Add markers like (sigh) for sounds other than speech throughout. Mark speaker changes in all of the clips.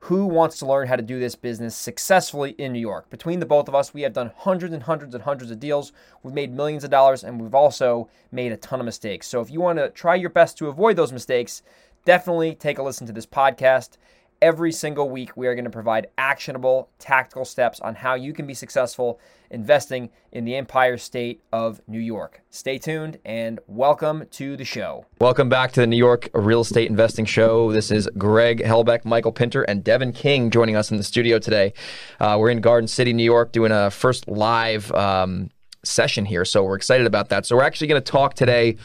Speaker 1: who wants to learn how to do this business successfully in New York. Between the both of us, we have done hundreds and hundreds and hundreds of deals. We've made millions of dollars and we've also made a ton of mistakes. So if you want to try your best to avoid those mistakes, definitely take a listen to this podcast. Every single week, we are going to provide actionable, tactical steps on how you can be successful investing in the Empire State of New York. Stay tuned and welcome to the show. Welcome back to the New York Real Estate Investing Show. This is Greg Helbeck, Michael Pinter, and Devin King joining us in the studio today. Uh, we're in Garden City, New York, doing a first live um, session here. So we're excited about that. So we're actually going to talk today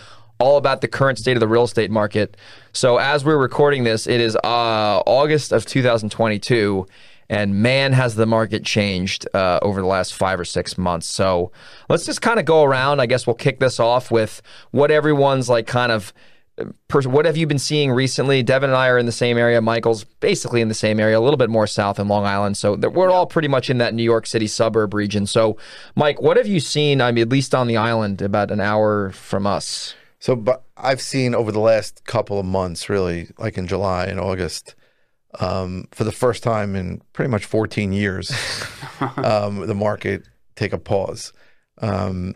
Speaker 1: all about the current state of the real estate market. So as we're recording this, it is uh, August of 2022, and man, has the market changed uh, over the last five or six months. So let's just kind of go around. I guess we'll kick this off with what everyone's like, kind of. pers- What have you been seeing recently? Devin and I are in the same area. Michael's basically in the same area, a little bit more south in Long Island. So that we're all pretty much in that New York City suburb region. So, Mike, what have you seen? I mean, at least on the island, about an hour from us.
Speaker 2: So, but I've seen over the last couple of months, really, like in July and August, um, for the first time in pretty much 14 years, um, the market take a pause. Um,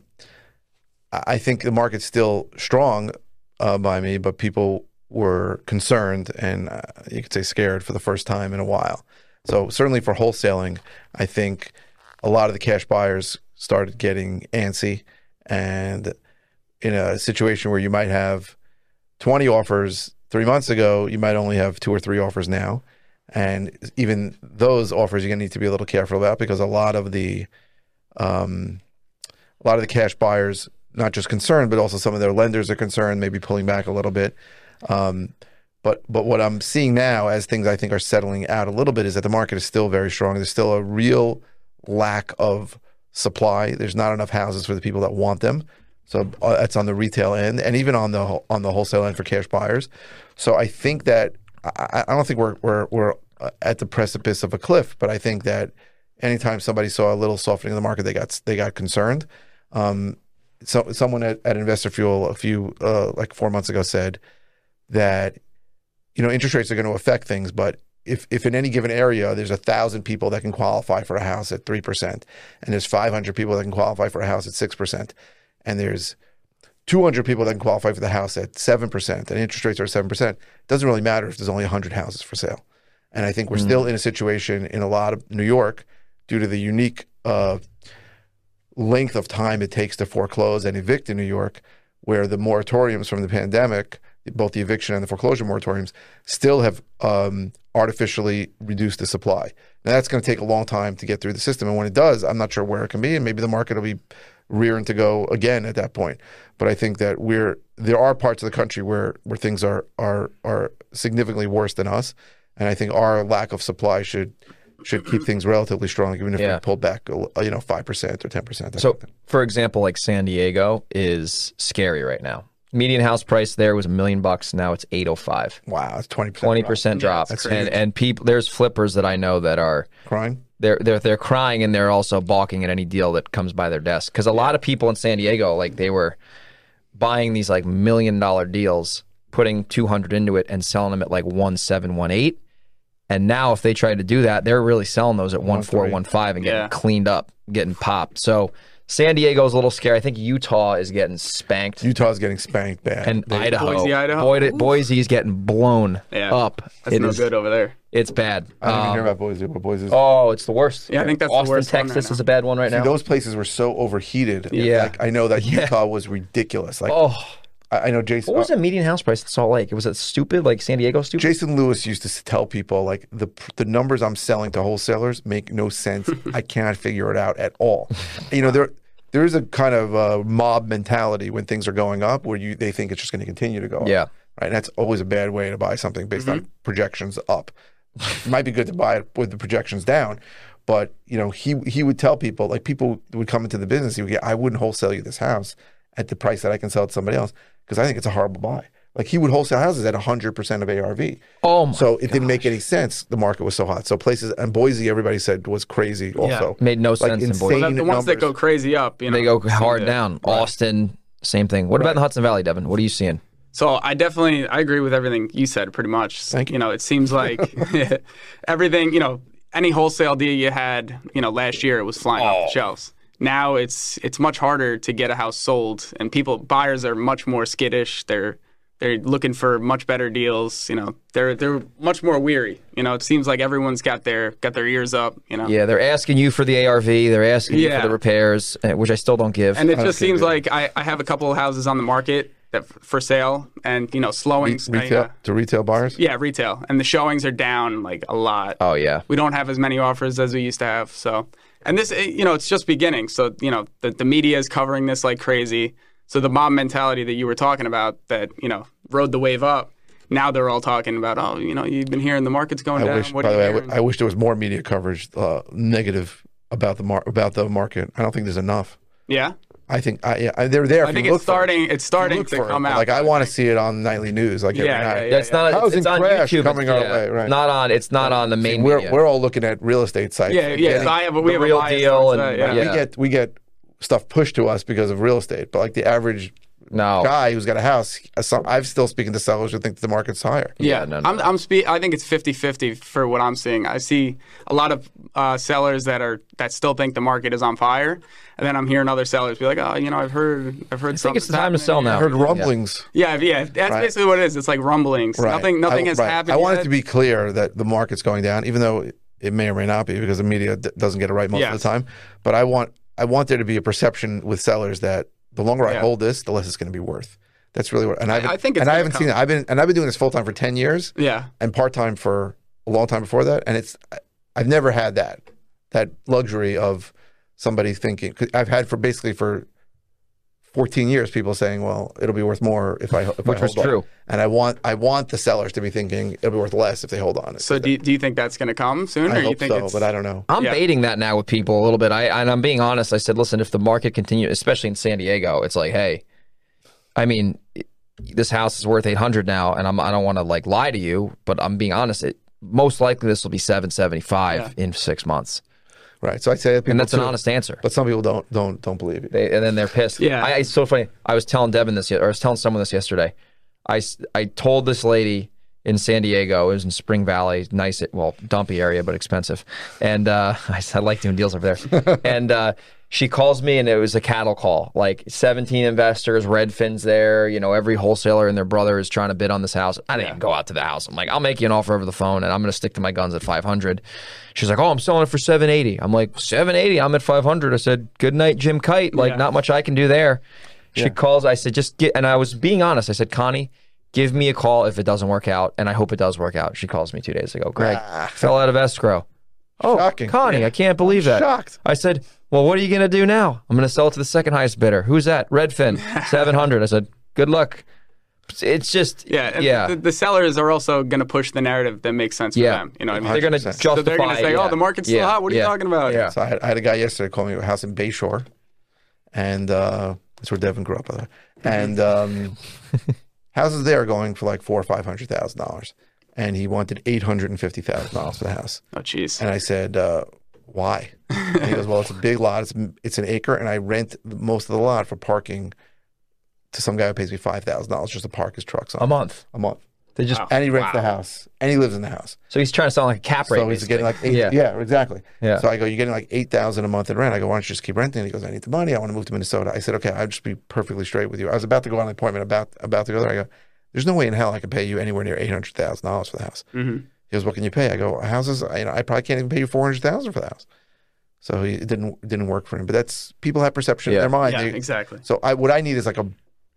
Speaker 2: I I think the market's still strong uh, by me, but people were concerned and uh, you could say scared for the first time in a while. So, certainly for wholesaling, I think a lot of the cash buyers started getting antsy and in a situation where you might have 20 offers three months ago, you might only have two or three offers now. And even those offers, you're going to need to be a little careful about because a lot of the, um, a lot of the cash buyers, not just concerned, but also some of their lenders are concerned, maybe pulling back a little bit. Um, but but what I'm seeing now, as things I think are settling out a little bit, is that the market is still very strong. There's still a real lack of supply. There's not enough houses for the people that want them. So uh, that's on the retail end, and even on the whole- on the wholesale end for cash buyers. So I think that I, I I don't think we're we're we're uh, at the precipice of a cliff, but I think that anytime somebody saw a little softening of the market, they got s- they got concerned. Um, so someone at, at Investor Fuel a few uh, like four months ago said that you know interest rates are going to affect things, but if if in any given area there's a thousand people that can qualify for a house at three percent, and there's five hundred people that can qualify for a house at six percent, and there's 200 people that can qualify for the house at 7% and interest rates are 7%. It doesn't really matter if there's only 100 houses for sale. And I think we're still in a situation in a lot of New York due to the unique uh, length of time it takes to foreclose and evict in New York, where the moratoriums from the pandemic, both the eviction and the foreclosure moratoriums, still have um, artificially reduced the supply. Now that's going to take a long time to get through the system, and when it does, I'm not sure where it can be, and maybe the market will be rearing to go again at that point. But I think that we're there are parts of the country where where things are are are significantly worse than us, and I think our lack of supply should. Should keep things relatively strong, even if
Speaker 1: Yeah.
Speaker 2: we pull back, uh, you know, five percent or ten percent.
Speaker 1: So, for example, like San Diego is scary right now. Median house price there was a million bucks. Now it's eight oh five.
Speaker 2: Wow, it's twenty percent.
Speaker 1: Twenty percent drop. and and people, there's flippers that I know that are
Speaker 2: Crying.
Speaker 1: they're they're they're crying and they're also balking at any deal that comes by their desk because a lot of people in San Diego like they were buying these like million dollar deals, putting two hundred into it and selling them at like one seven one eight. And now if they try to do that, they're really selling those at one four one five and getting
Speaker 3: Yeah.
Speaker 1: cleaned up, getting popped. So San Diego's a little scary. I think Utah is getting spanked.
Speaker 2: Utah's getting spanked bad.
Speaker 1: and Idaho,
Speaker 3: Boise, Idaho.
Speaker 1: Boise, Boise's getting blown
Speaker 3: Yeah.
Speaker 1: up.
Speaker 3: That's
Speaker 1: It
Speaker 3: no
Speaker 1: is-
Speaker 3: good over there.
Speaker 1: It's bad.
Speaker 2: I don't even
Speaker 1: Um,
Speaker 2: hear about Boise, but Boise. is
Speaker 1: Oh, it's the worst.
Speaker 3: Yeah, I think that's the
Speaker 1: Austin,
Speaker 3: worst one
Speaker 1: Texas
Speaker 3: right
Speaker 1: is a bad one right
Speaker 2: See,
Speaker 1: now.
Speaker 2: those places were so overheated.
Speaker 1: (laughs) Yeah.
Speaker 2: Like, I know that Utah was ridiculous. Like
Speaker 1: oh,
Speaker 2: I, I know Jason. uh,
Speaker 1: what was the median house price in Salt Lake? Was it stupid, like San Diego stupid?
Speaker 2: Jason Lewis used to s- tell people like the pr- the numbers I'm selling to wholesalers make
Speaker 1: (laughs)
Speaker 2: no sense. I cannot figure it out at all. You know there there is a kind of uh, mob mentality when things are going up where you they think it's just going to continue to go up.
Speaker 1: Yeah.
Speaker 2: Right. And that's always a bad way to buy something based
Speaker 3: Mm-hmm.
Speaker 2: on projections up. it might be good to buy it with the projections down, but you know he he would tell people like people would come into the business. He would get I wouldn't wholesale you this house at the price that I can sell it to somebody else because I think it's a horrible buy. Like he would wholesale houses at 100% of ARV.
Speaker 1: Oh my!
Speaker 2: So it didn't make any sense. The market was so hot. So places and Boise, everybody said was crazy. Also,
Speaker 1: Made no
Speaker 2: Like
Speaker 1: sense in
Speaker 2: insane
Speaker 1: Boise.
Speaker 2: numbers.
Speaker 1: Well,
Speaker 3: the, the ones that go crazy up, you know,
Speaker 1: They go hard
Speaker 3: Yeah.
Speaker 1: down. Austin, same thing. What about in the Hudson Valley, Devin? What are you seeing?
Speaker 3: So I definitely I agree with everything you said pretty much.
Speaker 2: Thank you.
Speaker 3: know, it seems like
Speaker 1: (laughs)
Speaker 3: (laughs) everything, you know, any wholesale deal you had, you know, last year it was flying off the shelves. Now it's it's much harder to get a house sold and people buyers are much more skittish. They're they're looking for much better deals, you know. They're they're much more weary. You know, it seems like everyone's got their got their ears up, you know.
Speaker 1: Yeah, they're asking you for the ARV. They're asking you
Speaker 3: Yeah.
Speaker 1: for the repairs, eh, which I still don't give.
Speaker 3: And it just
Speaker 2: Okay,
Speaker 3: seems
Speaker 2: good.
Speaker 3: like I, I have a couple of houses on the market that f- for sale and you know, slowing
Speaker 2: retail to retail buyers.
Speaker 3: Yeah, retail. And the showings are down like a lot.
Speaker 1: oh yeah,
Speaker 3: We don't have as many offers as we used to have. So, and this, eh, you know, it's just beginning. So, you know, the, the media is covering this like crazy. So the mob mentality that you were talking about that, you know, rode the wave up. Now they're all talking about, oh, you know, you've been hearing the market's going
Speaker 2: I
Speaker 3: down.
Speaker 2: wish, by
Speaker 3: what
Speaker 2: the
Speaker 3: are you
Speaker 2: way, I, w-
Speaker 3: hearing?
Speaker 2: I wish there was more media coverage uh, negative about the mar- about the market. I don't think there's enough.
Speaker 3: yeah.
Speaker 2: I think I, yeah, I they're there. If
Speaker 3: I think
Speaker 2: you look
Speaker 3: it's starting,
Speaker 2: for
Speaker 3: it's
Speaker 2: it. If you
Speaker 3: starting
Speaker 2: look
Speaker 3: to
Speaker 2: for it.
Speaker 3: come out.
Speaker 2: Like I want to see it on nightly news, like
Speaker 3: Yeah,
Speaker 2: every
Speaker 3: yeah,
Speaker 2: night.
Speaker 3: yeah.
Speaker 1: it's not. It's,
Speaker 2: Housing
Speaker 1: it's on
Speaker 2: crash
Speaker 1: YouTube.
Speaker 2: coming
Speaker 1: it's,
Speaker 2: our
Speaker 1: yeah,
Speaker 2: way, right.
Speaker 1: It's not on. It's not on the main.
Speaker 2: We're
Speaker 1: media.
Speaker 2: we're all looking at real estate sites.
Speaker 3: Yeah, yeah.
Speaker 2: Getting-
Speaker 3: so I have a, we
Speaker 1: the
Speaker 3: have a
Speaker 1: real
Speaker 3: bias
Speaker 1: deal
Speaker 3: towards
Speaker 1: and-
Speaker 3: that, yeah.
Speaker 1: yeah.
Speaker 2: We get we get stuff pushed to us because of real estate, but like the average
Speaker 1: no.
Speaker 2: guy who's got a house, some, I'm still speaking to sellers who think the market's higher.
Speaker 3: Yeah,
Speaker 1: no,
Speaker 3: I'm, I'm spe- I think it's 50-50 for what I'm seeing. I see a lot of uh, sellers that are that still think the market is on fire, and then I'm hearing other sellers be like, "Oh, you know, I've heard, I've heard."
Speaker 1: I think it's the time to sell now.
Speaker 2: I heard rumblings.
Speaker 3: Yeah, yeah, that's basically what it is. It's like rumblings.
Speaker 2: Right.
Speaker 3: Nothing, nothing
Speaker 2: I,
Speaker 3: has
Speaker 2: right.
Speaker 3: happened.
Speaker 2: I want it
Speaker 3: yet.
Speaker 2: to be clear that the market's going down, even though it may or may not be, because the media d- doesn't get it right most
Speaker 3: Yeah.
Speaker 2: of the time. But I want I want there to be a perception with sellers that the longer I
Speaker 3: Yeah.
Speaker 2: hold this, the less it's going to be worth. That's really what. And I,
Speaker 3: I think it's
Speaker 2: and I
Speaker 3: gonna
Speaker 2: haven't seen it. I've been and I've been doing this full time for ten years
Speaker 3: Yeah,
Speaker 2: and part time for a long time before that. And it's I- I've never had that that luxury of somebody thinking. 'cause I've had for basically for. 14 years people saying well it'll be worth more if i if I
Speaker 1: Which was
Speaker 2: hold on."
Speaker 1: true.
Speaker 2: And I want I want the sellers to be thinking it'll be worth less if they hold on.
Speaker 3: So do you, do you think that's going to come soon, or
Speaker 2: I
Speaker 3: you
Speaker 2: hope
Speaker 3: think
Speaker 2: so,
Speaker 3: it's?
Speaker 2: but I don't know.
Speaker 1: I'm
Speaker 3: Yeah.
Speaker 1: baiting that now with people a little bit. I and I'm being honest. I said, listen, if the market continues, especially in San Diego, it's like, hey, I mean, it- this house is worth 800 now, and I'm I don't want to like lie to you, but I'm being honest. It most likely this will be 775 in six months,
Speaker 2: Right. So I say that people
Speaker 1: and that's an
Speaker 2: too,
Speaker 1: honest answer.
Speaker 2: But some people don't don't don't believe it.
Speaker 1: They, and then they're pissed.
Speaker 3: Yeah.
Speaker 1: I, it's so funny. I was telling Devin this, ye- or I was telling someone this yesterday. I, s- I told this lady in San Diego, it was in Spring Valley, nice, well, dumpy area, but expensive. And uh, (laughs) I, s- I like doing deals over there. and uh, she calls me, and it was a cattle call like 17 investors, Redfin's there, you know, every wholesaler and their brother is trying to bid on this house. I didn't even go out to the house. I'm like, I'll make you an offer over the phone, and I'm going to stick to my guns at 500. She's like, Oh, I'm selling it for 780. I'm like, 780, I'm at 500. I said, Good night, Jim Kite. Like, not much I can do there. She calls. I said, just get, and I was being honest. I said, Connie, give me a call if it doesn't work out, and I hope it does work out. She calls me two days ago. Greg
Speaker 3: Ah.
Speaker 1: fell out of escrow. Oh,
Speaker 2: Shocking.
Speaker 1: Connie, I can't believe that.
Speaker 2: Shocked.
Speaker 1: I said, well, what are you going to do now? I'm going to sell it to the second highest bidder. Who's that?
Speaker 3: (laughs)
Speaker 1: Redfin, 700. I said, good luck. It's just,
Speaker 3: yeah,
Speaker 1: yeah,
Speaker 3: and
Speaker 1: yeah.
Speaker 3: The, the sellers are what going to push the narrative that makes sense
Speaker 1: Yeah.
Speaker 3: for them. You know, what I mean?
Speaker 1: they're going to
Speaker 2: 100%.
Speaker 1: justify.
Speaker 3: so they're going to say,
Speaker 1: yeah.
Speaker 3: "Oh, the market's still
Speaker 1: Yeah.
Speaker 3: hot. What are
Speaker 1: Yeah.
Speaker 3: you talking about?"
Speaker 1: Yeah.
Speaker 2: So I had, I had a guy yesterday call me a house in Bayshore, and uh, that's where Devin grew up, by the way. And (laughs) um, houses there are going for like four or five hundred thousand dollars, and he wanted eight hundred and fifty thousand dollars for the house.
Speaker 3: Oh, jeez.
Speaker 2: And I said, uh, why? And he goes, well, it's a big lot. It's it's an acre, and I rent the- most of the lot for parking to some guy who pays me five thousand dollars just to park his trucks on
Speaker 1: A month.
Speaker 2: a month.
Speaker 1: They just,
Speaker 2: And he rents the house, and he lives in the house.
Speaker 1: so he's trying to sell like a cap rate.
Speaker 2: so he's
Speaker 1: basically.
Speaker 2: getting like eight,
Speaker 1: Yeah.
Speaker 2: yeah. exactly.
Speaker 1: Yeah.
Speaker 2: So I go, you're getting like eight thousand a month in rent. I go, why don't you just keep renting? And he goes, I need the money. I want to move to Minnesota. I said, okay, I'll just be perfectly straight with you. I was about to go on an appointment, about about to go there. I go, there's no way in hell I can pay you anywhere near eight hundred thousand dollars for the house.
Speaker 3: Mhm.
Speaker 2: He goes, what can you pay? I go, houses. You know, I probably can't even pay you four hundred thousand for the house. So he it didn't didn't work for him. But that's people have perception
Speaker 1: Yeah.
Speaker 2: in their mind.
Speaker 3: Yeah,
Speaker 2: They-
Speaker 3: exactly.
Speaker 2: so I what I need is like a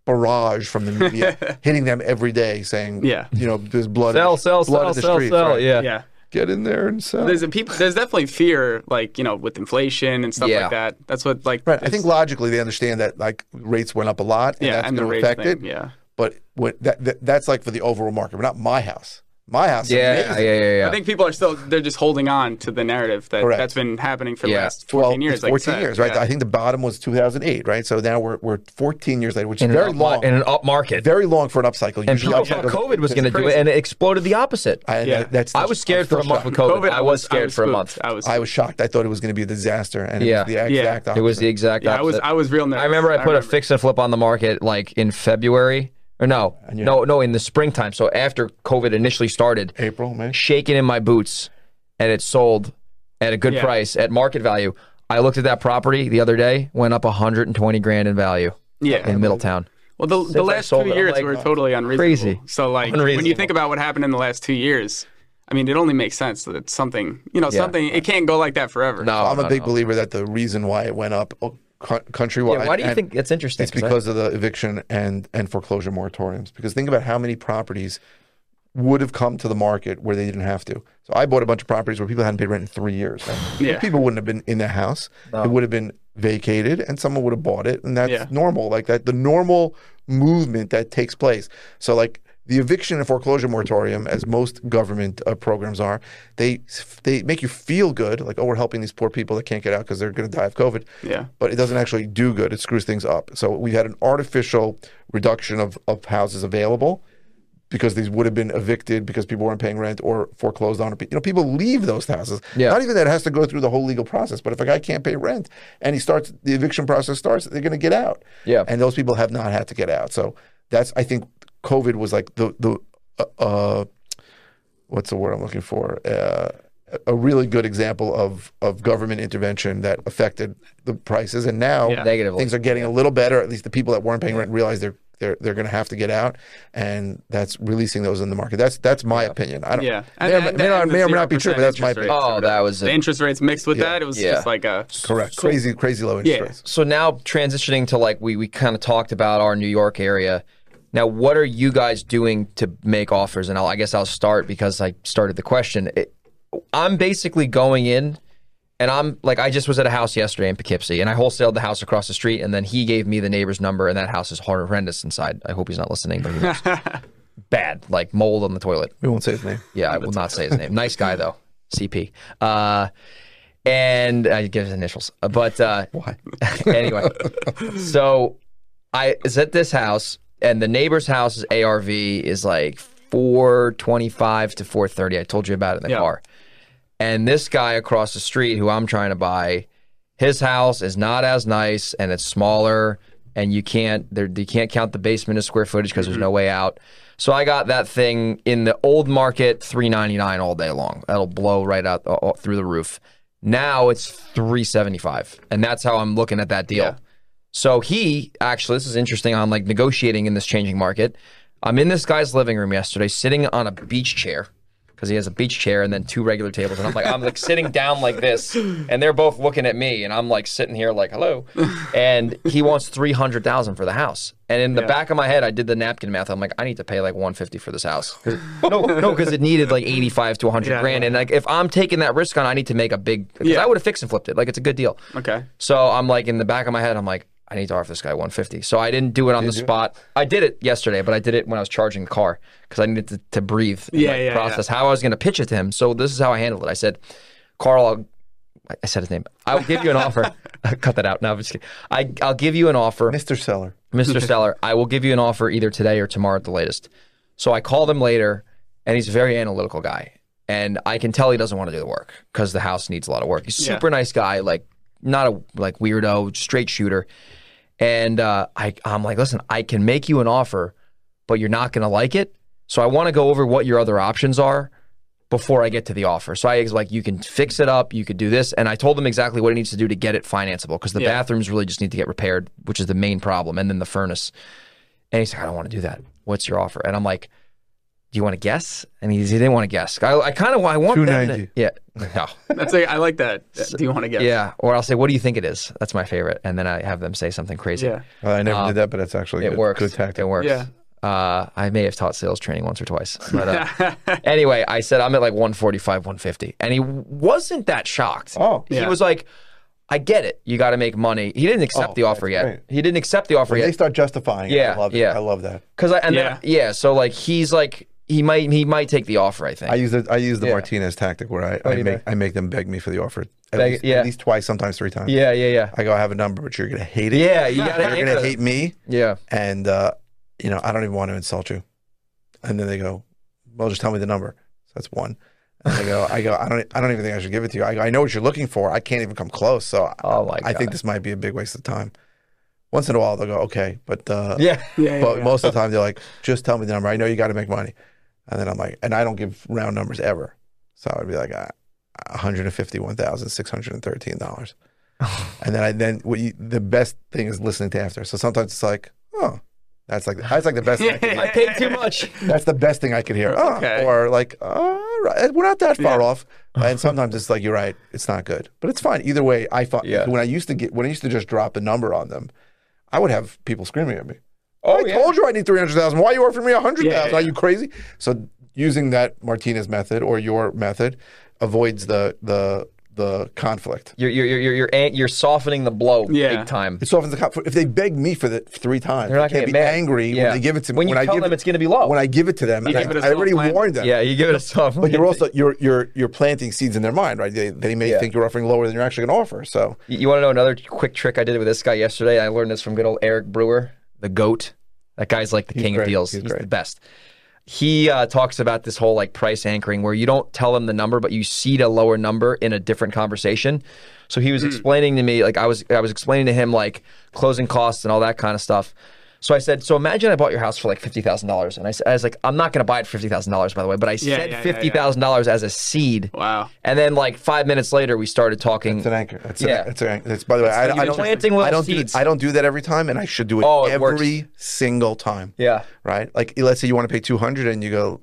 Speaker 2: barrage from the
Speaker 3: (laughs)
Speaker 2: media hitting them every day, saying,
Speaker 3: Yeah.
Speaker 2: you know, there's blood, in
Speaker 1: sell,
Speaker 2: the-
Speaker 1: sell,
Speaker 2: blood
Speaker 1: sell,
Speaker 2: in the
Speaker 1: sell,
Speaker 2: streets,
Speaker 1: sell.
Speaker 2: right?
Speaker 1: Yeah.
Speaker 3: Yeah.
Speaker 2: get in there and sell.
Speaker 3: There's a people. There's definitely fear, like you know, with inflation and stuff
Speaker 1: Yeah.
Speaker 3: like that. That's what like.
Speaker 2: Right. I
Speaker 3: it's-
Speaker 2: think logically they understand that like rates went up a lot and
Speaker 3: yeah,
Speaker 2: that's
Speaker 3: and the
Speaker 2: going to
Speaker 3: rate
Speaker 2: affect
Speaker 3: thing.
Speaker 2: it.
Speaker 3: Yeah.
Speaker 2: But what, that, that that's like for the overall market, but not my house. My house. is
Speaker 1: Yeah, yeah,
Speaker 2: amazing.
Speaker 1: yeah, yeah.
Speaker 3: I think people are still they're just holding on to the narrative that
Speaker 2: Correct.
Speaker 3: that's been happening for the
Speaker 1: Yeah.
Speaker 3: last
Speaker 2: Well,
Speaker 3: 14 years.
Speaker 2: it's
Speaker 3: like you
Speaker 2: 14
Speaker 3: said.
Speaker 2: years, right?
Speaker 3: Yeah.
Speaker 2: I think the bottom was 2008, right? So now we're, we're 14 years later, which is
Speaker 1: in
Speaker 2: very
Speaker 1: an up,
Speaker 2: long,
Speaker 1: in an up market.
Speaker 2: very long for an upcycle.
Speaker 1: and people thought
Speaker 2: upcycles-
Speaker 1: COVID was going to do it,
Speaker 3: crazy.
Speaker 1: and it exploded the opposite. I,
Speaker 2: I,
Speaker 3: Yeah.
Speaker 2: that- that's
Speaker 1: was scared for a
Speaker 2: I'm still
Speaker 1: month
Speaker 2: shocked.
Speaker 1: with COVID.
Speaker 3: COVID,
Speaker 1: I was scared
Speaker 3: was
Speaker 1: for a
Speaker 3: spooked.
Speaker 1: month.
Speaker 3: I was.
Speaker 2: I was shocked. I thought it was going to be a disaster, and
Speaker 1: Yeah.
Speaker 2: it was the exact
Speaker 3: Yeah.
Speaker 2: opposite.
Speaker 1: it was the exact
Speaker 3: yeah, I was.
Speaker 1: opposite.
Speaker 3: I was real nervous.
Speaker 1: I remember I put a
Speaker 3: remember.
Speaker 1: fix and flip on the market like in February or no, no, no, in the springtime. So after COVID initially started,
Speaker 2: April, May.
Speaker 1: shaking in my boots, and it sold at a good
Speaker 3: Yeah.
Speaker 1: price at market value. I looked at that property the other day, went up 120 grand in value
Speaker 3: Yeah.
Speaker 1: in Middletown.
Speaker 3: Well, the,
Speaker 1: I
Speaker 3: the last
Speaker 1: sold
Speaker 3: two
Speaker 1: it, I'm
Speaker 3: years
Speaker 1: like,
Speaker 3: were totally unreasonable.
Speaker 1: crazy.
Speaker 3: So, like, when you
Speaker 1: Unreasonable.
Speaker 3: think about what happened in the last two years, I mean, it only makes sense that it's something, you know, something, it can't go like that forever.
Speaker 1: No,
Speaker 2: I'm
Speaker 1: no,
Speaker 2: a big
Speaker 1: Oh, no.
Speaker 2: believer that the reason why it went up oh, cou- countrywide.
Speaker 1: Yeah, why do you
Speaker 2: and
Speaker 1: think that's interesting?
Speaker 2: it's because of the eviction and and foreclosure moratoriums? Because think about how many properties would have come to the market where they didn't have to. So I bought a bunch of properties where people hadn't paid rent in three years. Those
Speaker 3: Yeah.
Speaker 2: people wouldn't have been in the house. It would have been vacated, and someone would have bought it, and that's
Speaker 3: Yeah.
Speaker 2: normal. Like that, the normal movement that takes place. So like. The eviction and foreclosure moratorium, as most government uh, programs are, they they make you feel good, like oh, we're helping these poor people that can't get out because they're going to die of COVID
Speaker 3: Yeah.
Speaker 2: but it doesn't actually do good. It screws things up. So we've had an artificial reduction of, of houses available because these would have been evicted because people weren't paying rent or foreclosed on. You know, people leave those houses.
Speaker 1: Yeah.
Speaker 2: Not even that it has to go through the whole legal process. But if a guy can't pay rent and he starts the eviction process starts, they're going to get out.
Speaker 1: Yeah.
Speaker 2: And those people have not had to get out. So that's I think COVID was like the the uh, uh what's the word I'm looking for? Uh, a really good example of of government intervention that affected the prices, and now
Speaker 3: Yeah.
Speaker 1: Negatively.
Speaker 2: things are getting a little better. At least the people that weren't paying rent realize they're they're they're going to have to get out, and that's releasing those in the market. That's that's my opinion. I don't.
Speaker 3: Yeah.
Speaker 2: May, or, may, not, may or may not be true, but that's my opinion.
Speaker 1: Oh, that was
Speaker 3: The
Speaker 1: it.
Speaker 3: interest rates mixed with that, it was
Speaker 1: Yeah.
Speaker 3: just like a.
Speaker 2: Correct. Crazy, crazy low interest
Speaker 3: Yeah.
Speaker 2: rates.
Speaker 1: So now transitioning to like we we kind of talked about our New York area. Now, what are you guys doing to make offers? And I'll, I guess I'll start because I started the question. It, I'm basically going in, and I'm like, I just was at a house yesterday in Poughkeepsie, and I wholesaled the house across the street, and then he gave me the neighbor's number, and that house is horrendous inside. I hope he's not listening, but he knows. bad, like mold on the toilet.
Speaker 2: We won't say his name.
Speaker 1: Yeah, I will not say his name. Nice guy though, CP. Uh, and I give his initials, Uh, but uh, why? (laughs) anyway, so I is at this house, and the neighbor's house's ARV is like four twenty-five to four thirty. I told you about it in the
Speaker 3: Yeah.
Speaker 1: car. And this guy across the street, who I'm trying to buy, his house is not as nice, and it's smaller, and you can't there you can't count the basement as square footage because there's no way out. So I got that thing in the old market, three ninety nine all day long. That'll blow right out uh, uh, through the roof. Now it's three seventy five, and that's how I'm looking at that deal. So he actually, this is interesting on like negotiating in this changing market. I'm in this guy's living room yesterday, sitting on a beach chair because he has a beach chair and then two regular tables, and I'm like, I'm like sitting down like this, and they're both looking at me, and I'm like sitting here like, hello, and he wants three hundred thousand for the house, and in the back of my head, I did the napkin math. I'm like, I need to pay like one fifty for this house. 'Cause- No, no, because it needed like eighty five to hundred
Speaker 3: Yeah.
Speaker 1: grand, and like if I'm taking that risk on, I need to make a big. 'cause
Speaker 3: Yeah.
Speaker 1: I would have fixed and flipped it. Like it's a good deal.
Speaker 3: Okay.
Speaker 1: So I'm like in the back of my head, I'm like, I need to offer this guy 150. So I didn't do it on the spot. I did it yesterday, but I did it when I was charging the car because I needed to, to breathe. and,
Speaker 3: Yeah,
Speaker 1: like,
Speaker 3: yeah,
Speaker 1: Process how I was going to pitch it to him. So this is how I handled it. I said, Carl, I'll, I said his name. I'll give you an
Speaker 3: (laughs)
Speaker 1: offer. (laughs) Cut that out. No, I'm just kidding. I, I'll give you an offer.
Speaker 2: Mr. Seller.
Speaker 1: Mr. Seller, I will give you an offer either today or tomorrow at the latest. So I called him later, and he's a very analytical guy. And I can tell he doesn't want to do the work because the house needs a lot of work. He's a
Speaker 3: Yeah.
Speaker 1: super nice guy, like not a like weirdo, straight shooter. And uh, I, I'm like, listen, I can make you an offer, but you're not going to like it. So I want to go over what your other options are before I get to the offer. So I was like, you can fix it up, you could do this. And I told them exactly what it needs to do to get it financeable because the
Speaker 3: Yeah.
Speaker 1: bathrooms really just need to get repaired, which is the main problem, and then the furnace. And he's like, I don't want to do that. What's your offer? And I'm like, Do you want to guess? And he, he didn't want to guess. I, I kind of I want them to-
Speaker 2: 290.
Speaker 1: yeah. No.
Speaker 3: That's like, I like that. Do you want to
Speaker 1: (laughs)
Speaker 3: get
Speaker 1: Yeah. Or I'll say, What do you think it is? That's my favorite. And then I have them say something crazy.
Speaker 3: Yeah.
Speaker 2: I never did that, but that's actually
Speaker 1: Um, It
Speaker 2: good,
Speaker 1: works.
Speaker 2: good tactic.
Speaker 1: It works.
Speaker 3: Yeah.
Speaker 1: Uh, I may have taught sales training once or twice. But
Speaker 3: (laughs)
Speaker 1: uh, anyway, I said I'm at like 145, 150. And he wasn't that shocked.
Speaker 2: Oh.
Speaker 1: He
Speaker 3: Yeah.
Speaker 1: was like, I get it. You got to make money. He didn't accept the offer yet.
Speaker 2: Oh, great.
Speaker 1: He didn't accept the offer
Speaker 2: When
Speaker 1: yet.
Speaker 2: they start justifying it,
Speaker 1: Yeah,
Speaker 2: I love it.
Speaker 1: yeah.
Speaker 2: I love that.
Speaker 1: Cause I and yeah. Then, yeah, so like he's like he might he might take the offer. I think.
Speaker 2: I use the I use the
Speaker 1: Yeah.
Speaker 2: Martinez tactic where I,
Speaker 1: What
Speaker 2: I
Speaker 1: do you
Speaker 2: make
Speaker 1: do?
Speaker 2: I make them beg me for the offer at,
Speaker 1: Beg-
Speaker 2: least,
Speaker 1: yeah.
Speaker 2: at least twice, sometimes three times.
Speaker 1: yeah, yeah, yeah,
Speaker 2: I go, I have a number, but you're gonna hate it.
Speaker 1: yeah. You gotta
Speaker 2: you're gonna hate me,
Speaker 1: Yeah,
Speaker 2: and uh, you know I don't even want to insult you. And then they go, well, just tell me the number. So that's one. And I go, I go, I don't, I don't even think I should give it to you. I go, I know what you're looking for. I can't even come close. So I,
Speaker 1: Oh my
Speaker 2: I think
Speaker 1: God.
Speaker 2: this might be a big waste of time. Once in a while they'll go, okay, but uh,
Speaker 1: yeah.
Speaker 3: Yeah, yeah,
Speaker 2: but
Speaker 3: yeah.
Speaker 2: most of the time they're like, just tell me the number. I know you got to make money. And then I'm like, and I don't give round numbers ever. So I would be like, ah, $151,613.
Speaker 3: (laughs)
Speaker 2: and then I then what you, the best thing is listening to after. So sometimes it's like, oh, that's like that's like the best. Thing I
Speaker 1: (laughs)
Speaker 2: can
Speaker 1: I paid too much.
Speaker 2: that's the best thing I could hear. Oh,
Speaker 3: Okay.
Speaker 2: Or like, all right, we're not that far
Speaker 3: Yeah.
Speaker 2: off. And sometimes it's like, you're right, it's not good, but it's fine. Either way, I find
Speaker 1: Yeah.
Speaker 2: when I used to get when I used to just drop a number on them, I would have people screaming at me.
Speaker 1: Oh,
Speaker 2: I
Speaker 1: yeah.
Speaker 2: told you I need three hundred thousand. Why are you offering me a hundred
Speaker 3: Yeah,
Speaker 2: thousand?
Speaker 3: yeah,
Speaker 2: Are you crazy? So using that Martinez method or your method avoids the the the conflict.
Speaker 1: You're you're you're you're you're, an- you're softening the blow
Speaker 3: Yeah.
Speaker 1: big time.
Speaker 2: It softens the conflict. If they beg me for the three times,
Speaker 1: They're not
Speaker 2: they
Speaker 1: gonna
Speaker 2: can't be
Speaker 1: get mad.
Speaker 2: angry
Speaker 1: Yeah.
Speaker 2: when they give it to me.
Speaker 1: When you
Speaker 2: I
Speaker 1: tell
Speaker 2: give
Speaker 1: them
Speaker 2: it-
Speaker 1: it's gonna be low.
Speaker 2: When I give it to them, and I,
Speaker 3: give it a
Speaker 2: I already
Speaker 3: soft land.
Speaker 2: warned
Speaker 1: (laughs)
Speaker 2: them.
Speaker 1: yeah, you give it a soft.
Speaker 2: But you're also you're you're you're planting seeds in their mind, right? They they may
Speaker 1: Yeah.
Speaker 2: think you're offering lower than you're actually going to offer. So
Speaker 1: You, want to know another quick trick I did with this guy yesterday? I learned this from good old Eric Brewer, the goat. That guy's like the king
Speaker 2: great.
Speaker 1: of deals.
Speaker 2: He's
Speaker 1: He's,
Speaker 2: great.
Speaker 1: the best. He uh, talks about this whole like price anchoring where you don't tell them the number, but you seed a lower number in a different conversation. So he was explaining to me, like I was I was explaining to him like closing costs and all that kind of stuff. So I said, so imagine I bought your house for like fifty thousand dollars, and I, s- I was like, I'm not going to buy it for fifty thousand dollars, by the way, but I
Speaker 3: Yeah,
Speaker 1: said
Speaker 3: yeah, yeah, yeah.
Speaker 1: fifty thousand dollars as a seed.
Speaker 3: Wow.
Speaker 1: And then like five minutes later, we started talking.
Speaker 2: it's an anchor. It's
Speaker 1: Yeah.
Speaker 2: an, it's an anchor. It's by the way, I, I don't
Speaker 1: planting little
Speaker 2: I don't do
Speaker 1: seeds.
Speaker 2: I don't do that every time, and I should do it
Speaker 1: Oh, it works.
Speaker 2: every single time.
Speaker 1: yeah.
Speaker 2: right? Like let's say you want to pay 200 and you go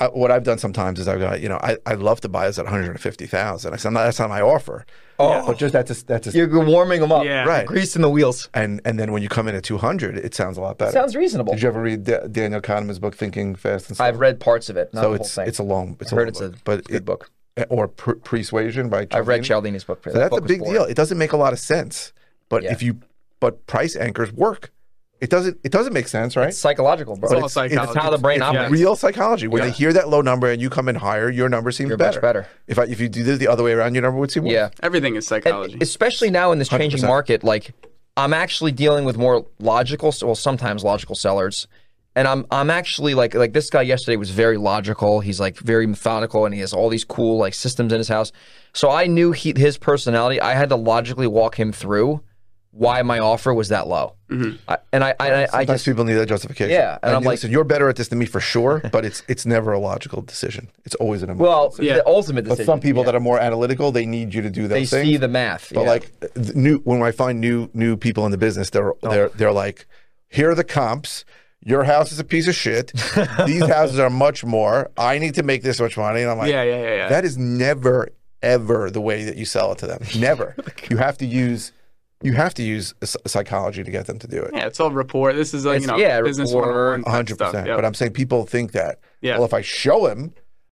Speaker 2: I, what I've done sometimes is I've got, you know, I I love to buy this at 150,000. I said "No, that's not my offer.
Speaker 1: Oh.
Speaker 2: But just that's a, that's a,
Speaker 1: You're warming them up.
Speaker 3: Yeah.
Speaker 2: right.
Speaker 1: Greasing the wheels.
Speaker 2: And and then when you come in at 200, it sounds a lot better.
Speaker 1: Sounds reasonable.
Speaker 2: Did you ever read da- Daniel Kahneman's book Thinking Fast and Slow?
Speaker 1: I've read parts of it, not
Speaker 2: so
Speaker 1: the
Speaker 2: it's
Speaker 1: whole thing.
Speaker 2: it's a long it's a
Speaker 1: heard it's
Speaker 2: long
Speaker 1: a
Speaker 2: book, but
Speaker 1: good book.
Speaker 2: it- or Pre- Persuasion by
Speaker 1: I've read
Speaker 2: Cialdini.
Speaker 1: Cialdini's book.
Speaker 2: So that's a big deal. It doesn't make a lot of sense. But
Speaker 1: Yeah.
Speaker 2: if you but price anchors work. It doesn't it doesn't make sense, right?
Speaker 1: It's psychological, bro.
Speaker 3: It's all
Speaker 1: it's,
Speaker 3: psychology.
Speaker 1: how the brain
Speaker 2: it's
Speaker 1: operates.
Speaker 2: real psychology. When they hear that low number and you come in higher, your number seems
Speaker 1: You're
Speaker 2: better.
Speaker 1: much better.
Speaker 2: If I, if you do this the other way around, your number would seem worse.
Speaker 1: Yeah.
Speaker 3: Everything is psychology.
Speaker 1: And especially now in this changing
Speaker 2: 100%.
Speaker 1: market, like I'm actually dealing with more logical, well, sometimes logical sellers, and I'm I'm actually like like this guy yesterday was very logical. He's like very methodical, and he has all these cool like systems in his house. So I knew he, his personality. I had to logically walk him through why my offer was that low, I, and I I, I, I
Speaker 2: Sometimes
Speaker 1: just
Speaker 2: people need that justification.
Speaker 1: Yeah, and I'm
Speaker 2: you-
Speaker 1: like-
Speaker 2: listen, you're better at this than me
Speaker 1: (laughs)
Speaker 2: for sure, but it's it's never a logical decision. It's always an emotional.
Speaker 1: well
Speaker 3: Yeah.
Speaker 1: the ultimate
Speaker 2: but
Speaker 1: decision.
Speaker 2: some people that are more analytical, they need you to do those
Speaker 1: they
Speaker 2: things.
Speaker 1: see the math,
Speaker 2: But
Speaker 1: yeah.
Speaker 2: like th- new when I find new new people in the business, they're
Speaker 3: Oh.
Speaker 2: they're they're like, here are the comps. Your house is a piece of
Speaker 3: (laughs)
Speaker 2: shit. These houses are much more. I need to make this much money, and I'm like,
Speaker 3: yeah, yeah, yeah, yeah.
Speaker 2: That is never, ever the way that you sell it to
Speaker 3: (laughs)
Speaker 2: them. Never.
Speaker 3: Oh
Speaker 2: you have to use, you have to use s- psychology to get them to do it.
Speaker 3: yeah, it's all rapport. This is like, you
Speaker 1: It's-
Speaker 3: know,
Speaker 1: yeah,
Speaker 3: business
Speaker 1: rapport,
Speaker 3: 101
Speaker 2: A
Speaker 3: type
Speaker 2: hundred
Speaker 3: stuff.
Speaker 2: percent.
Speaker 3: Yep.
Speaker 2: But I'm saying people think that.
Speaker 3: Yeah.
Speaker 2: Well, if I show him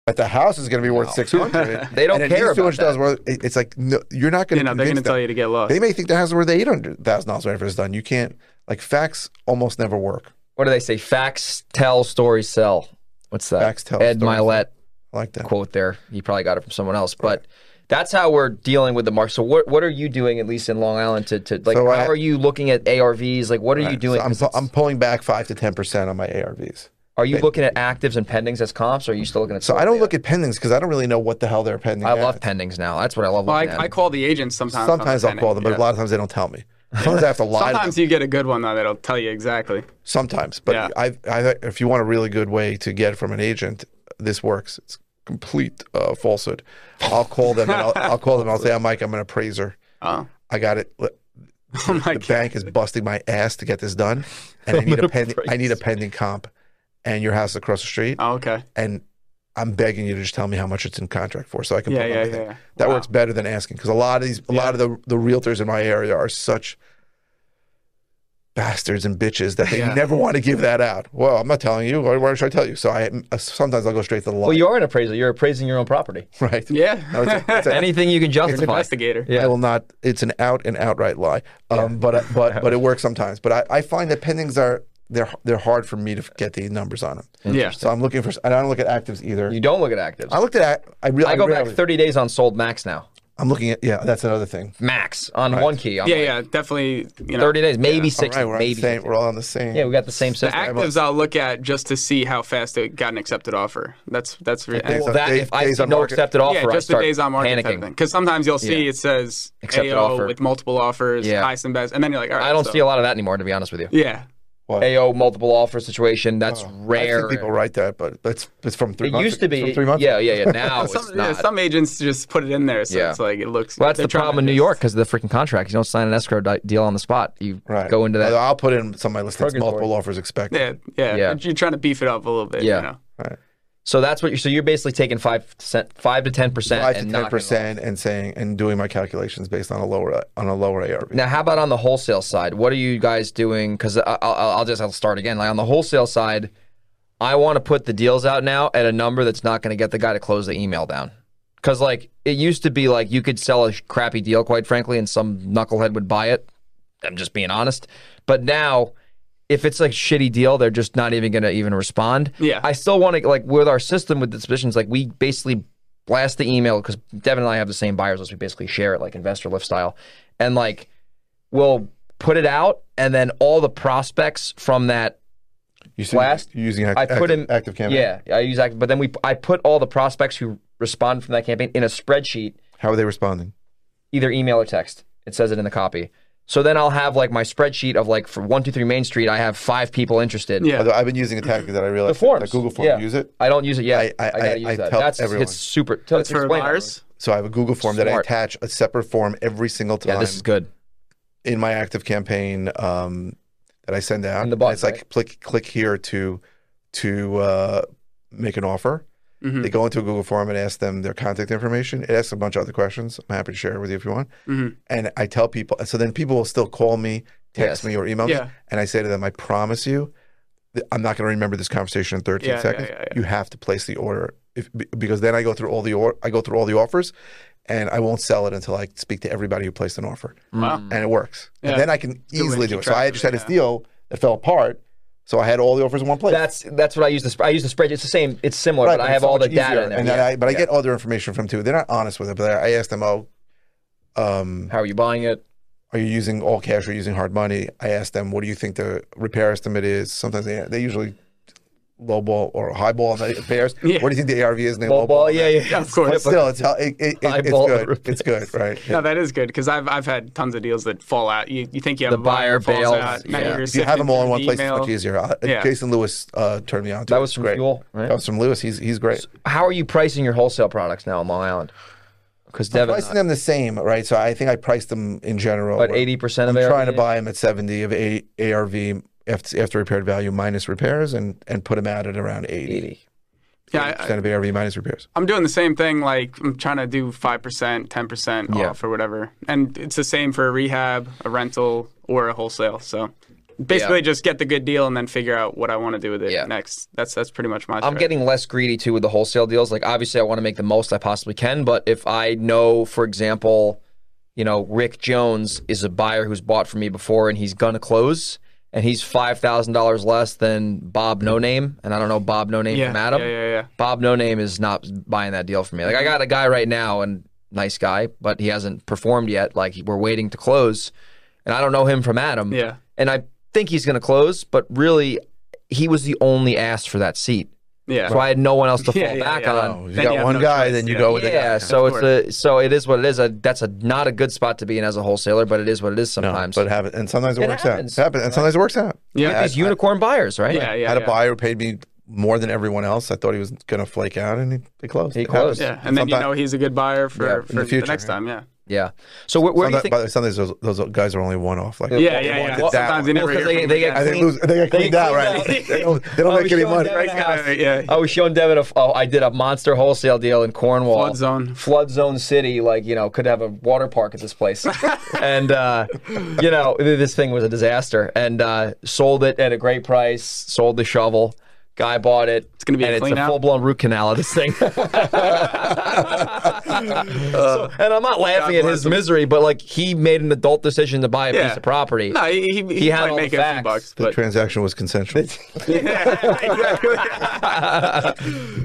Speaker 2: that the house is going to be worth six hundred,
Speaker 3: (laughs)
Speaker 1: They don't care about
Speaker 2: worth. it- It's like no, you're not going
Speaker 3: you know, they're going to tell you to get low.
Speaker 2: They may think the house is worth eight hundred thousand dollars whenever it's done. You can't. Like facts almost never work.
Speaker 1: what do they say? Facts tell, stories sell. What's that?
Speaker 2: Facts tell,
Speaker 1: Ed
Speaker 2: stories
Speaker 1: Milet
Speaker 2: I like that.
Speaker 1: quote there. He probably got it from someone else, but that's how we're dealing with the market. So what what are you doing at least in Long Island to, to like
Speaker 2: So
Speaker 1: how
Speaker 2: I-
Speaker 1: are you looking at ARVs? Like what are you
Speaker 2: Right.
Speaker 1: doing?
Speaker 2: So I'm,
Speaker 1: 'Cause
Speaker 2: pu- I'm pulling back five to ten percent on my ARVs.
Speaker 1: are you looking at actives and pendings as comps? Or are you still looking at?
Speaker 2: So I don't
Speaker 1: total
Speaker 2: look at pendings because I don't really know what the hell they're pending.
Speaker 1: data? I
Speaker 2: at.
Speaker 1: love pendings now. That's what I love.
Speaker 3: well, I,
Speaker 1: looking at.
Speaker 3: I call the agents sometimes. on
Speaker 2: Sometimes
Speaker 3: the
Speaker 2: I'll call them,
Speaker 3: panic,
Speaker 2: but
Speaker 3: yeah.
Speaker 2: a lot of times they don't tell me. Sometimes I have to lie. Sometimes,
Speaker 3: Sometimes you get a good one though that'll tell you exactly.
Speaker 2: sometimes but
Speaker 3: Yeah.
Speaker 2: I've, i if you want a really good way to get from an agent, this works. It's complete uh, falsehood. I'll call them. And I'll, I'll call them. I'll say, "I'm Mike. I'm an appraiser.
Speaker 3: Oh, (laughs)
Speaker 2: I got it. Look,
Speaker 3: oh (laughs) my
Speaker 2: The
Speaker 3: god.
Speaker 2: bank is busting my ass to get this done, and I need a pending. I need a pending comp, and your house is across the street,
Speaker 3: Oh, okay.
Speaker 2: and." I'm begging you to just tell me how much it's in contract for, so I can.
Speaker 3: Yeah,
Speaker 2: put it
Speaker 3: yeah,
Speaker 2: on my thing."
Speaker 3: yeah.
Speaker 2: That
Speaker 3: Wow.
Speaker 2: works better than asking because a lot of these, a lot of the the realtors in my area are such bastards and bitches that they
Speaker 3: Yeah.
Speaker 2: never want to give that out. Well, I'm not telling you. Why, why should I tell you? So I uh, sometimes I'll go straight to the
Speaker 1: well,
Speaker 2: line.
Speaker 1: you are an appraiser. You're appraising your own property.
Speaker 2: (laughs) right?
Speaker 3: Yeah.
Speaker 2: No, it's a- it's
Speaker 3: (laughs)
Speaker 2: a-
Speaker 1: Anything you can
Speaker 3: It's
Speaker 1: justify.
Speaker 3: investigator.
Speaker 1: Yeah.
Speaker 2: I will not. uh,
Speaker 1: (laughs)
Speaker 2: It's an out and outright lie. Um, But but but it works sometimes. But I, I find that pendings are they're they're hard for me to get the numbers on them.
Speaker 3: Yeah.
Speaker 2: So I'm looking for. I don't look at actives either.
Speaker 1: You don't look at actives.
Speaker 2: I looked at. I really.
Speaker 1: I go back
Speaker 2: rarely-
Speaker 1: 30 days on sold max now.
Speaker 2: I'm looking at. Yeah, that's another thing.
Speaker 1: Max on one key. I'm
Speaker 3: Yeah,
Speaker 1: like,
Speaker 3: yeah, definitely. You know,
Speaker 1: 30 days, maybe 60,
Speaker 2: All right, we're, on the
Speaker 1: maybe.
Speaker 2: same,
Speaker 1: 50.
Speaker 2: we're all on the same.
Speaker 1: Yeah, we got the same
Speaker 3: the
Speaker 1: system.
Speaker 3: actives I'll look at just to see how fast it got an accepted offer. That's that's re-
Speaker 2: think
Speaker 1: Well,
Speaker 2: so.
Speaker 1: that
Speaker 2: Day-
Speaker 1: if I
Speaker 2: days
Speaker 1: see
Speaker 2: on
Speaker 1: no
Speaker 2: market.
Speaker 1: accepted offer,
Speaker 3: yeah,
Speaker 1: I
Speaker 3: just the
Speaker 1: start
Speaker 3: days on market
Speaker 1: panicking.
Speaker 3: Because sometimes you'll see
Speaker 1: Yeah.
Speaker 3: it says
Speaker 1: Accepted
Speaker 3: AO
Speaker 1: offer.
Speaker 3: with multiple offers,
Speaker 1: Yeah.
Speaker 3: high some best, and then you're like, all right.
Speaker 1: I don't
Speaker 3: so-
Speaker 1: see a lot of that anymore, to be honest with you.
Speaker 3: Yeah,
Speaker 1: AO multiple offer situation. That's rare.
Speaker 2: I think people write that, but that's it's from three.
Speaker 1: it
Speaker 2: months
Speaker 1: used
Speaker 2: ago-
Speaker 1: to be.
Speaker 2: from three months.
Speaker 1: yeah,
Speaker 2: ago.
Speaker 1: yeah,
Speaker 3: (laughs)
Speaker 1: yeah. Now
Speaker 3: some,
Speaker 1: it's
Speaker 3: yeah,
Speaker 1: not.
Speaker 3: some agents just put it in there, so
Speaker 1: Yeah.
Speaker 3: it's like it looks.
Speaker 1: well, that's
Speaker 3: they're
Speaker 1: the
Speaker 3: trying to
Speaker 1: problem in New
Speaker 3: just-
Speaker 1: York because of the freaking contracts. You don't sign an escrow di- deal on the spot. You
Speaker 2: Right.
Speaker 1: go into that.
Speaker 2: Although I'll put in some of my listings.
Speaker 1: Purgatory.
Speaker 2: Multiple offers expected.
Speaker 3: Yeah, yeah,
Speaker 1: Yeah.
Speaker 3: You're trying to beef it up a little bit.
Speaker 1: Yeah.
Speaker 3: you know?
Speaker 1: So that's what you're. So you're basically taking five cent, five to ten percent,
Speaker 2: Five to
Speaker 1: and
Speaker 2: ten
Speaker 1: ten
Speaker 2: percent, and saying and doing my calculations based on a lower on a lower ARV.
Speaker 1: Now, how about on the wholesale side? What are you guys doing? Because I'll, I'll just I'll start again. Like on the wholesale side, I want to put the deals out now at a number that's not going to get the guy to close the email down. Because like it used to be, like you could sell a crappy deal, quite frankly, and some knucklehead would buy it. I'm just being honest. But now, if it's like shitty deal, they're just not even going to even respond.
Speaker 3: Yeah.
Speaker 1: I still want to like with our system with dispositions, like we basically blast the email because Devin and I have the same buyers list. We basically share it like investor lift style, and like we'll put it out, and then all the prospects from that
Speaker 2: You see,
Speaker 1: Blast.
Speaker 2: you're using act,
Speaker 1: I put
Speaker 2: active,
Speaker 1: him
Speaker 2: active campaign.
Speaker 1: Yeah, I use active, but then we I put all the prospects who respond from that campaign in a spreadsheet
Speaker 2: How are they responding?
Speaker 1: either email or text. It says it in the copy. So then I'll have like my spreadsheet of like for one two three Main Street. I have five people interested.
Speaker 3: Yeah.
Speaker 2: Although I've been using a tactic that I realized
Speaker 1: forms,
Speaker 2: that Google form
Speaker 1: yeah.
Speaker 2: use it.
Speaker 1: I don't use it yet.
Speaker 2: I-
Speaker 1: I,
Speaker 2: I-
Speaker 1: gotta
Speaker 2: I-
Speaker 1: use
Speaker 2: I
Speaker 1: that.
Speaker 2: tell
Speaker 1: That's
Speaker 2: everyone.
Speaker 1: it's super. Tell,
Speaker 3: That's for
Speaker 1: explain that.
Speaker 3: buyers.
Speaker 2: So I have a Google form that I
Speaker 1: Smart.
Speaker 2: attach a separate form every single time
Speaker 1: Yeah, this is good.
Speaker 2: in my active campaign um, that I send out.
Speaker 1: And the button,
Speaker 2: it's like
Speaker 1: right?
Speaker 2: click click here to to uh, make an offer.
Speaker 3: Mhm.
Speaker 2: They go into a Google form and ask them their contact information. It asks a bunch of other questions. I'm happy to share it with you if you want.
Speaker 3: Mhm.
Speaker 2: And I tell people, so then people will still call me, text
Speaker 1: Yes.
Speaker 2: me, or email me,
Speaker 3: Yeah.
Speaker 2: and I say to them, I promise you, that I'm not going to remember this conversation in 13
Speaker 3: Yeah, yeah,
Speaker 2: seconds.
Speaker 3: yeah, yeah.
Speaker 2: You have to place the order if, be- because then I go through all the or, I go through all the offers, and I won't sell it until I speak to everybody who placed an offer
Speaker 3: Wow.
Speaker 1: mm.
Speaker 2: and it works.
Speaker 3: Hmm. Yeah.
Speaker 2: And then I can
Speaker 3: way
Speaker 2: easily
Speaker 3: to
Speaker 2: do
Speaker 3: keep
Speaker 2: it. So
Speaker 3: track
Speaker 2: I
Speaker 3: of
Speaker 2: just
Speaker 3: it,
Speaker 2: had this
Speaker 3: yeah.
Speaker 2: deal that fell apart. So I had all the offers in one place.
Speaker 1: That's that's what I use. The sp- I use the spreadsheet. It's the same. It's similar,
Speaker 2: Right,
Speaker 1: but I
Speaker 2: it's
Speaker 1: have
Speaker 2: so
Speaker 1: all the
Speaker 2: much
Speaker 1: data
Speaker 2: easier.
Speaker 1: in there.
Speaker 2: And then
Speaker 1: Yeah.
Speaker 2: I, but I
Speaker 1: Yeah.
Speaker 2: get all their information from too. They're not honest with it, but I I asked them, oh, um,
Speaker 1: How are you buying it?
Speaker 2: are you using all cash or using hard money? I asked them, what do you think the repair estimate is? Sometimes they, they usually low ball or high ball (laughs) on the repairs.
Speaker 3: Yeah.
Speaker 2: What do you think the ARV is? And they
Speaker 1: Low ball.
Speaker 2: it.
Speaker 1: Yeah, yeah.
Speaker 3: Yeah, of course.
Speaker 2: But still, it's, it, it, it,
Speaker 1: High
Speaker 2: it's
Speaker 1: ball on
Speaker 2: good. It's
Speaker 1: (laughs)
Speaker 2: good, right?
Speaker 3: No, that is good because I've I've had tons of deals that fall out. You, you think you have
Speaker 1: The
Speaker 3: a buyer,
Speaker 1: buyer
Speaker 3: falls
Speaker 1: bails,
Speaker 3: out, now
Speaker 1: yeah.
Speaker 3: you're
Speaker 2: If you have
Speaker 3: sifting
Speaker 2: them all in
Speaker 3: through
Speaker 2: one place, it's
Speaker 3: email.
Speaker 2: much easier. Uh,
Speaker 3: Yeah.
Speaker 2: Jason Lewis uh, turned me on to
Speaker 1: That
Speaker 2: it.
Speaker 1: was
Speaker 2: It's
Speaker 1: from
Speaker 2: great.
Speaker 1: Fuel, right?
Speaker 2: That was from Lewis. He's he's great.
Speaker 1: How are you pricing your wholesale products now on Long Island? Because Devin,
Speaker 2: pricing them the same, right? So I think I priced them in general.
Speaker 1: but
Speaker 2: where
Speaker 1: eighty percent
Speaker 2: I'm
Speaker 1: of
Speaker 2: trying to
Speaker 1: ARV?
Speaker 2: buy them at 70 of a- ARV after, after repaired value minus repairs and, and put them out at around 80.
Speaker 1: eighty.
Speaker 3: Yeah, I,
Speaker 2: percent of ARV minus repairs.
Speaker 3: I'm doing the same thing. Like I'm trying to do five percent, ten percent
Speaker 1: Yeah.
Speaker 3: off or whatever, and it's the same for a rehab, a rental, or a wholesale. So basically, just get the good deal and then figure out what I want to do with it
Speaker 1: Yeah.
Speaker 3: next. That's that's pretty much my.
Speaker 1: I'm
Speaker 3: strategy.
Speaker 1: getting less greedy too with the wholesale deals. Like obviously I want to make the most I possibly can, but if I know, for example, you know, Rick Jones is a buyer who's bought from me before and he's gonna close and he's five thousand dollars less than Bob No Name, and I don't know Bob No Name
Speaker 3: yeah,
Speaker 1: from Adam.
Speaker 3: Yeah, yeah, yeah.
Speaker 1: Bob No Name is not buying that deal for me. Like I got a guy right now and nice guy, but he hasn't performed yet. Like we're waiting to close, and I don't know him from Adam.
Speaker 3: Yeah.
Speaker 1: and I think he's going to close, but really, he was the only ass for that seat,
Speaker 3: Yeah.
Speaker 1: so I had no one else to fall
Speaker 3: Yeah, yeah,
Speaker 1: back
Speaker 3: yeah.
Speaker 1: on.
Speaker 2: Oh, you
Speaker 3: Then
Speaker 2: got
Speaker 3: you have
Speaker 2: one
Speaker 3: no
Speaker 2: guy,
Speaker 3: choice,
Speaker 2: then you
Speaker 3: yeah.
Speaker 2: go with it.
Speaker 1: Yeah, so it's a so it is what it is. A, that's a not a good spot to be in as a wholesaler, but it is what it is sometimes.
Speaker 2: But it happens, and sometimes it,
Speaker 1: It
Speaker 2: works
Speaker 1: happens,
Speaker 2: out. It happens, and sometimes it works out.
Speaker 3: yeah,
Speaker 1: these unicorn buyers, right?
Speaker 3: yeah, yeah,
Speaker 2: I had a
Speaker 3: yeah.
Speaker 2: buyer who paid me more than everyone else. I thought he was going to flake out, and he, he closed.
Speaker 1: He
Speaker 2: It happens.
Speaker 1: closed.
Speaker 3: Yeah, and then you
Speaker 2: Sometime-
Speaker 3: know he's a good buyer for,
Speaker 1: Yeah, in
Speaker 3: for
Speaker 2: the future,
Speaker 3: next
Speaker 2: yeah.
Speaker 3: time. Yeah,
Speaker 1: yeah. So where, where do you
Speaker 2: Sometimes-
Speaker 1: think?
Speaker 2: by the way, sometimes those, those guys are only one off. Like
Speaker 3: yeah, yeah. yeah.
Speaker 2: that
Speaker 3: Sometimes
Speaker 2: one.
Speaker 3: you never
Speaker 1: Well, 'cause
Speaker 3: hear
Speaker 1: they-
Speaker 3: from
Speaker 1: they
Speaker 3: the
Speaker 1: get
Speaker 3: guy.
Speaker 2: I
Speaker 1: clean-
Speaker 2: think lose, they got cleaned out, right? they don't, they don't
Speaker 1: Oh,
Speaker 2: make any
Speaker 1: showing
Speaker 2: money.
Speaker 1: down
Speaker 3: Right,
Speaker 1: in the house.
Speaker 3: yeah, yeah.
Speaker 1: I was showing Devin a, oh, I did a monster wholesale deal in Cornwall.
Speaker 3: Flood zone.
Speaker 1: Flood zone city, like, you know, could have a water park at this
Speaker 3: (laughs)
Speaker 1: place. and, uh, you know, th- this thing was a disaster and uh, sold it at a great price, sold the shovel, Guy bought it. It's
Speaker 3: gonna be a
Speaker 1: and it's
Speaker 3: clean
Speaker 1: a
Speaker 3: out?
Speaker 1: full blown root canal of this
Speaker 3: (laughs)
Speaker 1: thing. (laughs) So- and I'm not laughing at
Speaker 3: God
Speaker 1: his
Speaker 3: bless him.
Speaker 1: misery, but like he made an adult decision to buy a
Speaker 3: Yeah.
Speaker 1: piece of property.
Speaker 3: No, he, he, he,
Speaker 1: He had
Speaker 3: might
Speaker 1: all
Speaker 3: make
Speaker 1: the
Speaker 3: a
Speaker 1: facts.
Speaker 3: few bucks,
Speaker 2: The
Speaker 3: but
Speaker 2: transaction
Speaker 1: (laughs)
Speaker 2: was consensual.
Speaker 3: (laughs) yeah, exactly.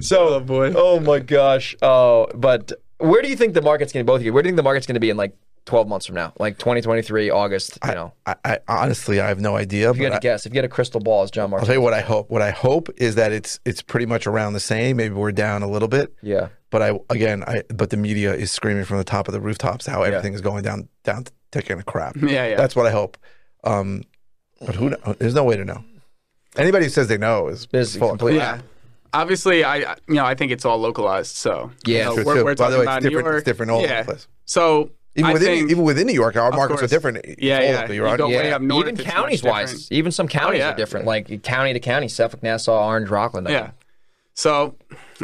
Speaker 1: So, oh,
Speaker 3: boy.
Speaker 1: my gosh. Oh, but where do you think the market's going to both of you? Where do you think the market's going to be in like 12 months from now, like 2023, August? You know,
Speaker 2: I, I honestly, I have no idea.
Speaker 1: if you
Speaker 2: but
Speaker 1: had
Speaker 2: I,
Speaker 1: to guess, if you had a crystal ball, as John
Speaker 2: I'll
Speaker 1: Mark.
Speaker 2: tell you what I hope. What I hope is that it's it's pretty much around the same. Maybe we're down a little bit,
Speaker 1: Yeah.
Speaker 2: but I again, I but the media is screaming from the top of the rooftops how everything is going down, down, taking a crap.
Speaker 3: yeah, yeah.
Speaker 2: That's what I hope. Um, but who? kno- There's no way to know. Anybody who says they know is
Speaker 1: This is
Speaker 2: full of
Speaker 1: completely.
Speaker 3: yeah. Obviously, I I- you know I think it's all localized. So you
Speaker 1: Yeah.
Speaker 3: know,
Speaker 2: crap,
Speaker 3: we're,
Speaker 2: too. By
Speaker 3: we're talking
Speaker 2: the way,
Speaker 3: about
Speaker 2: it's
Speaker 3: New
Speaker 2: different.
Speaker 3: York.
Speaker 2: It's different all over
Speaker 3: yeah.
Speaker 2: the place.
Speaker 3: So
Speaker 2: Even
Speaker 3: I
Speaker 2: within
Speaker 3: think,
Speaker 2: even within New York, our markets
Speaker 3: course.
Speaker 2: are different.
Speaker 3: Yeah,
Speaker 2: All
Speaker 3: yeah.
Speaker 2: over New
Speaker 3: You
Speaker 2: York.
Speaker 3: go-
Speaker 2: Yeah.
Speaker 3: way up north,
Speaker 1: even
Speaker 3: it's much
Speaker 1: counties wise,
Speaker 3: different.
Speaker 1: even some counties
Speaker 3: yeah.
Speaker 1: are different. Like county to county, Suffolk, Nassau, Orange, Rockland. I
Speaker 3: yeah. So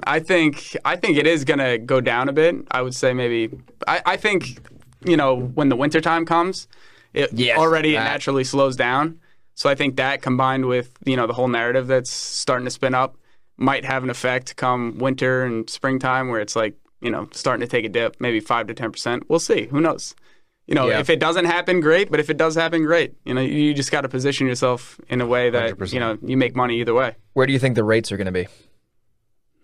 Speaker 3: I think I think it is gonna go down a bit. I would say maybe I, I think you know when the winter time comes, it
Speaker 1: Yes,
Speaker 3: already
Speaker 1: that.
Speaker 3: it naturally slows down. So I think that combined with you know the whole narrative that's starting to spin up might have an effect come winter and springtime where it's like you know starting to take a dip, maybe five to ten percent. We'll see. Who knows? You know,
Speaker 1: Yeah.
Speaker 3: if it doesn't happen, great. But if it does happen, great. You know, you just got to position yourself in a way that you know you make money either way.
Speaker 1: where do you think the rates are going to be?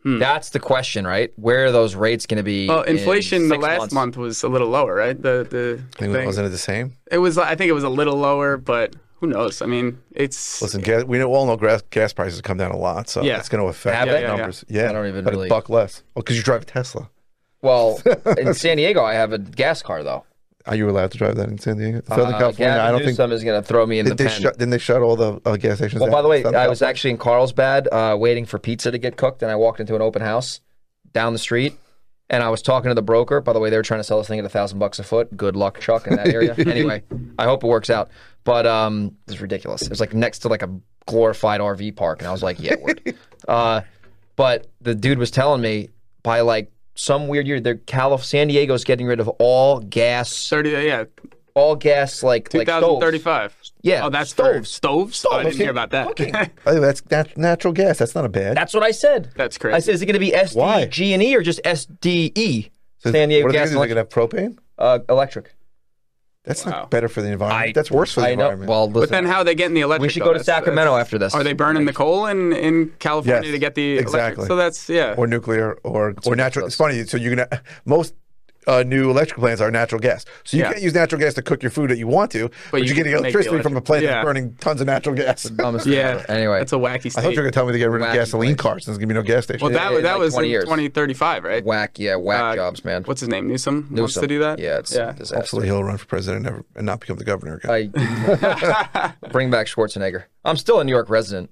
Speaker 1: That's the question, right? Where are those rates going to be?
Speaker 3: Well,
Speaker 1: in
Speaker 3: Oh, Uh, inflation the
Speaker 1: six
Speaker 3: last
Speaker 1: months?
Speaker 3: month was a little lower, right? The the
Speaker 2: I think
Speaker 3: thing.
Speaker 2: wasn't it the same?
Speaker 3: it was I think it was a little lower, but who knows? I mean, it's
Speaker 2: Listen, gas, we know, all know gas, gas prices come down a lot, so
Speaker 3: Yeah.
Speaker 2: it's going to affect
Speaker 1: Have
Speaker 2: the
Speaker 1: they? Yeah,
Speaker 3: yeah, yeah.
Speaker 2: numbers. Yeah,
Speaker 1: I don't even
Speaker 2: but
Speaker 1: really-
Speaker 2: a buck less. Well, because you drive a Tesla.
Speaker 1: Well, in San Diego, I have a gas car though.
Speaker 2: Are you allowed to drive that in San Diego? Southern
Speaker 1: Uh,
Speaker 2: California,
Speaker 1: Gavin
Speaker 2: I don't think.
Speaker 1: Newsom is going to throw me in
Speaker 2: Did
Speaker 1: the
Speaker 2: they
Speaker 1: pen.
Speaker 2: shut, didn't they shut all the uh, gas stations
Speaker 1: Well,
Speaker 2: down?
Speaker 1: by the way,
Speaker 2: Southern
Speaker 1: I was
Speaker 2: California?
Speaker 1: actually in Carlsbad uh, waiting for pizza to get cooked, and I walked into an open house down the street, and I was talking to the broker. By the way, they were trying to sell this thing at a thousand bucks a foot. Good luck, Chuck, in that area. anyway, I hope it works out. But um, it's ridiculous. It was like next to like a glorified RV park, and I was like, yeah, word. uh, but the dude was telling me by like some weird year, they're Calif- San Diego's getting rid of all gas,
Speaker 3: thirty yeah
Speaker 1: all gas like
Speaker 3: two
Speaker 1: like
Speaker 3: thousand
Speaker 1: stoves.
Speaker 3: thirty five.
Speaker 1: Yeah,
Speaker 3: Oh, that's for
Speaker 1: stoves.
Speaker 3: stoves. Oh, I didn't hear about that.
Speaker 2: Oh, that's nat- natural gas. That's not a bad.
Speaker 1: That's what I said.
Speaker 3: (laughs) That's
Speaker 1: I
Speaker 3: crazy.
Speaker 1: said, is it going to be
Speaker 2: Why?
Speaker 1: SDG and E or just SDE?
Speaker 2: So
Speaker 1: San Diego
Speaker 2: what are
Speaker 1: Gas
Speaker 2: they
Speaker 1: and
Speaker 2: going to
Speaker 1: Electric.
Speaker 2: have propane?
Speaker 1: Uh, electric.
Speaker 2: That's
Speaker 3: Wow.
Speaker 2: not better for the environment.
Speaker 1: I-
Speaker 2: that's worse for the
Speaker 1: I know.
Speaker 2: environment.
Speaker 1: Well,
Speaker 3: But
Speaker 1: listen,
Speaker 3: then how are they getting the electric?
Speaker 1: we should
Speaker 3: though?
Speaker 1: go to
Speaker 3: That's-
Speaker 1: Sacramento
Speaker 3: that's-
Speaker 1: after this.
Speaker 3: Are they burning the coal in in California
Speaker 2: Yes,
Speaker 3: to get the electric?
Speaker 2: exactly.
Speaker 3: So that's yeah.
Speaker 2: or nuclear or or natural. It's funny. So you can most uh, new electrical plants are natural gas. So you
Speaker 3: Yeah.
Speaker 2: can't use natural gas to cook your food that you want to, but,
Speaker 3: you
Speaker 2: you're getting
Speaker 3: can make the
Speaker 2: electricity from a
Speaker 3: electric-
Speaker 2: plant
Speaker 3: yeah.
Speaker 2: that's burning tons of natural gas.
Speaker 1: dumbest thing
Speaker 3: yeah.
Speaker 1: ever. Anyway,
Speaker 3: that's a wacky
Speaker 2: I thought
Speaker 3: state.
Speaker 2: you were going to tell me to get rid of
Speaker 1: Wacky place.
Speaker 2: gasoline cars. There's going to be no gas station.
Speaker 3: well, that was
Speaker 1: in
Speaker 3: that
Speaker 1: like
Speaker 3: was
Speaker 1: 20
Speaker 3: in
Speaker 1: years.
Speaker 3: twenty thirty five, right?
Speaker 1: whack. Yeah, whack
Speaker 3: Uh,
Speaker 1: jobs, man.
Speaker 3: What's his name? Newsom, wants
Speaker 1: Newsom.
Speaker 3: to do that.
Speaker 1: Yeah, it's
Speaker 3: yeah.
Speaker 1: a disaster.
Speaker 2: Hopefully he'll run for president and, never, and not become the governor again.
Speaker 1: I,
Speaker 3: (laughs)
Speaker 1: (laughs) bring back Schwarzenegger. I'm still a New York resident.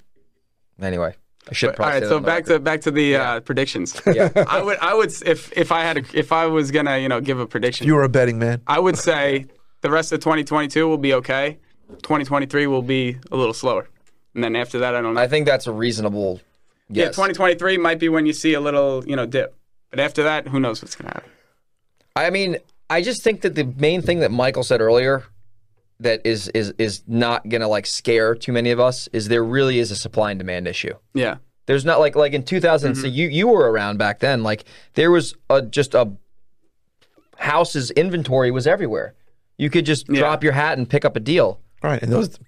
Speaker 1: Anyway, I should
Speaker 3: All
Speaker 1: probably.
Speaker 3: right,
Speaker 1: say
Speaker 3: so
Speaker 1: that
Speaker 3: back to back to the uh, predictions. (laughs) I would I would s- if if I had a, if I was gonna you know give a prediction,
Speaker 2: you were a betting man.
Speaker 3: I would say the rest of 2022 will be okay. 2023 will be a little slower, and then after that, I don't know.
Speaker 1: I think that's a reasonable.
Speaker 3: yeah,
Speaker 1: Yes.
Speaker 3: 2023 might be when you see a little you know dip, but after that, who knows what's gonna happen?
Speaker 1: I mean, I just think that the main thing that Michael said earlier that is is is not gonna like scare too many of us is there really is a supply and demand issue.
Speaker 3: Yeah,
Speaker 1: There's not like like in 2000. So
Speaker 3: Mm-hmm.
Speaker 1: you you were around back then. Like there was a just a houses inventory was everywhere. You could just drop your hat and pick up a deal.
Speaker 2: Right. And those,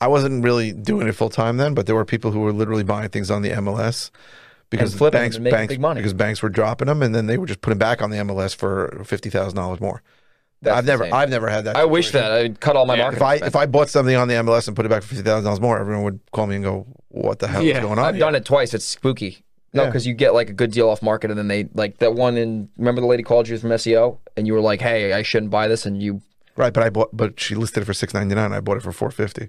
Speaker 2: I wasn't really doing it full time then, but there were people who were literally buying things on the MLS because
Speaker 1: And flipping them
Speaker 2: banks,
Speaker 1: and making
Speaker 2: banks,
Speaker 1: big money.
Speaker 2: because banks were dropping them, and then they were just putting back on the MLS for fifty thousand dollars more.
Speaker 1: That's
Speaker 2: I've never,
Speaker 1: insane.
Speaker 2: I've never had that.
Speaker 1: I wish that I cut all my
Speaker 3: Yeah.
Speaker 1: marketing.
Speaker 2: if I
Speaker 1: spend.
Speaker 2: if I bought something on the MLS and put it back for fifty thousand dollars more, everyone would call me and go, "What the hell
Speaker 3: Yeah.
Speaker 2: is going on?"
Speaker 1: I've
Speaker 2: here?"
Speaker 1: done it twice. It's spooky. No, because you get like a good deal off market, and then they like that one. And remember, the lady called you from SEO, and you were like, "Hey, I shouldn't buy this," and you
Speaker 2: Right, but I bought, but she listed it for six ninety nine. I bought it for four
Speaker 3: (laughs)
Speaker 2: fifty.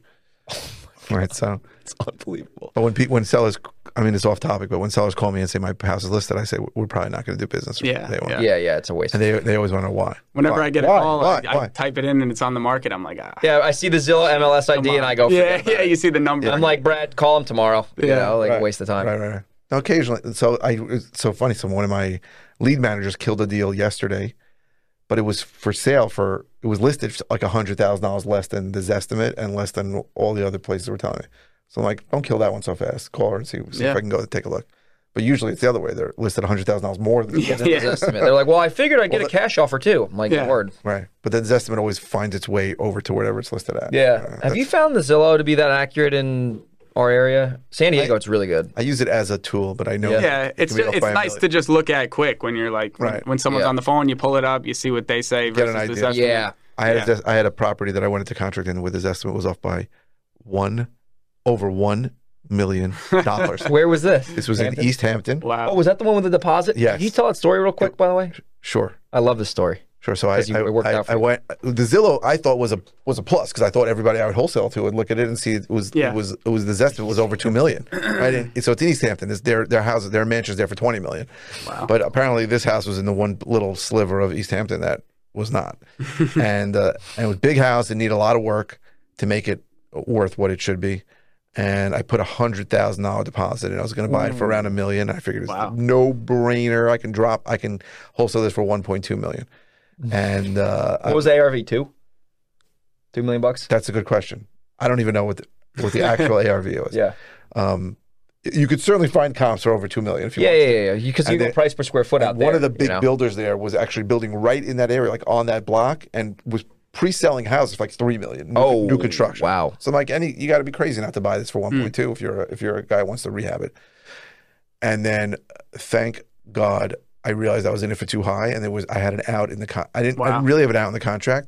Speaker 3: Oh
Speaker 2: right, so it's unbelievable. But when pe- when sellers, I mean, it's off topic, but when sellers call me and say my house is listed, I say we're probably not going to do business.
Speaker 3: Yeah,
Speaker 2: they won't.
Speaker 3: yeah.
Speaker 1: Yeah, yeah, it's a waste.
Speaker 2: And they they always want to know why.
Speaker 3: whenever
Speaker 2: Why?
Speaker 3: I get a
Speaker 2: Why?
Speaker 3: call,
Speaker 2: Why?
Speaker 3: I, I
Speaker 2: Why?
Speaker 3: type it in and it's on the market. I'm like, ah,
Speaker 1: yeah, I see the Zillow MLS ID and I go,
Speaker 3: yeah,
Speaker 1: "Forget
Speaker 3: yeah.
Speaker 1: about it."
Speaker 3: You see the number.
Speaker 1: I'm like, Brad, call him tomorrow. you
Speaker 3: Yeah,
Speaker 1: know, like
Speaker 2: right,
Speaker 1: waste of time.
Speaker 2: Right, right, right. Now, occasionally, so I it's so funny. So one of my lead managers killed a deal yesterday, but it was for sale for it was listed for like hundred thousand dollars less than this estimate and less than all the other places were telling me. So I'm like, don't kill that one so fast. Call her and see, see
Speaker 3: Yeah.
Speaker 2: if I can go take a look. But usually it's the other way. They're listed $100,000 more
Speaker 1: (laughs)
Speaker 2: than
Speaker 3: (laughs) Yeah.
Speaker 1: His estimate. They're like, well, I figured I'd get a cash offer too. I'm like,
Speaker 3: Yeah.
Speaker 1: word.
Speaker 2: Right. But then the estimate always finds its way over to whatever it's listed at. Uh,
Speaker 1: Yeah. Have
Speaker 2: that's-
Speaker 1: you found the Zillow to be that accurate in our area? San Diego, it's really good.
Speaker 2: I use it as a tool, but I know.
Speaker 1: Yeah.
Speaker 3: Yeah,
Speaker 2: it
Speaker 3: it's
Speaker 2: can be
Speaker 3: ju-
Speaker 2: off
Speaker 3: it's
Speaker 2: by a
Speaker 3: nice
Speaker 2: million.
Speaker 3: to just look at quick when you're like when-
Speaker 2: Right.
Speaker 3: when someone's
Speaker 1: Yeah.
Speaker 3: on the phone, you pull it up, you see what they say
Speaker 2: Get an
Speaker 3: versus this
Speaker 2: idea.
Speaker 3: estimate.
Speaker 1: Yeah.
Speaker 2: I had,
Speaker 3: Yeah.
Speaker 2: a, des- I had a property that I wanted to contract in with his estimate was off by one over one million dollars.
Speaker 3: (laughs)
Speaker 1: Where was this?
Speaker 2: this was
Speaker 1: Hampton?
Speaker 2: in East Hampton.
Speaker 3: Wow.
Speaker 1: Oh, was that the one with the deposit?
Speaker 2: Yes.
Speaker 1: Can you tell that story real quick, by the way?
Speaker 2: Sure,
Speaker 1: I love this story.
Speaker 2: sure. So I,
Speaker 1: 'Cause you- it worked
Speaker 2: I,
Speaker 1: out for
Speaker 2: I
Speaker 1: you.
Speaker 2: went the Zillow. I thought was a was a plus because I thought everybody I would wholesale to would look at it and see it was
Speaker 3: Yeah.
Speaker 2: it was it was the estimate was over two
Speaker 3: (clears throat)
Speaker 2: million. I didn't. So it's in East Hampton. It's their their houses their mansions there for twenty million.
Speaker 3: Wow.
Speaker 2: But apparently this house was in the one little sliver of East Hampton that was
Speaker 3: (laughs)
Speaker 2: not, and uh, and it was a big house. It needed a lot of work to make it worth what it should be. And I put a hundred thousand dollar deposit, and I was going to buy it for around a million. I figured it's
Speaker 3: Wow.
Speaker 2: no brainer. I can drop. I can wholesale this for one point two million. And uh, I-
Speaker 1: What was the ARV? Two? Two million bucks?
Speaker 2: that's a good question. I don't even know what the, what the actual ARV
Speaker 1: (laughs)
Speaker 2: was.
Speaker 1: Yeah.
Speaker 2: Um, you could certainly find comps for over two million if you
Speaker 1: Yeah,
Speaker 2: want.
Speaker 1: yeah, yeah. Because you
Speaker 2: And
Speaker 1: can
Speaker 2: they-
Speaker 1: price per square foot out
Speaker 2: And one
Speaker 1: there,
Speaker 2: of the
Speaker 1: you
Speaker 2: big
Speaker 1: know?
Speaker 2: builders there was actually building right in that area, like on that block, and was pre-selling houses for like three million. New,
Speaker 1: Oh,
Speaker 2: new construction.
Speaker 1: wow.
Speaker 2: So I'm like, any you got to be crazy not to buy this for one point two if you're a, if you're a guy who wants to rehab it. And then, thank God, I realized I was in it for too high, and there was I had an out in the con- I didn't I
Speaker 3: Wow.
Speaker 2: didn't really have an out in the contract,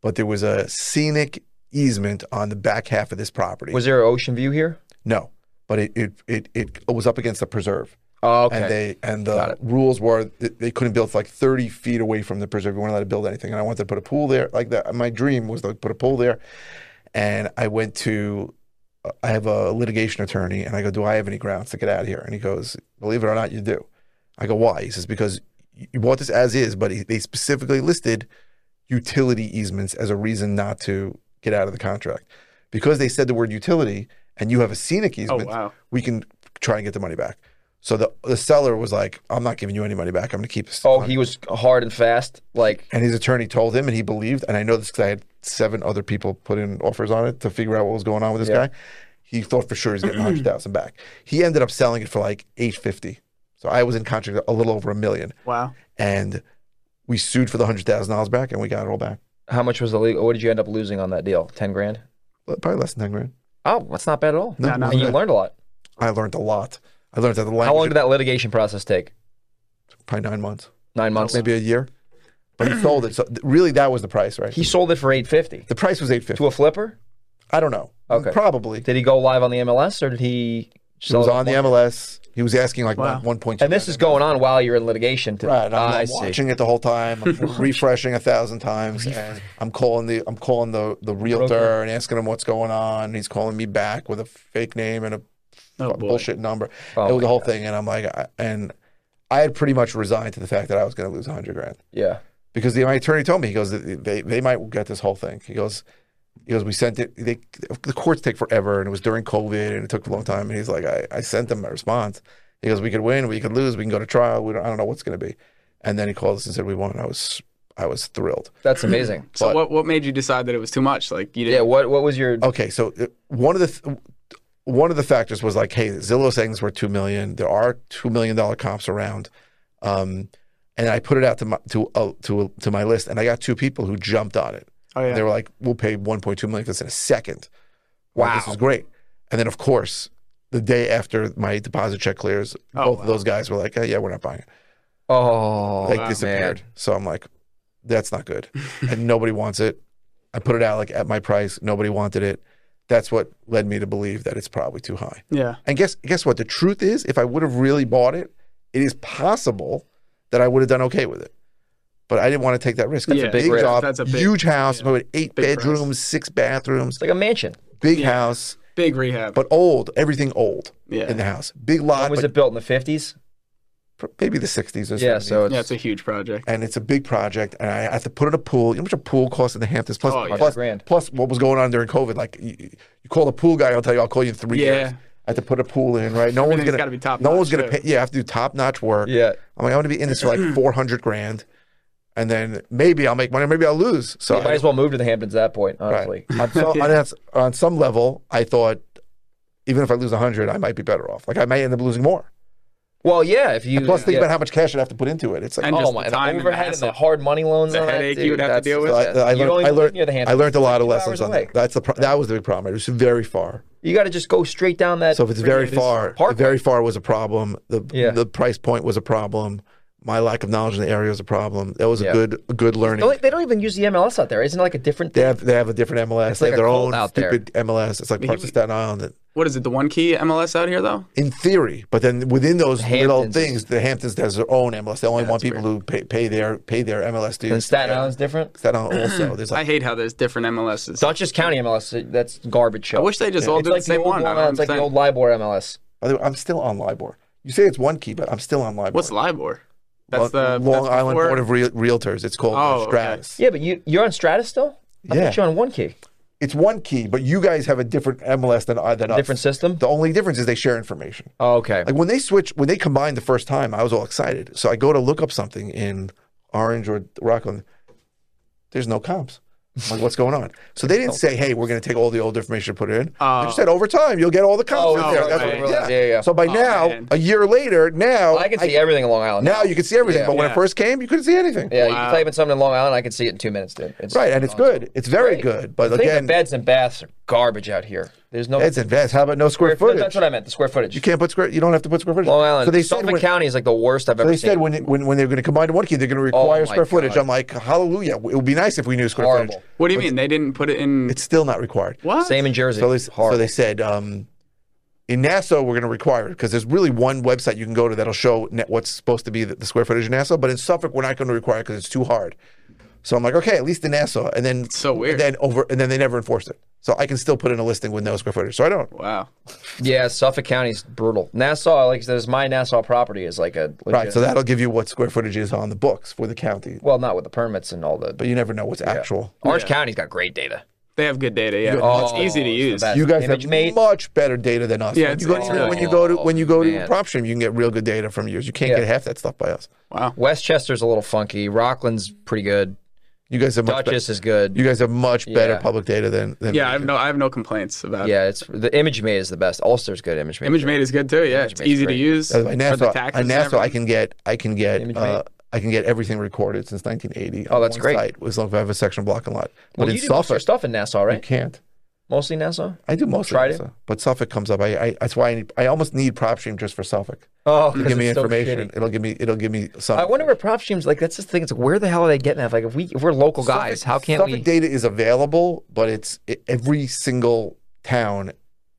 Speaker 2: but there was a scenic easement on the back half of this property.
Speaker 1: Was there an ocean view here?
Speaker 2: no, but it it it, it was up against a preserve
Speaker 1: Oh, okay.
Speaker 2: and they and
Speaker 1: Got
Speaker 2: the
Speaker 1: it.
Speaker 2: rules were th- they couldn't build like 30 feet away from the preserve. You weren't allowed to build anything. And I wanted to put a pool there. Like that, my dream was to put a pool there. And I went to, uh, I have a litigation attorney, and I go, "Do I have any grounds to get out of here?" And he goes, "Believe it or not, you do." I go, "Why?" He says, "Because you bought this as is, but he- they specifically listed utility easements as a reason not to get out of the contract because they said the word utility." And you have a scenic
Speaker 3: Oh
Speaker 2: easement
Speaker 3: wow.
Speaker 2: we can try and get the money back. So the the seller was like, I'm not giving you any money back. I'm going to keep this.
Speaker 1: oh, he was hard and fast. Like,
Speaker 2: and his attorney told him, and he believed. And I know this because I had seven other people put in offers on it to figure out what was going on with this
Speaker 1: Yeah.
Speaker 2: guy. He thought for sure he's getting 100000 back. He ended up selling it for like 850 So I was in contract a little over a million.
Speaker 3: Wow.
Speaker 2: And we sued for the $100,000 back, and we got it all back.
Speaker 1: how much was the legal? What did you end up losing on that deal? 10 grand?
Speaker 2: Probably less than 10 grand.
Speaker 1: Oh, that's not bad at all.
Speaker 2: No,
Speaker 3: No, no.
Speaker 2: not
Speaker 1: and you
Speaker 2: bad.
Speaker 1: learned a lot.
Speaker 2: I learned a lot. I learned that the language.
Speaker 1: How long did that litigation process take?
Speaker 2: Probably nine months,
Speaker 1: Nine months.
Speaker 2: maybe a year. But he sold it. So th- really, that was the price, right?
Speaker 1: He sold it for 850
Speaker 2: The price was eight fifty.
Speaker 1: to a flipper.
Speaker 2: I don't know.
Speaker 1: Okay.
Speaker 2: Probably.
Speaker 1: Did he go live on the MLS or did he
Speaker 2: He
Speaker 1: sell
Speaker 2: was
Speaker 1: it
Speaker 2: on the MLS. He was asking like
Speaker 3: Wow.
Speaker 2: one point two.
Speaker 1: And this is going on while you're in litigation. To,
Speaker 2: right. I'm,
Speaker 1: Ah,
Speaker 2: I'm
Speaker 1: I see.
Speaker 2: watching it the
Speaker 1: (laughs)
Speaker 2: whole time. I'm refreshing a thousand times. And I'm calling the I'm calling the the realtor and asking him what's going on. He's calling me back with a fake name and a
Speaker 3: Oh
Speaker 2: fu-
Speaker 3: boy.
Speaker 2: bullshit number.
Speaker 1: Oh
Speaker 2: it was
Speaker 1: my
Speaker 2: the whole thing. And I'm like, I, and I had pretty much resigned to the fact that I was going to lose a hundred grand
Speaker 1: Yeah.
Speaker 2: because the, my attorney told me he goes they they might get this whole thing. He goes he goes we sent it. They the courts take forever, and it was during COVID, and it took a long time. And he's like I, I sent them my response. He goes we could win, we could lose, we can go to trial. We don't I don't know what's going to be. And then he called us and said we won. I was I was thrilled.
Speaker 1: That's
Speaker 2: (laughs)
Speaker 1: amazing.
Speaker 3: So
Speaker 2: But-
Speaker 3: what what made you decide that it was too much? Like you
Speaker 1: Yeah.
Speaker 3: didn't.
Speaker 1: What What was your?
Speaker 2: Okay, so uh, one of the th- one of the factors was like, hey, Zillow saying this worth two million. There are two million dollar comps around, um, and I put it out to my to uh, to to my list, and I got two people who jumped on it.
Speaker 3: Oh yeah.
Speaker 2: And they were like, "We'll pay 1.2 million for this in a second. Like, this
Speaker 1: Wow.
Speaker 2: is great. And then, of course, the day after my deposit check clears,
Speaker 3: Oh,
Speaker 2: both
Speaker 3: wow.
Speaker 2: of those guys were like, "Oh, "Yeah, we're not buying it."
Speaker 1: Oh,
Speaker 2: Like
Speaker 1: man.
Speaker 2: disappeared. So I'm like, "That's not good." and nobody wants it. I put it out like at my price. Nobody wanted it. That's what led me to believe that it's probably too high.
Speaker 3: Yeah.
Speaker 2: And guess guess what? The truth is, if I would have really bought it, it is possible that I would have done okay with it. But I didn't want to take that risk.
Speaker 3: That's a
Speaker 1: big risk.
Speaker 2: job,
Speaker 3: That's a big-
Speaker 2: huge house, probably eight
Speaker 3: Big price.
Speaker 2: bedrooms, six bathrooms,
Speaker 1: It's like a mansion.
Speaker 2: big
Speaker 3: Yeah.
Speaker 2: house,
Speaker 3: Big rehab.
Speaker 2: but old, everything old
Speaker 3: Yeah.
Speaker 2: in the house, big
Speaker 1: When
Speaker 2: lot,
Speaker 1: was
Speaker 2: but
Speaker 1: it built in the 50s?
Speaker 2: pr- maybe the sixties or
Speaker 1: Yeah.
Speaker 2: something.
Speaker 1: So it's,
Speaker 3: yeah, it's a huge project.
Speaker 2: and it's a big project, and I have to put in a pool. You know how much a pool costs in the Hamptons? Plus,
Speaker 3: Oh, yeah.
Speaker 2: plus-
Speaker 1: Grand.
Speaker 2: plus what was going on during COVID. Like you, you call the pool guy, I'll tell you, I'll call you in three
Speaker 3: Yeah.
Speaker 2: years. I have to put a pool in, right?
Speaker 3: (laughs)
Speaker 2: No one's
Speaker 3: Everything's
Speaker 2: gonna
Speaker 3: gotta be top
Speaker 2: No one's
Speaker 3: notch,
Speaker 2: gonna
Speaker 3: yeah.
Speaker 2: pay. Yeah, I have to do top notch work.
Speaker 1: yeah.
Speaker 2: I'm like, I'm gonna be in this for like
Speaker 1: (clears throat)
Speaker 2: four hundred grand, and then maybe I'll make money, maybe I'll lose. So
Speaker 1: You might (laughs) as well move to the Hamptons at that point, honestly.
Speaker 2: on, some, on, that- on some level, I thought even if I lose 100, I might be better off. Like I may end up losing more.
Speaker 1: Well, yeah. If you
Speaker 2: And plus, think
Speaker 1: yeah.
Speaker 2: about how much cash I'd have to put into it. It's like,
Speaker 3: And
Speaker 1: oh
Speaker 3: just
Speaker 1: my
Speaker 3: the
Speaker 1: the
Speaker 3: time and the
Speaker 1: overhead and the,
Speaker 3: hassle.
Speaker 1: hard money loans.
Speaker 3: The
Speaker 1: on that,
Speaker 3: headache you
Speaker 1: dude,
Speaker 3: would have to
Speaker 1: that's-
Speaker 3: deal with.
Speaker 2: so I, I
Speaker 1: you don't
Speaker 2: learned,
Speaker 1: even
Speaker 2: I
Speaker 1: live
Speaker 2: learned,
Speaker 1: near the hand
Speaker 2: I learned a lot of
Speaker 1: Two
Speaker 2: lessons
Speaker 1: hours
Speaker 2: on
Speaker 1: away.
Speaker 2: that. That's the pro- that was the big problem. It was very far.
Speaker 1: You got to just go straight down that.
Speaker 2: So if it's very far,
Speaker 1: Parkway.
Speaker 2: very far was a problem. The
Speaker 1: Yeah.
Speaker 2: the price point was a problem. My lack of knowledge in the area was a problem. That was a
Speaker 1: Yeah.
Speaker 2: good a good learning.
Speaker 1: Don't- they don't even use the MLS out there. Isn't it like a different
Speaker 2: They
Speaker 1: thing?
Speaker 2: have they have a different MLS.
Speaker 1: It's
Speaker 2: they
Speaker 1: like
Speaker 2: have
Speaker 1: a
Speaker 2: their
Speaker 1: cult
Speaker 2: own
Speaker 1: out there.
Speaker 2: stupid MLS. It's like parts of Staten Island. that-
Speaker 3: What is it? The one key MLS out here though?
Speaker 2: in theory, but then within those little
Speaker 1: Hamptons.
Speaker 2: things, the Hamptons has their own MLS. They only want people who pay, pay their pay their MLS
Speaker 1: And
Speaker 2: dues.
Speaker 1: Staten Island's different.
Speaker 2: Staten Island also. There's
Speaker 3: I
Speaker 2: like
Speaker 3: hate how there's different MLSs.
Speaker 1: Dutchess County MLS. That's garbage show.
Speaker 3: I wish they just all
Speaker 1: it's
Speaker 3: did
Speaker 1: like
Speaker 3: the
Speaker 1: the
Speaker 3: same
Speaker 1: old
Speaker 3: one. I don't
Speaker 1: It's like the
Speaker 3: understand.
Speaker 1: old LIBOR MLS.
Speaker 2: by the way, I'm still on LIBOR. You say it's one key, but I'm still on LIBOR.
Speaker 3: What's LIBOR? That's
Speaker 2: Lo-
Speaker 3: the
Speaker 2: Long
Speaker 3: that's
Speaker 2: Island
Speaker 3: before-
Speaker 2: Board of Real- Realtors. It's called
Speaker 3: Oh, okay.
Speaker 2: Stratus.
Speaker 1: Yeah, but you you're on Stratus still. I
Speaker 2: Yeah.
Speaker 1: thought you're on One Key.
Speaker 2: It's one key, but you guys have a different MLS than I than us.
Speaker 1: Different system.
Speaker 2: The only difference is they share information.
Speaker 1: Oh, okay.
Speaker 2: Like when they switch, when they combined the first time, I was all excited. So I go to look up something in Orange or Rockland. There's no comps. I'm like, what's going on? So
Speaker 1: (laughs)
Speaker 2: they didn't say, hey, we're going to take all the old information and put it in.
Speaker 3: Oh.
Speaker 2: they just said, over time, you'll get all the comps.
Speaker 1: Oh,
Speaker 2: in
Speaker 3: no,
Speaker 2: there.
Speaker 3: right,
Speaker 2: That's what-
Speaker 3: right,
Speaker 2: yeah.
Speaker 1: right. Yeah, yeah.
Speaker 2: So by
Speaker 3: Oh,
Speaker 2: now,
Speaker 3: man.
Speaker 2: a year later, now
Speaker 1: I can see everything in Long Island.
Speaker 2: now you can see everything.
Speaker 1: Yeah.
Speaker 2: but when
Speaker 3: Yeah.
Speaker 2: it first came, you couldn't see anything.
Speaker 1: yeah, you
Speaker 3: Wow.
Speaker 1: can type in something in Long Island, I can see it in two minutes, dude. It's,
Speaker 2: Right, and it's good. It's very good. But
Speaker 1: I think
Speaker 2: again,
Speaker 1: the beds and baths are garbage out here. There's no
Speaker 2: it's advanced. How about no square
Speaker 1: No,
Speaker 2: footage?
Speaker 1: That's what I meant. The square footage.
Speaker 2: You can't put square. You don't have to put square footage.
Speaker 1: Long Island.
Speaker 2: So they said
Speaker 1: Suffolk
Speaker 2: when,
Speaker 1: County is like the worst I've
Speaker 2: so
Speaker 1: ever
Speaker 2: they
Speaker 1: seen.
Speaker 2: said when, when when they're going to combine to one key, they're going to require
Speaker 1: Oh my
Speaker 2: square footage.
Speaker 1: God.
Speaker 2: I'm like, hallelujah. It would be nice if we knew square
Speaker 1: Horrible.
Speaker 2: footage.
Speaker 3: What do you mean they didn't put it in?
Speaker 2: It's still not required.
Speaker 3: What?
Speaker 1: Same in Jersey.
Speaker 2: So they, so
Speaker 1: Horrible.
Speaker 2: they said um, in Nassau we're going to require it because there's really one website you can go to that'll show net what's supposed to be the, the square footage in Nassau. But in Suffolk we're not going to require it because it's too hard. So I'm like, okay, at least in Nassau. And then
Speaker 3: so weird.
Speaker 2: And then over and then they never enforced it. So I can still put in a listing with no square footage. So I don't.
Speaker 3: Wow.
Speaker 1: yeah, Suffolk County's brutal. Nassau, like there's my Nassau property is like a legit,
Speaker 2: Right. So that'll give you what square footage is on the books for the county.
Speaker 1: well, not with the permits and all the.
Speaker 2: But you never know what's actual.
Speaker 1: Orange County's got great data.
Speaker 3: They have good data. Yeah.
Speaker 1: Oh,
Speaker 3: it's easy to
Speaker 1: it's the
Speaker 3: use.
Speaker 1: best.
Speaker 2: You guys
Speaker 1: Image
Speaker 2: have
Speaker 1: made.
Speaker 2: much better data than us.
Speaker 3: Yeah,
Speaker 2: when, you
Speaker 3: it's-
Speaker 2: go,
Speaker 3: it's
Speaker 2: to-
Speaker 3: really
Speaker 2: when you go to when you go
Speaker 1: man.
Speaker 2: to PropStream, you can get real good data from yours. You can't
Speaker 1: Yeah.
Speaker 2: get half that stuff by us.
Speaker 3: Wow.
Speaker 1: Westchester's a little funky. Rockland's pretty good.
Speaker 2: You guys have much better.
Speaker 1: Dutchess is good.
Speaker 2: You guys have much better
Speaker 1: Yeah.
Speaker 2: public data than, than
Speaker 3: Yeah, I
Speaker 2: we
Speaker 3: have
Speaker 2: do.
Speaker 3: no I have no complaints about it.
Speaker 1: yeah, it's the image made is the best. Ulster's good image made.
Speaker 3: Image made is good too. Yeah, it's
Speaker 1: made's
Speaker 3: easy
Speaker 1: great.
Speaker 3: to use.
Speaker 2: By Nassau,
Speaker 3: taxes
Speaker 2: on
Speaker 3: and
Speaker 2: Nassau, I
Speaker 3: everything.
Speaker 2: can get I can get
Speaker 1: Image
Speaker 2: uh, I can get everything recorded since 1980.
Speaker 1: Oh,
Speaker 2: on
Speaker 1: that's
Speaker 2: one
Speaker 1: great.
Speaker 2: Site, as long as I have a section block and lot. But
Speaker 1: Well,
Speaker 2: in
Speaker 1: you do most of your
Speaker 2: Suffolk, Mm.
Speaker 1: stuff in Nassau,
Speaker 2: I
Speaker 1: right?
Speaker 2: can't.
Speaker 1: Mostly Nassau.
Speaker 2: I do most
Speaker 1: Tried it?
Speaker 2: of Nassau, but Suffolk comes up. I, I that's why I, need, I almost need PropStream just for Suffolk.
Speaker 1: (laughs) Oh,
Speaker 2: It'll give me information. it'll give me it'll give me some.
Speaker 1: I wonder where prop streams like that's the thing. It's like where the hell are they getting that? Like if we if we're local guys, how can't
Speaker 2: Suffolk
Speaker 1: we?
Speaker 2: data is available, but it's i every single town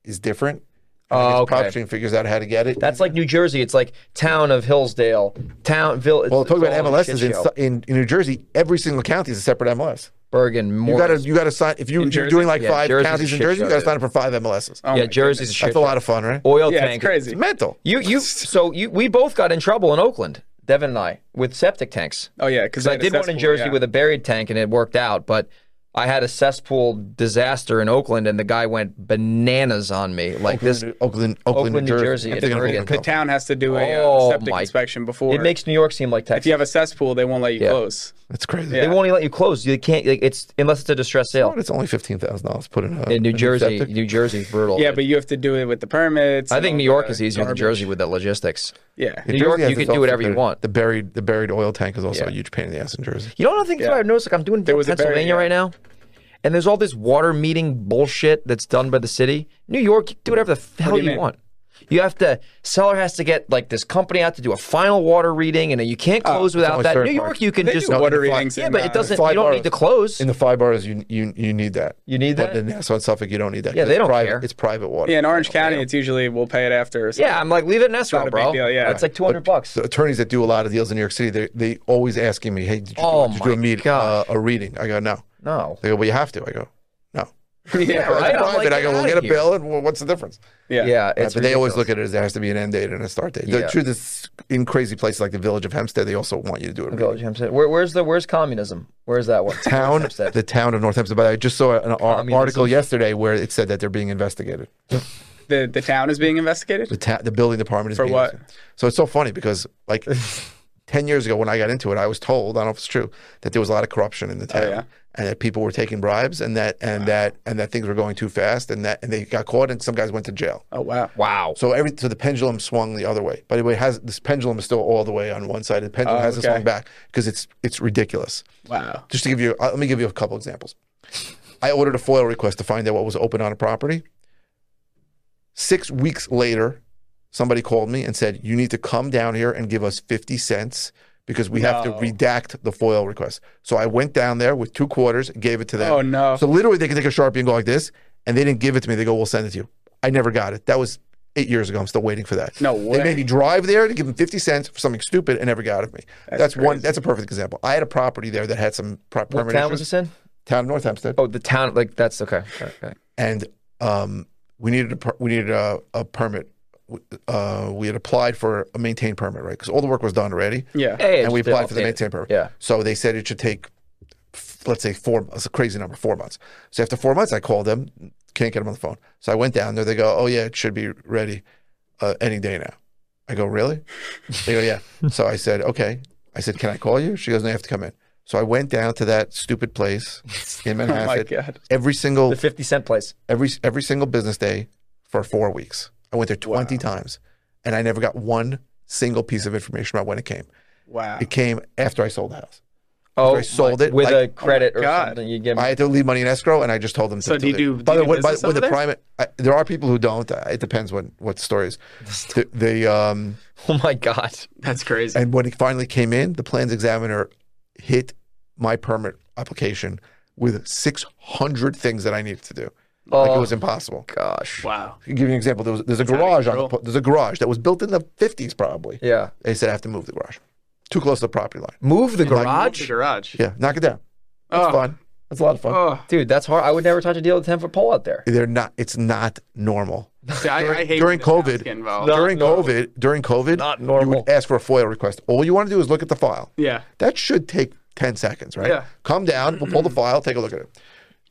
Speaker 2: is different. And I
Speaker 1: Oh,
Speaker 2: guess
Speaker 1: okay.
Speaker 2: PropStream figures out how to get it.
Speaker 1: That's like New Jersey. It's like town of Hillsdale, town village.
Speaker 2: well, talking about MLSs in, Su- in in New Jersey, every single county is a separate MLS.
Speaker 1: Bergen,
Speaker 2: You
Speaker 1: Morris.
Speaker 2: got to you got to sign if you,
Speaker 3: In
Speaker 2: you're
Speaker 3: Jersey?
Speaker 2: doing like
Speaker 1: Yeah,
Speaker 2: five
Speaker 1: Jersey's a
Speaker 2: counties in
Speaker 1: shit
Speaker 2: Jersey.
Speaker 1: show,
Speaker 2: you got to
Speaker 1: dude.
Speaker 2: sign up for five MLSs.
Speaker 3: Oh
Speaker 1: yeah,
Speaker 3: my
Speaker 1: Jersey's a
Speaker 3: goodness.
Speaker 1: shit.
Speaker 2: That's a
Speaker 1: show.
Speaker 2: lot of fun, right?
Speaker 1: Oil
Speaker 3: Yeah, it's
Speaker 1: tank.
Speaker 2: It's
Speaker 3: crazy.
Speaker 2: mental.
Speaker 1: You you so you we both got in trouble in Oakland, Devin and I, with septic tanks.
Speaker 3: Oh yeah, because
Speaker 1: I did one in Jersey with a buried tank and it worked out, but I had a cesspool disaster in Oakland and the guy went bananas on me like this.
Speaker 2: Oakland, Oakland, Oakland,
Speaker 1: Oakland,
Speaker 2: New
Speaker 1: New
Speaker 2: Jersey.
Speaker 1: Jersey,
Speaker 2: I'm
Speaker 1: it's
Speaker 2: thinking of
Speaker 1: very
Speaker 2: Oakland,
Speaker 3: the
Speaker 2: California.
Speaker 3: town has to do a uh,
Speaker 1: Oh,
Speaker 3: septic
Speaker 1: my-
Speaker 3: inspection before.
Speaker 1: It makes New York seem like Texas.
Speaker 3: if you have a cesspool, they won't let you close.
Speaker 2: That's crazy.
Speaker 1: They won't even let you close. You can't. Like, it's unless it's a distress sale.
Speaker 2: But it's only fifteen thousand dollars put in a,
Speaker 1: In
Speaker 3: (laughs)
Speaker 1: New
Speaker 2: a
Speaker 1: Jersey,
Speaker 2: septic.
Speaker 1: New Jersey's brutal.
Speaker 3: Yeah, but you have to do it with the permits.
Speaker 1: I
Speaker 3: and
Speaker 1: think
Speaker 3: all
Speaker 1: New York
Speaker 3: the
Speaker 1: is easier
Speaker 3: garbage.
Speaker 1: than Jersey with the logistics.
Speaker 3: Yeah.
Speaker 1: New York,
Speaker 2: has
Speaker 1: you
Speaker 2: its
Speaker 1: can do
Speaker 2: own
Speaker 1: whatever you
Speaker 2: separate-
Speaker 1: want.
Speaker 2: The buried the buried oil tank is also
Speaker 1: Yeah.
Speaker 2: a huge pain in the ass in Jersey.
Speaker 1: You know what I think
Speaker 3: Yeah.
Speaker 1: I've noticed? Like I'm doing
Speaker 3: was a barrier,
Speaker 1: Pennsylvania
Speaker 3: yeah.
Speaker 1: right now, and there's all this water meeting bullshit that's done by the city. New York, you can do whatever the f- hell
Speaker 3: do you
Speaker 1: you,
Speaker 3: mean?
Speaker 1: want. You have to seller has to get like this company out to do a final water reading, and then you can't close without
Speaker 2: only
Speaker 1: that.
Speaker 2: certain
Speaker 1: New York,
Speaker 2: parts.
Speaker 1: you can
Speaker 3: They
Speaker 1: just
Speaker 3: do water readings.
Speaker 1: Yeah,
Speaker 3: in,
Speaker 1: but
Speaker 3: uh,
Speaker 1: it doesn't.
Speaker 2: five
Speaker 1: You don't need
Speaker 2: hours.
Speaker 1: to close.
Speaker 2: In the five bars, you you you need that.
Speaker 1: You need
Speaker 2: But
Speaker 1: that?
Speaker 2: in Nassau and Suffolk, you don't need that.
Speaker 1: Yeah,
Speaker 2: 'cause
Speaker 1: they
Speaker 2: it's
Speaker 1: don't
Speaker 2: private,
Speaker 1: care.
Speaker 2: It's private water.
Speaker 3: Yeah, in Orange County, it's usually we'll pay it after. Or something.
Speaker 1: yeah, I'm like leave it in escrow,
Speaker 3: Not a big
Speaker 1: bro.
Speaker 3: deal, yeah.
Speaker 1: that's like 200 bucks.
Speaker 2: The attorneys that do a lot of deals in New York City, they they always asking me, "Hey, did you,
Speaker 1: Oh
Speaker 2: did you
Speaker 1: my
Speaker 2: do a meet uh,
Speaker 1: gosh.
Speaker 2: a reading?" I go, "No."
Speaker 1: No,
Speaker 2: They go, "Well, you have to." I go, "No."
Speaker 3: yeah,
Speaker 2: It's
Speaker 1: right? I'm
Speaker 2: private.
Speaker 1: like,
Speaker 2: I go,
Speaker 1: "Get
Speaker 2: "We'll
Speaker 1: outta
Speaker 2: get a
Speaker 1: here."
Speaker 2: bill, and well, what's the difference?"
Speaker 3: (laughs) yeah,
Speaker 1: yeah,
Speaker 2: Right,
Speaker 1: it's
Speaker 2: but they always
Speaker 1: ridiculous.
Speaker 2: look at it as there has to be an end date and a start date.
Speaker 1: Yeah.
Speaker 2: The truth is, in crazy places like the Village of Hempstead, they also want you to do it.
Speaker 1: Village Hempstead. Where, where's the where's communism? Where's that one?
Speaker 2: town,
Speaker 1: Hempstead.
Speaker 2: the town of North Hempstead. But I just saw an ar-
Speaker 1: Communism.
Speaker 2: article yesterday where it said that they're being investigated.
Speaker 3: The the town is being
Speaker 2: The
Speaker 3: investigated.
Speaker 2: ta- the building department is
Speaker 3: For
Speaker 2: being
Speaker 3: what? (laughs)
Speaker 2: investigated. So it's so funny because like 10 years ago when I got into it, I was told, I don't know if it's true, that there was a lot of corruption in the town
Speaker 3: Oh, yeah?
Speaker 2: and that people were taking bribes and that and that and that things were going too fast and that and they got caught and some guys went to jail.
Speaker 3: Oh wow.
Speaker 1: Wow.
Speaker 2: So every so the pendulum swung the other way. By the way, it has this pendulum is still all the way on one side. The pendulum
Speaker 3: Oh,
Speaker 2: hasn't
Speaker 3: okay.
Speaker 2: swung back because it's it's ridiculous.
Speaker 3: Wow.
Speaker 2: Just to give you, uh, let me give you a couple examples. I ordered a FOIL request to find out what was open on a property. Six weeks later, somebody called me and said, "You need to come down here and give us fifty cents because we have to
Speaker 3: No.
Speaker 2: redact the FOIL request." So I went down there with two quarters, and gave it to them.
Speaker 3: Oh no.
Speaker 2: So literally, they can take a sharpie and go like this, and they didn't give it to me. They go, "We'll send it to you." I never got it. That was eight years ago. I'm still waiting for that.
Speaker 3: No
Speaker 2: They made
Speaker 3: way.
Speaker 2: me drive there to give them 50 cents for something stupid and never got it to me. That's, one.
Speaker 3: crazy.
Speaker 2: That's a perfect example. I had a property there that had some pro-
Speaker 1: What
Speaker 2: permanent
Speaker 1: town was
Speaker 2: issues.
Speaker 1: this in?
Speaker 2: town of North Hempstead,
Speaker 1: Oh, the town. Like that's okay. okay.
Speaker 2: and um, we needed a per- we needed a, a permit. Uh, we had applied for a maintained permit, right? Because all the work was done already,
Speaker 3: Yeah.
Speaker 1: Hey,
Speaker 2: and we
Speaker 1: it's-
Speaker 2: applied for the
Speaker 1: yeah.
Speaker 2: maintained permit.
Speaker 1: Yeah.
Speaker 2: So they said it should take, f- let's say, four. It's a crazy number, four months. So after four months, I called them, can't get them on the phone. So I went down there. They go, "Oh yeah, it should be ready uh, any day now." I go, "Really?" They go,
Speaker 3: (laughs)
Speaker 2: "Yeah." So I said, "Okay." I said, "Can I call you?" She goes, "No, you have to come in." So I went down to that stupid place in
Speaker 3: (laughs) Oh my
Speaker 2: Manhattan
Speaker 3: god.
Speaker 2: every single
Speaker 1: The fifty cent place.
Speaker 2: every every single business day for four weeks. I went there twenty times, and I never got one single piece of information about when it came. (laughs)
Speaker 3: Wow.
Speaker 2: It came after I sold the house.
Speaker 1: Oh,
Speaker 2: I sold
Speaker 1: like,
Speaker 2: it,
Speaker 1: with
Speaker 2: like-
Speaker 1: a credit
Speaker 3: Oh
Speaker 1: or
Speaker 3: my God.
Speaker 1: something. You give
Speaker 2: I
Speaker 1: me. (laughs)
Speaker 2: had to leave money in escrow, and I just told them.
Speaker 3: So
Speaker 2: to
Speaker 3: do you do-
Speaker 2: By
Speaker 3: do
Speaker 2: the
Speaker 3: you
Speaker 2: way,
Speaker 3: do
Speaker 2: by,
Speaker 3: business
Speaker 2: with
Speaker 3: over
Speaker 2: the
Speaker 3: there?
Speaker 2: private, I, there are people who don't. I- It depends when what the
Speaker 3: (laughs)
Speaker 2: story is. The, the um,
Speaker 1: Oh my god.
Speaker 3: That's crazy.
Speaker 2: and when it finally came in, the plans examiner hit my permit application with six hundred things that I needed to do. Like it
Speaker 1: Oh.
Speaker 2: was impossible.
Speaker 1: Gosh.
Speaker 3: wow.
Speaker 2: To give you an example, there was, there's a
Speaker 3: out of
Speaker 2: garage on the,
Speaker 3: control.
Speaker 2: po- there's a garage that was built in the 50s probably.
Speaker 1: Yeah.
Speaker 2: They said I have to move the garage, too close to the property line.
Speaker 1: Move the
Speaker 3: Watch the
Speaker 1: garage,
Speaker 3: garage.
Speaker 2: Yeah, knock it down. That's
Speaker 3: Oh.
Speaker 2: fun. That's a lot of fun.
Speaker 3: Oh.
Speaker 1: dude. That's hard. I would never touch a deal with a ten foot pole out there.
Speaker 2: They're not. It's not normal.
Speaker 3: See, I, I hate
Speaker 2: during
Speaker 3: when the towns
Speaker 2: COVID,
Speaker 3: get involved.
Speaker 1: No. Not
Speaker 2: Oh, during
Speaker 1: normal.
Speaker 2: COVID, during COVID,
Speaker 1: Not
Speaker 2: you
Speaker 1: normal.
Speaker 2: would ask for a FOIA request. All you want to do is look at the file.
Speaker 3: Yeah.
Speaker 2: That should take 10 seconds, right?
Speaker 3: Yeah.
Speaker 2: Come down,
Speaker 1: (clears throat)
Speaker 2: we'll pull the file, take a look at it.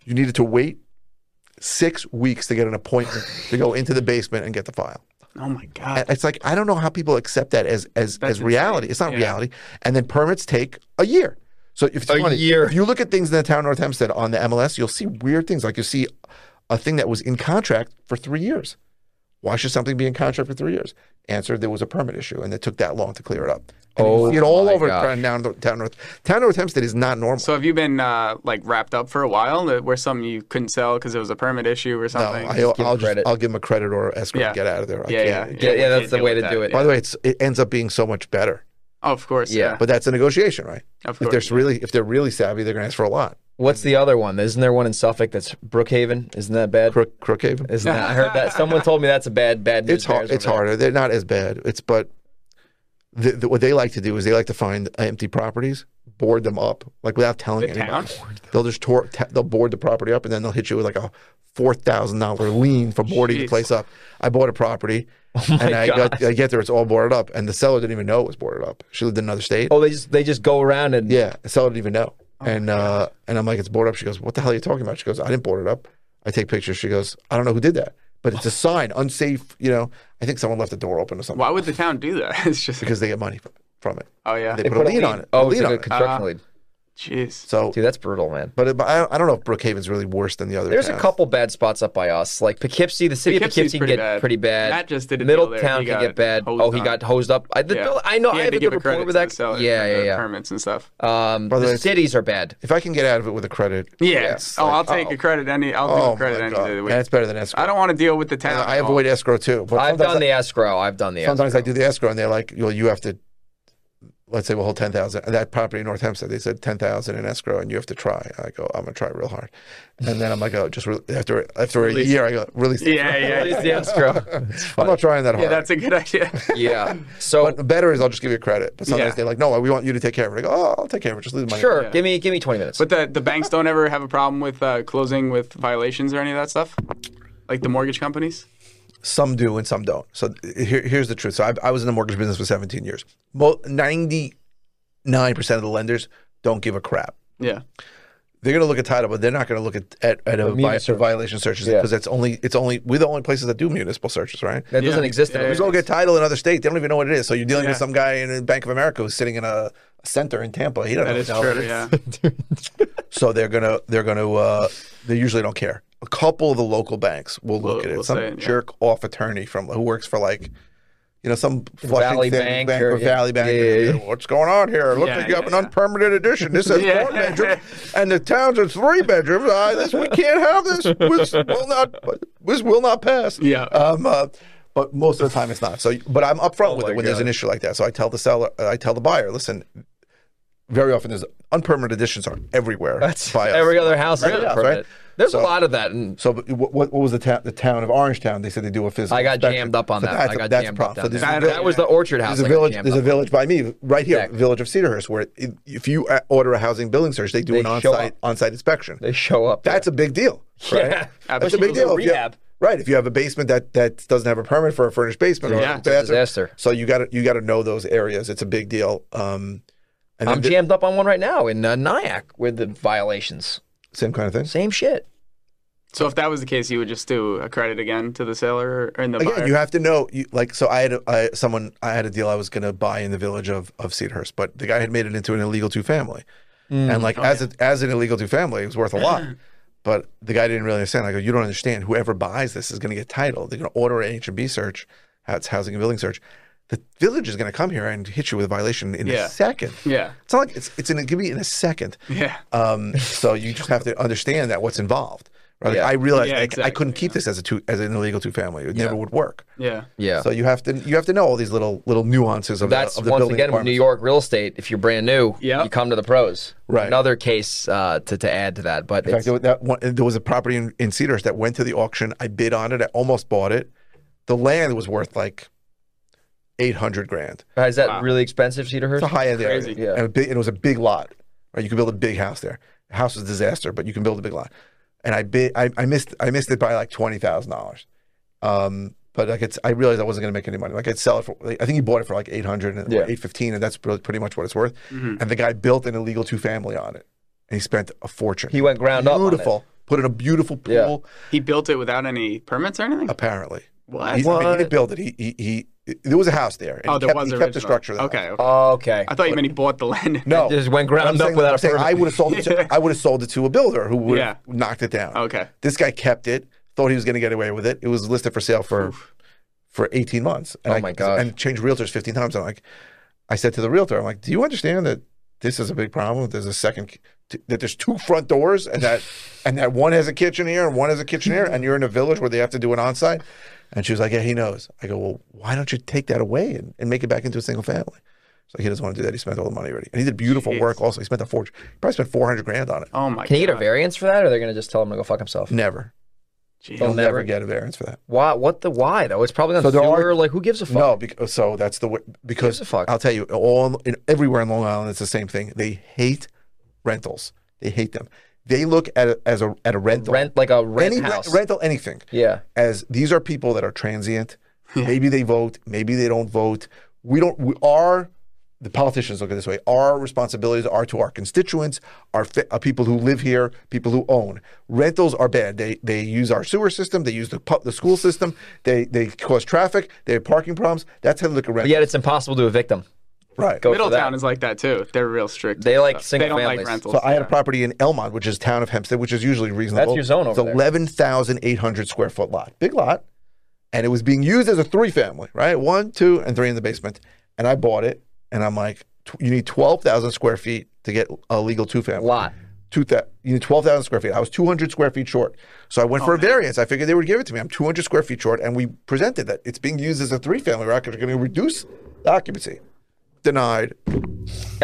Speaker 2: You needed to wait six weeks to get an appointment to go into the basement and get the file.
Speaker 3: Oh my
Speaker 2: And
Speaker 3: god.
Speaker 2: It's like, I don't know how people accept that as as,
Speaker 3: That's
Speaker 2: as reality.
Speaker 3: insane.
Speaker 2: It's not
Speaker 3: Yeah.
Speaker 2: reality. And then permits take a year. So if it's
Speaker 1: A
Speaker 2: funny,
Speaker 1: year.
Speaker 2: if you look at things in the town of North Hempstead on the MLS, you'll see weird things. Like you see a thing that was in contract for three years. Why should something be in contract for three years? Answer: There was a permit issue, and it took that long to clear it up. And you
Speaker 1: Oh
Speaker 2: see it all
Speaker 1: my
Speaker 2: over
Speaker 1: gosh.
Speaker 2: town, down the- town North. Town North Hempstead is not normal.
Speaker 3: So have you been uh, like wrapped up for a while? uh, Where something you couldn't sell because it was a permit issue or
Speaker 2: no,
Speaker 3: something?
Speaker 2: I, will
Speaker 1: give
Speaker 2: just
Speaker 1: credit.
Speaker 2: I'll give them a credit or escrow.
Speaker 3: Yeah.
Speaker 2: and Get out of there. I
Speaker 3: yeah, yeah,
Speaker 2: can't-
Speaker 1: Yeah, yeah.
Speaker 3: we
Speaker 1: That's
Speaker 3: can't
Speaker 1: the way to
Speaker 3: deal with
Speaker 1: do
Speaker 3: that.
Speaker 1: it.
Speaker 2: By the way, it's it ends up being so much better.
Speaker 3: Oh, of course.
Speaker 1: Yeah.
Speaker 3: Yeah.
Speaker 2: But that's a negotiation, right?
Speaker 3: Of
Speaker 2: If
Speaker 3: course.
Speaker 2: they're really if they're really savvy, they're going to ask for a lot.
Speaker 1: What's the other one? Isn't there one in Suffolk that's Brookhaven? Isn't that bad?
Speaker 2: Crook, Crookhaven.
Speaker 1: Isn't that? I heard that. Someone told me that's a bad, bad news.
Speaker 2: It's hard.
Speaker 1: bears over
Speaker 2: It's
Speaker 1: there.
Speaker 2: harder. They're not as bad. It's but the, the, what they like to do is they like to find empty properties, board them up, like without telling
Speaker 3: The
Speaker 2: anybody.
Speaker 3: town?
Speaker 2: They'll just tor- ta- they'll board the property up, and then they'll hit you with like a four thousand dollar lien for boarding the
Speaker 3: Jeez. Oh
Speaker 2: place up. I bought a property, and I got I get there, it's all boarded up, and the seller didn't even know it was boarded up. She lived in another state.
Speaker 1: Oh, they just they just go around and
Speaker 2: Yeah, the seller didn't even know.
Speaker 3: Oh
Speaker 2: and uh, and I'm like, it's boarded up. She goes, what the hell are you talking about? She goes, I didn't board it up. I take pictures. She goes, I don't know who did that, but
Speaker 3: (laughs)
Speaker 2: it's a sign, unsafe. You know, I think someone left the door open or something
Speaker 3: Why would the town do that? (laughs) It's just.
Speaker 2: because they get money from- from it.
Speaker 3: Oh yeah.
Speaker 2: They, put, a lien on it.
Speaker 1: Oh,
Speaker 2: a
Speaker 1: it's
Speaker 2: lien
Speaker 1: like a
Speaker 2: on it.
Speaker 1: construction
Speaker 3: Uh-huh.
Speaker 1: lead.
Speaker 3: Jeez.
Speaker 2: So,
Speaker 1: Dude, that's brutal, man.
Speaker 2: but, it, but I, I don't know if Brookhaven's really worse than the other.
Speaker 1: There's a
Speaker 2: towns.
Speaker 1: couple bad spots up by us, like Poughkeepsie. The city
Speaker 3: Poughkeepsie's
Speaker 1: of Poughkeepsie can
Speaker 3: pretty
Speaker 1: get
Speaker 3: bad.
Speaker 1: pretty bad.
Speaker 3: Matt just did a deal there.
Speaker 1: Middletown
Speaker 3: He
Speaker 1: can
Speaker 3: got
Speaker 1: get bad.
Speaker 3: hosed
Speaker 1: Oh, he
Speaker 3: on.
Speaker 1: got hosed up. I, the,
Speaker 3: Yeah.
Speaker 1: I know.
Speaker 3: He
Speaker 1: I have
Speaker 3: had to
Speaker 1: a
Speaker 3: give
Speaker 1: good
Speaker 3: a
Speaker 1: report
Speaker 3: credit
Speaker 1: with
Speaker 3: to the
Speaker 1: that.
Speaker 3: seller
Speaker 1: yeah,
Speaker 3: for
Speaker 1: yeah,
Speaker 3: the
Speaker 1: yeah.
Speaker 3: Permits and stuff.
Speaker 1: Um,
Speaker 2: By the
Speaker 1: the
Speaker 2: way, it's-
Speaker 1: cities are bad.
Speaker 2: If I can get out of it with a credit,
Speaker 3: Yeah.
Speaker 2: yes,
Speaker 3: oh,
Speaker 2: like,
Speaker 3: I'll take a credit any. I'll
Speaker 2: Oh
Speaker 3: take a credit
Speaker 2: my
Speaker 3: any
Speaker 2: god,
Speaker 3: day of the
Speaker 2: And
Speaker 3: week.
Speaker 2: that's better than escrow.
Speaker 3: I don't want to deal with the town.
Speaker 2: I
Speaker 3: at all.
Speaker 2: avoid escrow too. But
Speaker 1: I've
Speaker 2: sometimes
Speaker 1: done the escrow. I've done the escrow.
Speaker 2: sometimes I do the escrow, and they're like, "Well, you have to." Let's say we'll hold ten thousand. That property in North Hempstead, they said ten thousand in escrow, and you have to try. I go, I'm gonna try real hard, and then I'm like, oh, just re- after after a year, I go, release. the
Speaker 3: Yeah, yeah,
Speaker 1: It's
Speaker 2: (laughs)
Speaker 3: yeah.
Speaker 1: the escrow.
Speaker 2: escrow." I'm not trying that hard.
Speaker 3: Yeah, that's a good idea.
Speaker 1: yeah. So
Speaker 2: but better is I'll just give you credit. But sometimes
Speaker 3: Yeah.
Speaker 2: they're like, no, we want you to take care of it. I go, oh, I'll take care of it. Just leave the money.
Speaker 1: sure,
Speaker 3: Yeah.
Speaker 1: give me give me 20 minutes.
Speaker 3: But the the banks don't ever have a problem with uh, closing with violations or any of that stuff, like the mortgage companies.
Speaker 2: Some do and some don't. So here, here's the truth. So I, I was in the mortgage business for 17 years. Mo- 99% of the lenders don't give a crap.
Speaker 3: Yeah.
Speaker 2: They're going to look at title, but they're not going to look at at, at a,
Speaker 1: muni
Speaker 2: vi-
Speaker 1: search.
Speaker 2: violation searches
Speaker 1: Yeah.
Speaker 2: because that's only it's only we're the only places that do municipal searches, right?
Speaker 1: That
Speaker 3: Yeah.
Speaker 1: doesn't exist
Speaker 3: Yeah,
Speaker 1: in
Speaker 3: yeah,
Speaker 2: You go get title in other state. They don't even know what it is. So you're dealing with
Speaker 3: Yeah.
Speaker 2: some guy in Bank of America who's sitting in a center in Tampa. He doesn't
Speaker 3: That
Speaker 2: know
Speaker 3: is
Speaker 2: what the hell
Speaker 3: true.
Speaker 2: it is.
Speaker 3: Yeah.
Speaker 2: So they're gonna they're gonna uh, they usually don't care. A couple of the local banks will look
Speaker 3: Will-
Speaker 2: at it.
Speaker 3: will
Speaker 2: some
Speaker 3: say it, yeah.
Speaker 2: jerk off attorney from who works for like you know some
Speaker 1: Valley
Speaker 2: Flushing
Speaker 1: Bank
Speaker 2: bank
Speaker 1: or-
Speaker 2: or Valley Bank.
Speaker 1: Yeah, yeah, yeah.
Speaker 2: What's going on here? It looks
Speaker 3: Yeah,
Speaker 2: like you have
Speaker 3: yeah,
Speaker 2: an
Speaker 3: yeah.
Speaker 2: unpermitted addition.
Speaker 3: (laughs)
Speaker 2: This says
Speaker 3: Yeah.
Speaker 2: one bedroom, and the town's is three bedrooms. Uh, this we can't have this. This will not. This will not pass.
Speaker 3: Yeah.
Speaker 2: Um, uh, but most of the time it's not. So, but I'm upfront with
Speaker 1: Oh my
Speaker 2: it when there's
Speaker 1: God.
Speaker 2: an issue like that. So I tell the seller, I tell the buyer, listen, very often there's unpermitted additions are everywhere.
Speaker 1: That's
Speaker 2: by us.
Speaker 1: every other house.
Speaker 2: Every
Speaker 1: is
Speaker 2: house,
Speaker 1: permanent.
Speaker 2: right?
Speaker 1: There's a
Speaker 2: So-
Speaker 1: lot of that. And
Speaker 2: So but what, what what was the town the town of Orange Town? They said they do a physical.
Speaker 1: I got
Speaker 2: inspection.
Speaker 1: jammed up on
Speaker 2: So
Speaker 1: that.
Speaker 2: That's,
Speaker 1: I got
Speaker 2: that's
Speaker 1: jammed
Speaker 2: a problem.
Speaker 1: up down there.
Speaker 2: So there's a
Speaker 3: That-
Speaker 2: village-
Speaker 3: that
Speaker 1: that was the orchard house.
Speaker 2: there's a
Speaker 1: I got
Speaker 2: village.
Speaker 1: jammed
Speaker 2: There's a
Speaker 1: up.
Speaker 2: village by me right here,
Speaker 1: Exactly.
Speaker 2: village of Cedarhurst, where i- if you uh, order a housing building search, they do
Speaker 1: They
Speaker 2: an
Speaker 1: show
Speaker 2: on-site on-site inspection.
Speaker 1: They show up.
Speaker 2: That's a big deal.
Speaker 1: there.
Speaker 2: Right?
Speaker 1: yeah.
Speaker 2: That's a big
Speaker 1: Absolutely.
Speaker 2: deal. If you-
Speaker 1: Rehab.
Speaker 2: right. If you have a basement that, that doesn't have a permit for a furnished basement or
Speaker 3: Yeah,
Speaker 2: a
Speaker 3: it's a
Speaker 2: bathroom.
Speaker 1: disaster.
Speaker 2: So you got to you got to know those areas. It's a big deal. Um, and then
Speaker 1: I'm
Speaker 2: the-
Speaker 1: jammed up on one right now in uh, Nyack with the violations.
Speaker 2: same kind of thing.
Speaker 1: Same shit.
Speaker 3: So if that was the case, you would just do a credit again to the seller or in the buyer.
Speaker 2: Again, Oh, you have to know. You, like so, I had a, I, someone. I had a deal I was going to buy in the village of of Cedarhurst, but the guy had made it into an illegal two family, and like as a, as an illegal two family, it was worth a lot. But the guy didn't really understand. I go, you don't understand. Whoever buys this is going to get title. They're going to order an H and B search, it's housing and building search. The village is going to come here and hit you with a violation in
Speaker 3: Yeah.
Speaker 2: a second.
Speaker 3: yeah.
Speaker 2: It's not like it's it's in it could be in a second.
Speaker 3: Yeah.
Speaker 2: Um, so you just have to understand that what's involved. Right? Like,
Speaker 1: Yeah.
Speaker 2: I realized
Speaker 3: Yeah,
Speaker 2: I- I,
Speaker 3: exactly,
Speaker 2: couldn't keep this as a two as an illegal two family. It never would work.
Speaker 3: Yeah.
Speaker 1: Yeah.
Speaker 2: So you have to you have to know all these little little nuances of
Speaker 1: That's
Speaker 2: the, of the
Speaker 1: once
Speaker 2: building
Speaker 1: again with New York
Speaker 2: requirements.
Speaker 1: real estate. If you're brand new,
Speaker 3: Yep.
Speaker 1: you come to the pros.
Speaker 2: Right.
Speaker 1: Another case uh, to, to add to that, but
Speaker 2: In fact,
Speaker 1: it's,
Speaker 2: there was, that one, there was a property in, in Cedars that went to the auction. I bid on it. I almost bought it. The land was worth like eight hundred grand.
Speaker 1: is that
Speaker 3: Wow.
Speaker 1: really expensive, Cedarhurst?
Speaker 2: It's a high end
Speaker 3: Crazy.
Speaker 2: area.
Speaker 1: Yeah.
Speaker 2: And, a big, and it was a big lot. Right, you could build a big house there. The house was a disaster, but you can build a big lot. And I bid, I, I missed, I missed it by like twenty thousand dollars. Um, but like it's, I realized I wasn't going to make any money. Like I'd sell it for, like, I think he bought it for like eight hundred and
Speaker 1: Yeah. Mm-hmm.
Speaker 2: eight fifteen, and that's really pretty much what it's worth.
Speaker 3: Mhm.
Speaker 2: And the guy built an illegal two family on it, and he spent a fortune.
Speaker 1: He went ground up. on it.
Speaker 2: beautiful. Put in a beautiful pool.
Speaker 1: Yeah.
Speaker 3: He built it without any permits or anything.
Speaker 2: Apparently,
Speaker 3: What?
Speaker 2: He's- I mean, Uh, he didn't build it. He, he, he, there was a house there. and
Speaker 3: oh,
Speaker 2: he
Speaker 3: there
Speaker 2: kept,
Speaker 3: was
Speaker 2: he
Speaker 3: original.
Speaker 2: kept the structure. of the house.
Speaker 3: okay. okay.
Speaker 1: Oh, okay.
Speaker 3: I thought you meant he bought the land.
Speaker 2: No,
Speaker 1: Just went ground
Speaker 2: But
Speaker 1: up
Speaker 2: I'm saying,
Speaker 1: without
Speaker 2: I'm
Speaker 1: a
Speaker 2: saying
Speaker 1: permit.
Speaker 2: I would have sold
Speaker 1: (laughs)
Speaker 2: it. To, I would have sold it to a builder who would have knocked it down.
Speaker 3: Okay.
Speaker 2: This guy kept it. Thought he was going to get away with it. It was listed for sale for for 18 months. And
Speaker 1: Oh
Speaker 2: I-
Speaker 1: my God.
Speaker 2: And changed realtors 15 times. I'm like, I said to the realtor, I'm like, do you understand that this is a big problem? There's a second that there's two front doors and
Speaker 1: (laughs)
Speaker 2: that and that one has a kitchen here and one has a kitchen here and you're in a village where they have to do an on-site. And she was like, yeah, he knows. I go, well, why don't you take that away and, and make it back into a single family? So he doesn't want to do that. He spent all the money already, and he did beautiful work. Also, he spent a fortune. He probably spent four hundred grand on it.
Speaker 3: Oh my
Speaker 1: Can he
Speaker 3: god.
Speaker 1: get a variance for that, or they're gonna just tell him to go fuck himself?
Speaker 2: Never,
Speaker 3: Jeez.
Speaker 2: he'll never,
Speaker 1: never?
Speaker 2: get a variance for that.
Speaker 1: Why? What the why though? It's probably not
Speaker 2: So there are-
Speaker 1: sewer. Like who gives a fuck?
Speaker 2: No, because so that's the way. Because
Speaker 1: Gives a fuck.
Speaker 2: I'll tell you, all in, everywhere in Long Island, it's the same thing. They hate rentals. They hate them. They look at it as a at a rental,
Speaker 1: Rent like a rent
Speaker 2: any re-
Speaker 1: house.
Speaker 2: rental, anything.
Speaker 1: yeah.
Speaker 2: as these are people that are transient. maybe they vote, maybe they don't vote. We don't. We are the politicians look at it this way. Our responsibilities are to our constituents, our fi- uh, people who live here, people who own. Rentals are bad. They they use our sewer system. They use the pu- the school system. They they cause traffic. They have parking problems. That's how they look at
Speaker 1: But
Speaker 2: rent.
Speaker 1: yet it's impossible to evict them.
Speaker 2: right.
Speaker 1: Go for
Speaker 3: Middletown
Speaker 1: that.
Speaker 3: is like that too. They're real strict.
Speaker 1: They like
Speaker 3: they
Speaker 1: single
Speaker 3: don't like
Speaker 1: families.
Speaker 3: rentals.
Speaker 2: So I had a property in Elmont, which is town of Hempstead, which is usually reasonable.
Speaker 1: That's your zone over
Speaker 2: It's
Speaker 1: there.
Speaker 2: eleven thousand eight hundred square foot lot, big lot, and it was being used as a three family, right? One, two, and three in the basement. And I bought it, and I'm like, tw- you need twelve thousand square feet to get a legal two family
Speaker 1: Lot.
Speaker 2: Two thou- you need twelve thousand square feet. I was two hundred square feet short, so I went
Speaker 1: Oh,
Speaker 2: for a variance. I figured they would give it to me. I'm two hundred square feet short, and we presented that it's being used as a three family. We're going to reduce the occupancy. Denied.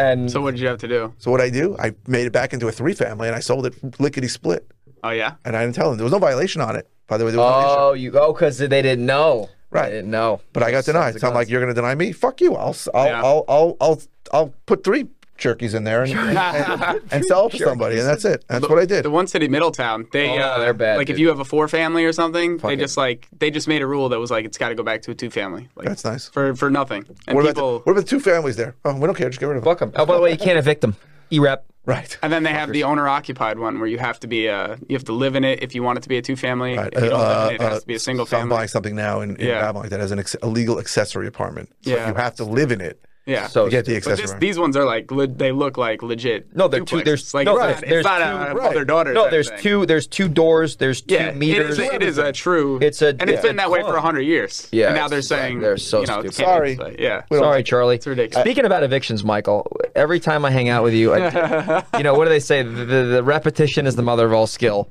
Speaker 1: And
Speaker 3: So what did you have to do?
Speaker 2: So what I do, I made it back into a three family, and I sold it lickety split.
Speaker 3: Oh yeah.
Speaker 2: And I didn't tell them there was no violation on it. By the way, there was no issue.
Speaker 1: oh, you oh, because they didn't know.
Speaker 2: Right.
Speaker 1: They didn't know.
Speaker 2: But I got denied. So I'm like, you're going to deny me? Fuck you! I'll I'll,
Speaker 3: Yeah.
Speaker 2: I'll I'll I'll I'll put three jerkies in there and,
Speaker 3: (laughs)
Speaker 2: and, and sell it to somebody, and that's it. That's what I did.
Speaker 3: The one city, Middletown, they
Speaker 1: Oh,
Speaker 3: uh,
Speaker 1: they're bad,
Speaker 3: Like
Speaker 1: dude.
Speaker 3: if you have a four family or something,
Speaker 1: Fuck
Speaker 3: they
Speaker 1: it.
Speaker 3: just like they just made a rule that was like it's got to go back to a two family. Like
Speaker 2: That's nice.
Speaker 3: for for nothing. And
Speaker 2: What about, the,
Speaker 3: people,
Speaker 2: what about the two families there? Oh, we don't care. Just get rid of them.
Speaker 1: Fuck them. Oh, by the way, you can't evict them. E-rep,
Speaker 2: Right.
Speaker 3: (laughs) And then they have the owner occupied one where you have to be a you have to live in it if you want it to be a two family.
Speaker 2: Right.
Speaker 3: If you don't live in it, it
Speaker 2: Uh,
Speaker 3: has to be a
Speaker 2: uh,
Speaker 3: single
Speaker 2: so I'm
Speaker 3: family.
Speaker 2: buying something now in, in
Speaker 3: Yeah.
Speaker 2: Babylon like that as an ex- a legal accessory apartment. So
Speaker 3: Yeah.
Speaker 2: you have to live in it
Speaker 3: Yeah.
Speaker 1: So
Speaker 2: to get the
Speaker 3: but
Speaker 2: accessory.
Speaker 3: this,
Speaker 2: apartment.
Speaker 3: these ones are like le- they look like legit.
Speaker 1: No, they're two-
Speaker 3: duplexes.
Speaker 1: there's-
Speaker 3: like
Speaker 1: no,
Speaker 3: it's
Speaker 1: right,
Speaker 3: not,
Speaker 1: there's
Speaker 3: it's not
Speaker 2: two-
Speaker 3: a
Speaker 2: right.
Speaker 3: mother daughter.
Speaker 1: no, there's
Speaker 3: thing.
Speaker 1: two. There's two doors. There's two
Speaker 3: Yeah,
Speaker 1: meters.
Speaker 3: It is, a, it is a true.
Speaker 1: It's a-
Speaker 3: and it's been that way for
Speaker 1: Club.
Speaker 3: hundred years.
Speaker 1: Yeah,
Speaker 3: And now they're
Speaker 1: it's-
Speaker 3: saying
Speaker 1: they're so
Speaker 3: you know,
Speaker 1: stupid.
Speaker 3: can't be-
Speaker 2: Sorry.
Speaker 3: but Yeah.
Speaker 2: We don't
Speaker 1: Sorry,
Speaker 2: like
Speaker 1: Charlie.
Speaker 3: It's ridiculous.
Speaker 1: Speaking about evictions, Michael, every time I hang out with you,
Speaker 3: (laughs)
Speaker 1: I, you know, what do they say? The, the, the repetition is the mother of all skill.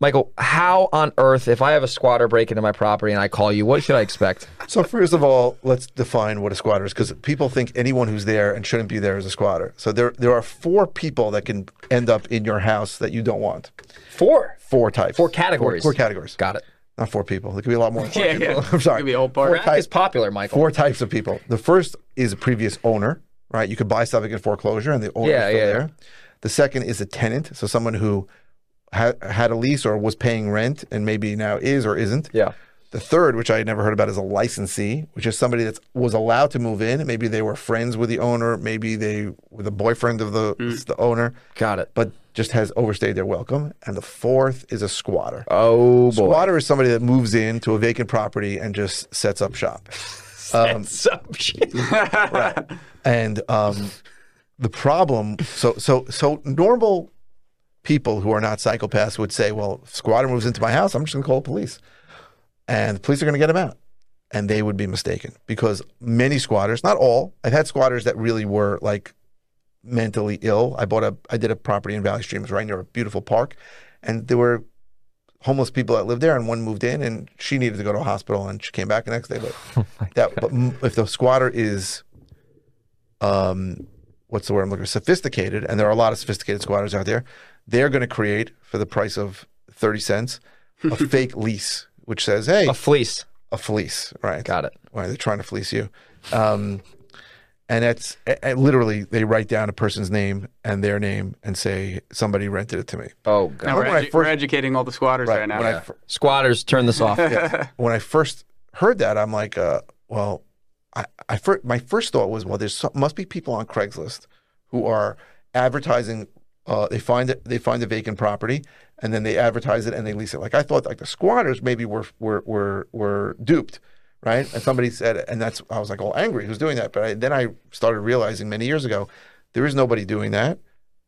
Speaker 1: Michael, how on earth, if I have a squatter break into my property and I call you, what should I expect?
Speaker 2: So first of all, let's define what a squatter is because people think anyone who's there and shouldn't be there is a squatter. So there there are four people that can end up in your house that you don't want.
Speaker 1: Four.
Speaker 2: (laughs) Four types. Four
Speaker 1: categories.
Speaker 2: Four, categories.
Speaker 1: Got it.
Speaker 2: Not four people. There could be a lot more. than four
Speaker 3: Yeah,
Speaker 2: people.
Speaker 3: yeah.
Speaker 2: (laughs) I'm sorry.
Speaker 3: Could be a whole part.
Speaker 1: Rap is popular, Michael.
Speaker 2: Four types of people. The first is a previous owner, right? You could buy something in foreclosure and the owner
Speaker 1: Yeah,
Speaker 2: is still
Speaker 1: yeah.
Speaker 2: there. The second is a tenant, so someone who ha- had a lease or was paying rent and maybe now is or isn't.
Speaker 1: Yeah.
Speaker 2: The third, which I had never heard about, is a licensee, which is somebody that was allowed to move in. Maybe they were friends with the owner, maybe they were the boyfriend of the the owner,
Speaker 1: Got it.
Speaker 2: but just has overstayed their welcome. And the fourth is a squatter.
Speaker 1: Oh, boy.
Speaker 2: squatter is somebody that moves in to a vacant property and just sets up shop. Um,
Speaker 1: That's so
Speaker 2: (laughs)
Speaker 1: shit.
Speaker 2: and um, the problem so so so normal people who are not psychopaths would say well if squatter moves into my house i'm just going to call the police and the police are going to get him out and they would be mistaken because many squatters not all i've had squatters that really were like mentally ill i bought a i did a property in valley streams right near a beautiful park and there were homeless people that lived there and one moved in and she needed to go to a hospital and she came back the next day but that but m- if the squatter is um, what's the word I'm looking for? Sophisticated, and there are a lot of sophisticated squatters out there. They're going to create, for the price of 30 cents, a fake lease, which says, hey,
Speaker 1: A fleece.
Speaker 2: a fleece, right?
Speaker 1: Got it.
Speaker 2: Why they're trying to fleece you. Um, and that's a- a- literally, they write down a person's name and their name and say, somebody rented it to me.
Speaker 1: Oh, God.
Speaker 3: Now we're,
Speaker 2: When I
Speaker 3: edu-
Speaker 2: first-
Speaker 3: we're educating all the squatters right, now.
Speaker 2: When, I,
Speaker 3: Yeah.
Speaker 2: fir-
Speaker 1: Squatters, turn this
Speaker 2: (laughs)
Speaker 1: off.
Speaker 2: when I first heard that, I'm like, uh, well, I, I fir- my first thought was, well, there's so, must be people on Craigslist who are advertising. Uh, they find it, they find a vacant property, and then they advertise it and they lease it. Like I thought, like the squatters maybe were were were were duped, right? And somebody said, and that's I was like all angry, who's doing that? But I, then I started realizing many years ago, there is nobody doing that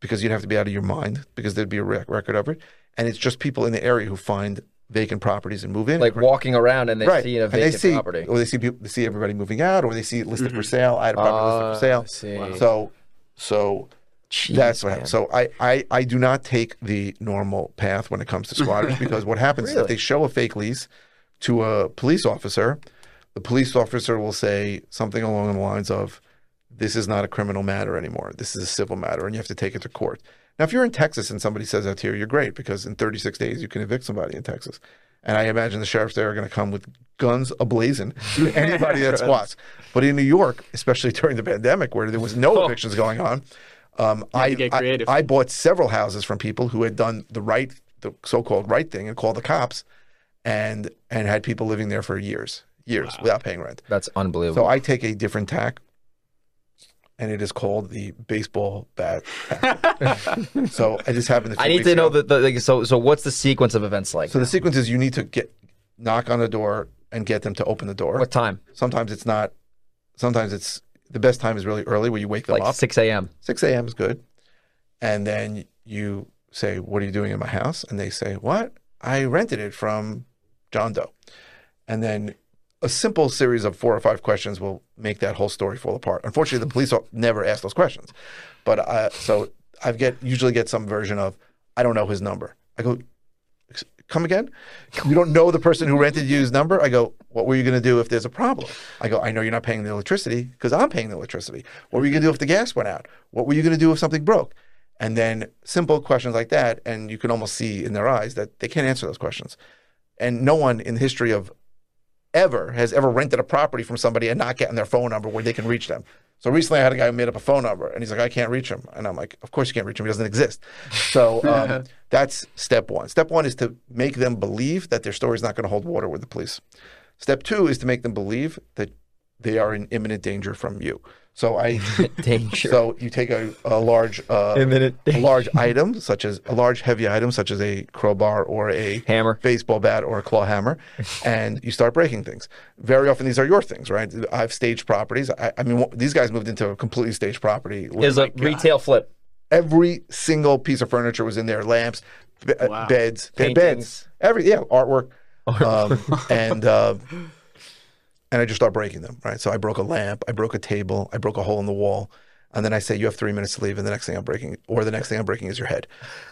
Speaker 2: because you'd have to be out of your mind because there'd be a rec- record of it, and it's just people in the area who find vacant properties and move in
Speaker 1: Like walking around and they
Speaker 2: right.
Speaker 1: see a
Speaker 2: and they
Speaker 1: vacant
Speaker 2: see, Oh,
Speaker 1: property.
Speaker 2: or they see people, they see everybody moving out, or they see it listed for sale. I had a property
Speaker 1: Ah, I
Speaker 2: listed for
Speaker 1: see.
Speaker 2: sale. So, so that's what
Speaker 1: man.
Speaker 2: happens. So I, I, I do not take the normal path when it comes to squatters because what happens is that
Speaker 1: Really?
Speaker 2: they show a fake lease to a police officer. The police officer will say something along the lines of, "This is not a criminal matter anymore. This is a civil matter, and you have to take it to court." Now, if you're in Texas and somebody says that to you, you're great because in 36 days you can evict somebody in Texas. And I imagine the sheriffs there are going to come with guns ablazing (laughs) to anybody that squats. But in New York, especially during the pandemic where there was no evictions going on, um, I,
Speaker 3: get
Speaker 2: I-
Speaker 3: creative.
Speaker 2: I bought several houses from people who had done the right, the so-called right thing, and called the cops, and and had people living there for years, years without paying rent.
Speaker 1: That's unbelievable.
Speaker 2: So I take a different tack, and it is called the baseball bat.
Speaker 3: (laughs)
Speaker 2: tack. so I just happened. a
Speaker 1: I
Speaker 2: few
Speaker 1: need
Speaker 2: weeks
Speaker 1: to know
Speaker 2: ago.
Speaker 1: the, the like, so so what's the sequence of events like?
Speaker 2: So the sequence is you need to get knock on the door and get them to open the door.
Speaker 1: what time?
Speaker 2: Sometimes it's not. Sometimes it's the best time is really early where you wake them
Speaker 1: Like
Speaker 2: up.
Speaker 1: 6
Speaker 2: (laughs)
Speaker 1: a.m.
Speaker 2: 6 a.m. is good. And then you say, What are you doing in my house? And they say, What? I rented it from John Doe. And then a simple series of four or five questions will make that whole story fall apart. Unfortunately, the police never ask those questions. But I, so I get usually get some version of, I don't know his number. I go, "Ex- Come again? You don't know the person who rented you's number? I go, What were you going to do if there's a problem? I go, I know you're not paying the electricity because I'm paying the electricity. What were you going to do if the gas went out? What were you going to do if something broke? And then simple questions like that. And you can almost see in their eyes that they can't answer those questions. And no one in the history of ever has ever rented a property from somebody and not gotten their phone number where they can reach them. So recently, I had a guy who made up a phone number, and he's like, "I can't reach him," and I'm like, "Of course you can't reach him; he doesn't exist." So um, that's step one. Step one is to make them believe that their story is not going to hold water with the police. Step two is to make them believe that they are in imminent danger from you. So I (laughs)
Speaker 1: Danger.
Speaker 2: so you take a, a large uh,
Speaker 1: And
Speaker 2: (laughs)
Speaker 1: then it-
Speaker 2: a large item such as a large heavy item such as a crowbar or a
Speaker 1: Hammer.
Speaker 2: baseball bat or a claw hammer, and you start breaking things. Very often these are your things, right? I've staged properties. I, I mean, wh- these guys moved into a completely staged property. with-
Speaker 1: is a retail flip.
Speaker 2: every single piece of furniture was in there lamps be- uh,
Speaker 3: Wow.
Speaker 2: beds they had
Speaker 1: Paintings.
Speaker 2: beds every yeah artwork um, and uh, and i just start breaking them right so i broke a lamp i broke a table i broke a hole in the wall and then i say you have three minutes to leave and the next thing i'm breaking or the next thing i'm breaking is your head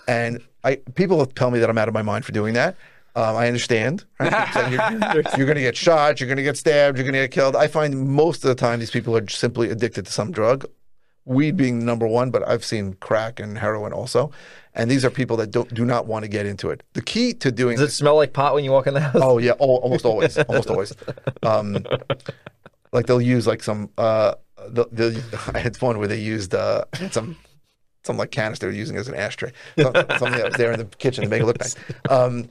Speaker 2: and i people tell me that i'm out of my mind for doing that um, I understand. right? So You're, you're going to get shot. You're going to get stabbed. You're going to get killed. I find most of the time these people are simply addicted to some drug weed being number one, but I've seen crack and heroin also. And these are people that don't do not want to get into it. The key to doing
Speaker 1: Does it smell like pot when you walk in the (laughs) house?
Speaker 2: oh yeah, al- almost always, almost always. Um, like they'll use like some. Uh, they'll, they'll, (laughs) I had one where they used uh, (laughs) some some like canister they were using as an ashtray, Some- something that was there in the kitchen to make it look nice. Um,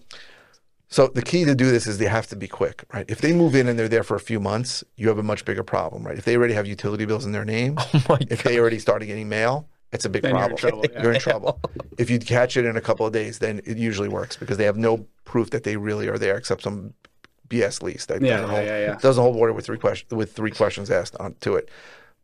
Speaker 2: so the key to do this is they have to be quick, right? If they move in and they're there for a few months, you have a much bigger problem, right? If they already have utility bills in their name,
Speaker 1: Oh
Speaker 2: if they already started getting mail, it's a big
Speaker 3: Then you're in
Speaker 2: problem.
Speaker 3: trouble, yeah. (laughs)
Speaker 2: You're in trouble. If you catch it in a couple of days, then it usually works because they have no proof that they really are there except some BS lease that
Speaker 3: Yeah,
Speaker 2: doesn't, hold,
Speaker 3: yeah, yeah.
Speaker 2: doesn't hold water with three questions with three questions asked on to it.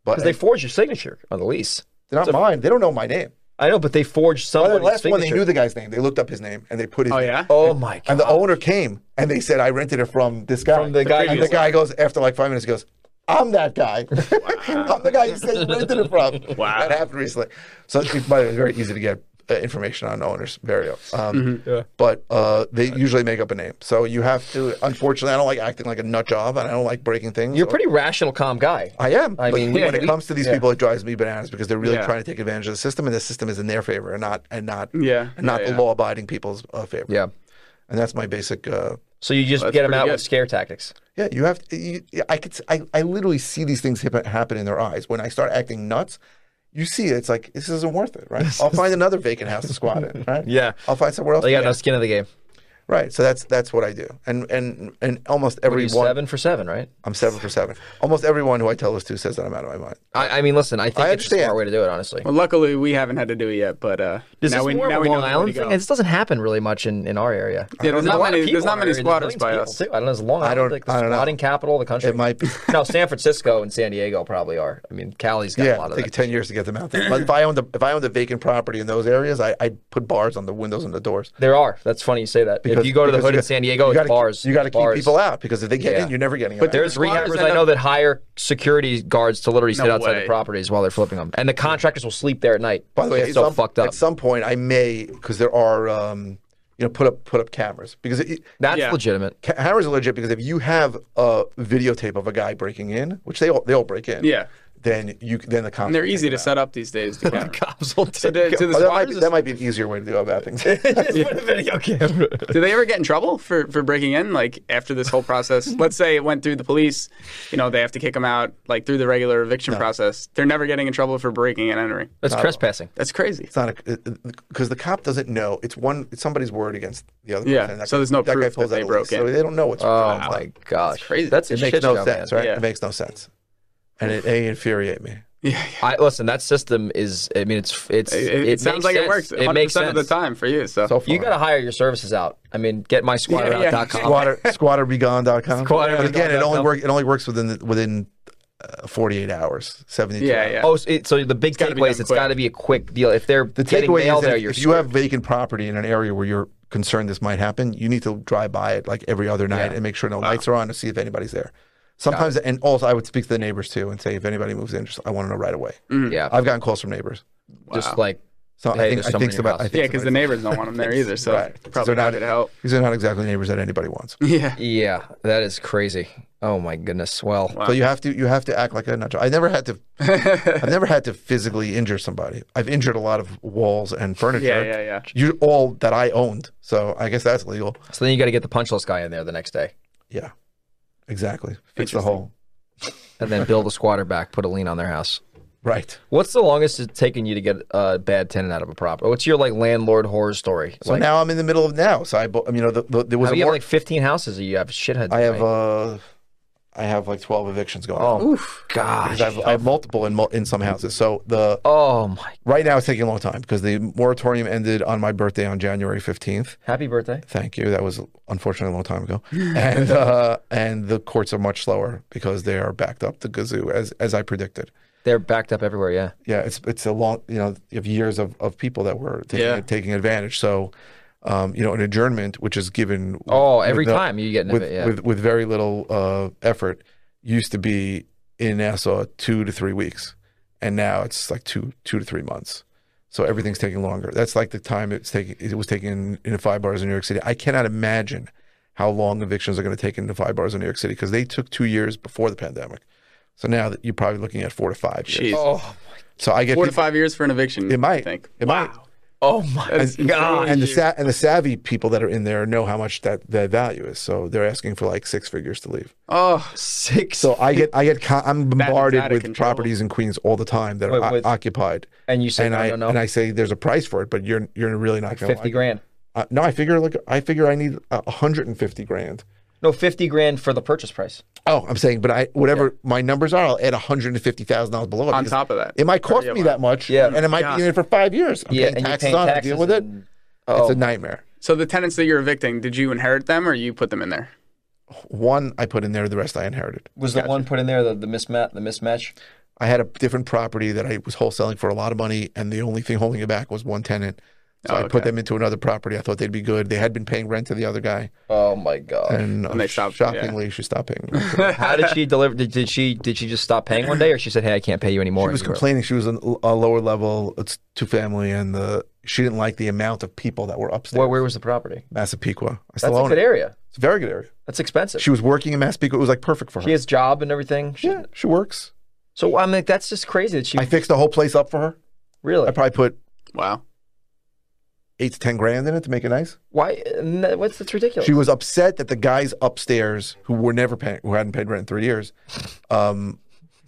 Speaker 2: But
Speaker 1: Because they forged your signature on the lease.
Speaker 2: they're not mine. They don't know my name.
Speaker 1: I know, but they forged
Speaker 2: By the
Speaker 1: somebody's
Speaker 2: last one,
Speaker 1: signature.
Speaker 2: they knew the guy's name. They looked up his name and they put his.
Speaker 3: Oh
Speaker 2: name.
Speaker 3: yeah.
Speaker 1: oh my god!
Speaker 2: And the owner came and they said, "I rented it from this guy."
Speaker 1: From the guy
Speaker 2: and
Speaker 1: who-
Speaker 2: the guy goes after like five minutes. he Goes, "I'm that guy. (laughs) I'm the guy you said you rented
Speaker 1: (laughs)
Speaker 2: it from."
Speaker 3: Wow.
Speaker 2: that happened recently. So, it- by the way, it's very easy to get uh, information on owners. Very, um,
Speaker 1: Mm-hmm.
Speaker 2: but uh, they usually make up a name. So you have to. Unfortunately, I don't like acting like a nut job, and I don't like breaking things.
Speaker 1: You're a
Speaker 2: or-
Speaker 1: pretty rational, calm guy.
Speaker 2: I am.
Speaker 1: I
Speaker 2: but
Speaker 1: mean,
Speaker 2: when
Speaker 1: yeah.
Speaker 2: it comes to these people, it drives me bananas because they're really
Speaker 3: Yeah.
Speaker 2: trying to take advantage of the system, and the system is in their favor, and not and not
Speaker 3: Yeah.
Speaker 2: and not
Speaker 3: Yeah,
Speaker 2: the
Speaker 3: yeah.
Speaker 2: law-abiding people's uh, favor.
Speaker 1: Yeah.
Speaker 2: and that's my basic. Uh,
Speaker 1: So you just
Speaker 3: That's
Speaker 1: get them
Speaker 3: pretty
Speaker 1: out
Speaker 3: good.
Speaker 1: with scare tactics.
Speaker 2: yeah, you have to. You, yeah, I could. s- I, I literally see these things hip- happen in their eyes when I start acting nuts. You see, it, it's like this isn't worth it,
Speaker 1: (laughs)
Speaker 2: right? I'll find another vacant house to squat in, right?
Speaker 1: Yeah.
Speaker 2: I'll find somewhere else.
Speaker 1: They
Speaker 2: to
Speaker 1: got
Speaker 2: be.
Speaker 1: no skin in the game.
Speaker 2: Right, so that's that's what I do, and and and almost
Speaker 1: You're
Speaker 2: everyone,
Speaker 1: seven for seven, right?
Speaker 2: I'm seven for seven. Almost everyone who I tell this to says that I'm out of my mind.
Speaker 1: I, I mean, listen, I think
Speaker 2: I
Speaker 1: it's a
Speaker 2: understand.
Speaker 1: smart way to do it, honestly.
Speaker 3: Well, luckily we haven't had to do it yet, but uh,
Speaker 1: Is
Speaker 3: now
Speaker 1: this
Speaker 3: we
Speaker 1: more of
Speaker 3: now
Speaker 1: a
Speaker 3: we
Speaker 1: Long
Speaker 3: know where to
Speaker 1: Island
Speaker 3: go.
Speaker 1: thing? This doesn't happen really much in, in our area.
Speaker 3: Yeah, there's
Speaker 1: There's a
Speaker 3: not
Speaker 1: lot of
Speaker 3: many.
Speaker 1: people
Speaker 3: There's
Speaker 1: in
Speaker 3: not
Speaker 1: our
Speaker 3: many
Speaker 1: area. There's
Speaker 3: squatters
Speaker 1: millions
Speaker 3: by
Speaker 1: of
Speaker 3: us.
Speaker 1: people, Too. I don't know. There's Long Island.
Speaker 2: don't-
Speaker 1: like the
Speaker 2: I don't know.
Speaker 1: squatting capital of the country.
Speaker 2: It might be.
Speaker 1: (laughs) no, San Francisco and San Diego probably are. I mean, Cali's got a
Speaker 2: Yeah,
Speaker 1: lot
Speaker 2: it'll
Speaker 1: of
Speaker 2: take you
Speaker 1: that.
Speaker 2: ten years to get them out there. But if I owned a, if I owned a vacant property in those areas, I, I'd put bars on the windows and the doors.
Speaker 1: There are. That's funny you say that. if
Speaker 2: Because-
Speaker 1: you go to the
Speaker 2: because
Speaker 1: hood
Speaker 2: you
Speaker 1: in
Speaker 2: got-
Speaker 1: San Diego,
Speaker 2: you gotta,
Speaker 1: it's bars.
Speaker 2: You got to keep
Speaker 1: bars.
Speaker 2: people out because if they get
Speaker 1: Yeah.
Speaker 2: in, you're never getting
Speaker 3: But
Speaker 2: out.
Speaker 1: There's
Speaker 3: Squatters
Speaker 1: rehabbers
Speaker 3: end
Speaker 1: I know
Speaker 3: up-
Speaker 1: that hire security guards to literally sit
Speaker 3: No
Speaker 1: outside
Speaker 3: way.
Speaker 1: the properties while they're flipping them, and the contractors will sleep there at night.
Speaker 2: By the way,
Speaker 1: it's
Speaker 2: at
Speaker 1: so
Speaker 2: some,
Speaker 1: fucked up.
Speaker 2: At some point, I may because there are um, you know put up put up cameras because it,
Speaker 1: That's
Speaker 3: Yeah.
Speaker 1: legitimate. (laughs)
Speaker 2: ca- cameras are legit because if you have a videotape of a guy breaking in, which they all they all break in,
Speaker 3: Yeah.
Speaker 2: then you then the cops
Speaker 3: And they're
Speaker 2: can
Speaker 3: easy
Speaker 2: take
Speaker 3: to
Speaker 2: them
Speaker 3: set up these days.
Speaker 1: Oh
Speaker 3: the camera.
Speaker 1: Cops will
Speaker 3: So do,
Speaker 1: take (laughs)
Speaker 3: do the
Speaker 2: out. Oh, that, might be,
Speaker 3: squatters?
Speaker 2: that might be an easier way to go about things.
Speaker 3: (laughs)
Speaker 1: the video camera.
Speaker 3: do they ever get in trouble for, for breaking in? Like after this whole
Speaker 1: (laughs)
Speaker 3: process, let's say it went through the police, you know, they have to kick them out like through the regular eviction process. They're never getting in trouble for breaking and entering.
Speaker 1: That's trespassing.
Speaker 3: That's crazy.
Speaker 2: It's not because the cop doesn't know. It's one. It's somebody's word against the other.
Speaker 3: Yeah,
Speaker 2: person. That
Speaker 3: so
Speaker 2: guy-
Speaker 3: there's no
Speaker 2: that guy
Speaker 3: proof
Speaker 2: pulls
Speaker 3: that they
Speaker 2: out a
Speaker 3: broke
Speaker 2: lease,
Speaker 3: in.
Speaker 2: So they don't know what's.
Speaker 1: Oh
Speaker 2: wrong.
Speaker 1: my gosh,
Speaker 3: crazy.
Speaker 1: That's a
Speaker 2: It
Speaker 1: shit
Speaker 2: makes no
Speaker 1: show,
Speaker 2: sense,
Speaker 1: man.
Speaker 2: right?
Speaker 3: Yeah.
Speaker 2: It makes no sense, and it they infuriate me.
Speaker 3: Yeah, yeah.
Speaker 1: I, listen, that system is. I mean, it's it's.
Speaker 3: It, it
Speaker 1: makes
Speaker 3: sounds like
Speaker 1: sense.
Speaker 3: it works 100%
Speaker 1: It makes sense
Speaker 3: of the time for you. So,
Speaker 2: So far,
Speaker 1: You got to hire your services out. I mean, get my squatter
Speaker 3: Yeah, yeah.
Speaker 2: squatter squatterbegone.com.
Speaker 1: Squatter
Speaker 2: But again, it only
Speaker 1: begone.com.
Speaker 2: works. It only works within the, within uh, 48 hours, 72.
Speaker 3: yeah,
Speaker 2: hours.
Speaker 3: yeah.
Speaker 1: Oh, so it, so the big
Speaker 3: gotta be
Speaker 1: takeaway is
Speaker 3: done
Speaker 1: it's got to be a quick deal. If they're
Speaker 2: The
Speaker 1: getting
Speaker 2: takeaway
Speaker 1: mail
Speaker 2: is that
Speaker 1: there,
Speaker 2: if
Speaker 1: you're
Speaker 2: you have vacant property in an area where you're concerned this might happen, you need to drive by it like every other night and make sure no lights are on to see if anybody's there. Sometimes, and also I would speak to the neighbors too and say if anybody moves in, just I want to know right away.
Speaker 1: screwed. yeah,
Speaker 2: I've gotten calls from neighbors.
Speaker 1: just
Speaker 3: Mm. Wow.
Speaker 1: like
Speaker 2: So
Speaker 1: Mm. Hey,
Speaker 2: I think
Speaker 1: there's
Speaker 2: I
Speaker 1: someone
Speaker 2: think
Speaker 1: in your
Speaker 2: somebody.
Speaker 1: house.
Speaker 2: I think
Speaker 3: yeah, because the
Speaker 2: somebody-
Speaker 3: neighbors don't want them there
Speaker 1: (laughs)
Speaker 3: either. So,
Speaker 2: Right. These
Speaker 3: probably
Speaker 2: are not-
Speaker 3: not going to help. (laughs)
Speaker 2: These are not exactly neighbors that anybody wants.
Speaker 3: Yeah.
Speaker 1: yeah, that is crazy. Oh my goodness. Well,
Speaker 2: So you have to you have to act like a nut job. I never had to I've never had to physically injure somebody. I've injured a lot of walls and furniture.
Speaker 3: Yeah, yeah, yeah.
Speaker 2: You all that I owned. So I guess that's legal.
Speaker 1: so then you got to get the punch list guy in there the next day,
Speaker 2: Yeah. Exactly. Fix the hole.
Speaker 1: and then
Speaker 3: (laughs)
Speaker 1: build a squatter back, put a lien on their house.
Speaker 2: Right.
Speaker 1: What's the longest it's taken you to get a bad tenant out of a property? What's your like landlord horror story?
Speaker 2: So
Speaker 1: like,
Speaker 2: now I'm in the middle of now. So I, bu- I mean, you know, the, the, there was
Speaker 1: how
Speaker 2: a
Speaker 1: you have
Speaker 2: mor-
Speaker 1: like 15 houses that you have shitheads.
Speaker 2: I
Speaker 1: right?
Speaker 2: have uh, I have like 12 evictions going on.
Speaker 1: Oh gosh.
Speaker 2: Because I've, I have multiple in, mul- in some houses. So the
Speaker 1: Oh my.
Speaker 2: right now it's taking a long time because the moratorium ended on my birthday on January 15th.
Speaker 1: Happy birthday.
Speaker 2: Thank you. That was unfortunately a long
Speaker 1: (laughs)
Speaker 2: time ago. And uh, and the courts are much slower because they are backed up to gazoo as as I predicted.
Speaker 1: They're backed up everywhere. Yeah.
Speaker 2: Yeah, it's it's a long you know you have years of, of people that were taking,
Speaker 3: Yeah.
Speaker 2: taking advantage. So, um, you know, an adjournment which is given
Speaker 1: Oh,
Speaker 2: with
Speaker 1: every
Speaker 2: no-
Speaker 1: time you get an
Speaker 2: with,
Speaker 1: event. Yeah.
Speaker 2: with with very little uh, effort used to be in Nassau two to three weeks, and now it's like two two to three months. So everything's taking longer. That's like the time it's taking. It was taking in the five bars in New York City. I cannot imagine how long evictions are going to take in the five bars in New York City because they took two years before the pandemic. So now that you're probably looking at four to five years.
Speaker 3: Jeez.
Speaker 1: oh.
Speaker 2: So I get
Speaker 3: Four to
Speaker 2: peop-
Speaker 3: five years for an eviction.
Speaker 2: It might.
Speaker 3: I think.
Speaker 2: It
Speaker 3: wow.
Speaker 2: might.
Speaker 1: Oh my.
Speaker 3: That's
Speaker 1: God.
Speaker 3: insane.
Speaker 2: and the sa- and the savvy people that are in there know how much that that value is. So they're asking for like six figures to leave.
Speaker 3: Oh,
Speaker 1: Six.
Speaker 2: So I get I get con- I'm
Speaker 3: is
Speaker 2: bombarded
Speaker 3: out of
Speaker 2: with
Speaker 3: control.
Speaker 2: properties in Queens all the time that
Speaker 1: With-
Speaker 2: are o-
Speaker 1: with-
Speaker 2: occupied,
Speaker 1: and you say
Speaker 2: and
Speaker 1: no,
Speaker 2: I
Speaker 1: no, no.
Speaker 2: and I say there's a price for it, but you're you're really not going to
Speaker 1: Fifty
Speaker 2: like. it.
Speaker 1: grand.
Speaker 2: Uh, no, I figure like I figure I need uh, 150 grand.
Speaker 1: No, fifty grand for the purchase price.
Speaker 2: Oh, I'm saying, but I whatever my numbers are, I'll add 150 thousand dollars below it.
Speaker 3: on
Speaker 2: because
Speaker 3: top of that.
Speaker 2: it might cost
Speaker 3: Yeah,
Speaker 2: me
Speaker 3: wow.
Speaker 2: that much,
Speaker 1: Yeah.
Speaker 2: and it might
Speaker 3: Yeah.
Speaker 2: be in it for five years. I'm
Speaker 1: Yeah,
Speaker 2: paying
Speaker 1: and you're
Speaker 2: taxes
Speaker 1: paying
Speaker 2: on it, I
Speaker 1: taxes.
Speaker 2: deal with it.
Speaker 1: and-
Speaker 2: It's
Speaker 1: Oh,
Speaker 2: a nightmare.
Speaker 3: So the tenants that you're evicting, did you inherit them or you put them in there?
Speaker 2: One I put in there, the rest I inherited.
Speaker 1: was the one put in there the, the mismatch? The mismatch.
Speaker 2: I had a different property that I was wholesaling for a lot of money, and the only thing holding it back was one tenant. So
Speaker 1: Oh,
Speaker 2: I put them into another property. I thought they'd be good. They had been paying rent to the other guy,
Speaker 1: Oh my
Speaker 2: (laughs)
Speaker 1: god.
Speaker 2: and, uh,
Speaker 3: they stopped,
Speaker 2: shockingly, she stopped paying. rent. (laughs)
Speaker 1: How did she deliver? Did, did she did she just stop paying one day, or she said, "Hey, I can't pay you anymore"?
Speaker 2: she was
Speaker 1: and you were-
Speaker 2: complaining. She was on a lower level. It's two family, and the she didn't like the amount of people that were upstairs.
Speaker 1: Where, where was the property?
Speaker 2: Massapequa. I still
Speaker 1: That's a
Speaker 2: own
Speaker 1: good
Speaker 2: it.
Speaker 1: area.
Speaker 2: It's a very good area.
Speaker 1: That's expensive. She,
Speaker 2: She was working in Massapequa. It was like perfect for her.
Speaker 1: has job and everything. She-
Speaker 2: yeah, she works.
Speaker 1: So I mean, that's just crazy that she
Speaker 2: I fixed the whole place up for her. I
Speaker 1: really.
Speaker 2: probably put
Speaker 3: Wow. (laughs)
Speaker 2: eight to ten grand in it to make it nice.
Speaker 1: Why? and that- What's that's ridiculous?
Speaker 2: She was upset that the guys upstairs who were never paying, who hadn't paid rent in three years, um,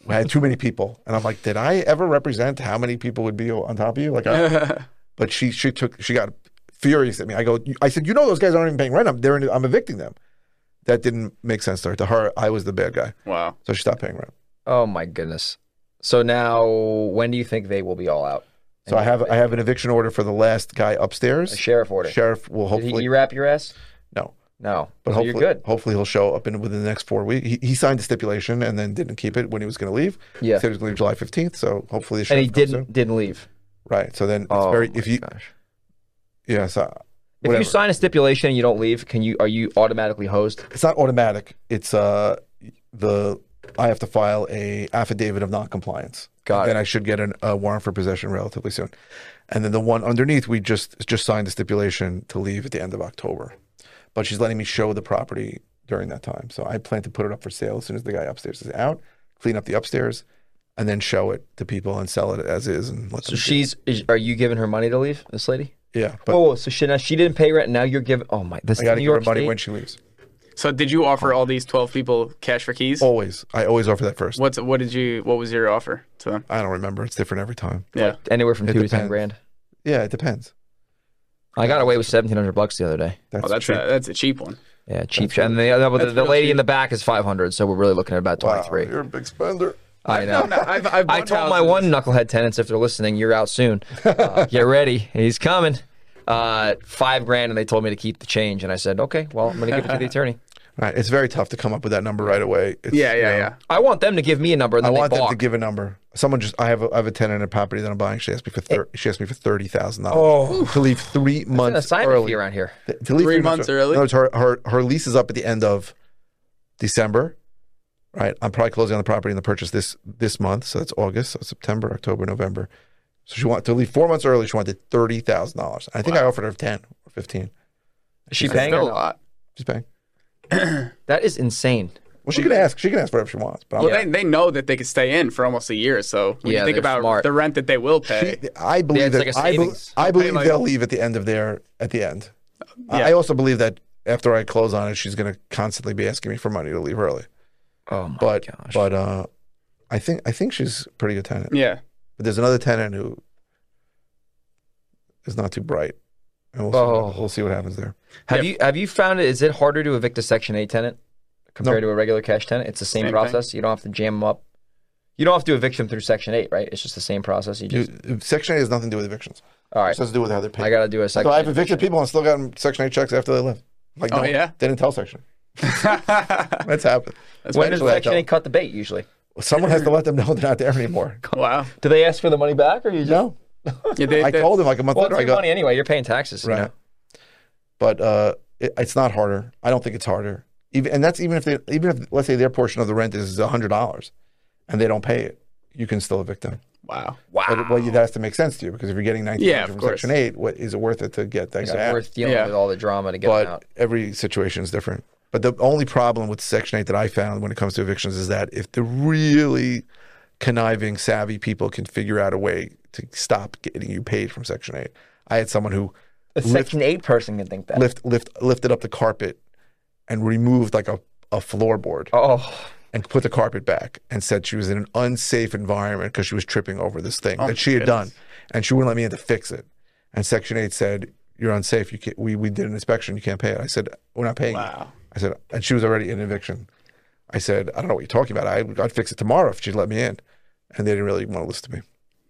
Speaker 2: had too many people. And I'm like, did I ever represent how many people would be on top of you? Like, I, but she she took she got furious at me. I go, "You- I said, you know, those guys aren't even paying rent. I'm they're in, I'm evicting them. That didn't make sense to her. To her, I was the bad guy,
Speaker 3: wow.
Speaker 2: so she stopped paying rent.
Speaker 1: oh my goodness. So now, when do you think they will be all out?
Speaker 2: So I have I have an eviction order for the last guy
Speaker 1: A
Speaker 2: upstairs.
Speaker 1: sheriff order.
Speaker 2: Sheriff will
Speaker 1: Did he- e-
Speaker 2: hopefully
Speaker 1: you wrap your ass?
Speaker 2: no.
Speaker 1: No.
Speaker 2: But
Speaker 1: So
Speaker 2: hopefully,
Speaker 1: you're good.
Speaker 2: hopefully he'll show up in within the next four weeks. He, he signed a stipulation and then didn't keep it when he was going to leave.
Speaker 1: Yeah.
Speaker 2: He said he was going to leave July fifteenth. So hopefully, the
Speaker 1: And he
Speaker 2: sheriff comes
Speaker 1: didn't
Speaker 2: soon.
Speaker 1: didn't leave.
Speaker 2: Right. So then it's
Speaker 1: oh
Speaker 2: very
Speaker 1: my
Speaker 2: if you
Speaker 1: gosh.
Speaker 2: yeah. So
Speaker 1: If
Speaker 2: whatever.
Speaker 1: you sign a stipulation and you don't leave, can you are you automatically hosed?
Speaker 2: it's not automatic. It's uh the I have to file a affidavit of noncompliance.
Speaker 1: Got
Speaker 2: Then I should get an, a warrant for possession relatively soon. And then the one underneath, we just just signed a stipulation to leave at the end of October, but she's letting me show the property during that time. So I plan to put it up for sale as soon as the guy upstairs is out, clean up the upstairs, and then show it to people and sell it as is and let
Speaker 1: So
Speaker 2: them.
Speaker 1: she's is, are you giving her money to leave this lady?
Speaker 2: yeah, but
Speaker 1: Whoa, whoa, so she now she didn't pay rent. Now you're giving. Oh my, this
Speaker 2: I got to
Speaker 1: Oh, New
Speaker 2: give her
Speaker 1: York
Speaker 2: money
Speaker 1: State.
Speaker 2: when she leaves.
Speaker 3: So did you offer all these 12 people cash for keys?
Speaker 2: Always, I always offer that first.
Speaker 3: What's what did you what was your offer to them?
Speaker 2: I don't remember. It's different every time.
Speaker 3: Yeah.
Speaker 1: anywhere from
Speaker 2: It
Speaker 1: two to ten
Speaker 2: depends.
Speaker 1: grand.
Speaker 2: Yeah, it depends.
Speaker 1: Oh, I got away with seventeen hundred bucks the other day.
Speaker 2: That's
Speaker 3: Oh, that's a,
Speaker 2: cheap.
Speaker 3: that's a cheap one.
Speaker 1: Yeah, cheap. shit. And the, the, the,
Speaker 3: real
Speaker 1: lady
Speaker 3: cheap.
Speaker 1: in the back is five hundred, so we're really looking at about
Speaker 2: Wow,
Speaker 1: twenty three.
Speaker 2: You're a big spender.
Speaker 1: I know.
Speaker 3: Oh, I've, I've
Speaker 1: I told my one knucklehead tenants if they're listening, you're out soon. Uh, get ready, he's coming. Uh, five grand, and they told me to keep the change, and I said, okay, well, I'm going to give it to the attorney.
Speaker 2: Right. It's very tough to come up with that number right away. It's,
Speaker 3: Yeah,
Speaker 2: you know,
Speaker 3: yeah, yeah.
Speaker 1: I want them to give me a number, and
Speaker 2: I
Speaker 1: then
Speaker 2: want
Speaker 1: they
Speaker 2: them
Speaker 1: balk.
Speaker 2: to give a number. Someone just I have a, I have a tenant in a property that I'm buying. She asked me for thir- she asked me for thirty thousand dollars to leave three
Speaker 1: an
Speaker 2: Oh, months
Speaker 1: assignment
Speaker 2: early.
Speaker 1: fee around here.
Speaker 2: Th- to leave
Speaker 3: Three months
Speaker 2: In
Speaker 3: early?
Speaker 2: other words, her, her her lease is up at the end of December. Right. I'm probably closing on the property and the purchase this this month. So that's August, so September, October, November. So she wanted to leave four months early. She wanted thirty thousand dollars. I think I offered her ten or fifteen.
Speaker 1: Is she
Speaker 3: That's
Speaker 1: paying?
Speaker 3: still
Speaker 1: or
Speaker 3: a
Speaker 1: no?
Speaker 3: lot.
Speaker 2: She's paying.
Speaker 1: That is insane.
Speaker 2: Well, she can ask. She can ask for whatever she wants. But I'm
Speaker 3: Well, they, they know that they could stay in for almost a year. So when
Speaker 1: Yeah,
Speaker 3: you think
Speaker 1: they're
Speaker 3: about
Speaker 1: smart.
Speaker 3: the rent that they will pay,
Speaker 2: She- I believe
Speaker 1: it's
Speaker 2: that
Speaker 1: like a
Speaker 2: I, bel-
Speaker 1: savings.
Speaker 2: I believe
Speaker 3: like-
Speaker 2: they'll leave at the end of their at the end. I-
Speaker 3: Yeah.
Speaker 2: I also believe that after I close on it, she's going to constantly be asking me for money to leave early.
Speaker 1: Oh my
Speaker 2: But
Speaker 1: gosh.
Speaker 2: but uh, I think I think she's a pretty good tenant.
Speaker 3: yeah. (laughs)
Speaker 2: But there's another tenant who is not too bright, and we'll, see,
Speaker 1: Oh.
Speaker 2: what, we'll see what happens there.
Speaker 1: have you have you found it? Is it harder to evict a Section Eight tenant? compared to a regular cash tenant. It's the same,
Speaker 3: Same thing.
Speaker 1: process. You don't have to jam them up. You don't have to evict them through Section Eight, right? It's just the same process. You just
Speaker 2: You- Section 8 has nothing to do with evictions.
Speaker 1: all
Speaker 2: It
Speaker 1: right.
Speaker 2: has to do with how they're paid.
Speaker 1: I gotta do a
Speaker 2: so
Speaker 1: section.
Speaker 2: I've evicted people and still gotten Section 8 checks after they left. Like,
Speaker 3: Oh,
Speaker 2: no,
Speaker 3: yeah?
Speaker 2: They didn't tell Section.
Speaker 1: (laughs)
Speaker 2: That's happened.
Speaker 1: when does
Speaker 2: Eventually I
Speaker 1: Section Eight cut the bait? Usually,
Speaker 2: tell- Someone has to let them know they're not
Speaker 1: (laughs)
Speaker 2: there anymore.
Speaker 3: wow.
Speaker 1: do they ask for the money back, or you just
Speaker 2: No.
Speaker 3: Yeah, they,
Speaker 2: I
Speaker 3: they-
Speaker 2: told them like a month
Speaker 1: well, it's
Speaker 2: later.
Speaker 1: your
Speaker 2: I go,
Speaker 1: money anyway. You're paying taxes,
Speaker 2: Right.
Speaker 1: You know?
Speaker 2: but uh, it, it's not harder. I don't think it's harder. Even and that's even if they even if let's say their portion of the rent is hundred dollars, and they don't pay it, you can still evict them.
Speaker 3: Wow.
Speaker 2: But, well, you, that has to make sense to you because if you're getting nineteen
Speaker 3: Yeah, of
Speaker 2: from
Speaker 3: course.
Speaker 2: Section Eight, what is it worth it to get that
Speaker 1: Is
Speaker 2: guy
Speaker 1: it
Speaker 2: out?
Speaker 1: worth dealing
Speaker 3: Yeah.
Speaker 1: with all the drama to get them out?
Speaker 2: but every situation is different. But the only problem with Section 8 that I found when it comes to evictions is that if the really conniving, savvy people can figure out a way to stop getting you paid from Section 8. I had someone who
Speaker 1: A
Speaker 2: lift-
Speaker 1: Section Eight person can think that.
Speaker 2: lift, lift, lifted up the carpet and removed like a, a floorboard
Speaker 1: Oh,
Speaker 2: and put the carpet back and said she was in an unsafe environment because she was tripping over this thing that she had done and she wouldn't let me in to fix it. And Section 8 said, You're unsafe. You can't, we, we did an inspection. You can't pay it. I said, We're not paying you.
Speaker 3: Wow.
Speaker 2: I said, and she was already in eviction. I said, I don't know what you're talking about. I, I'd fix it tomorrow if she'd let me in. And they didn't really want to listen to me.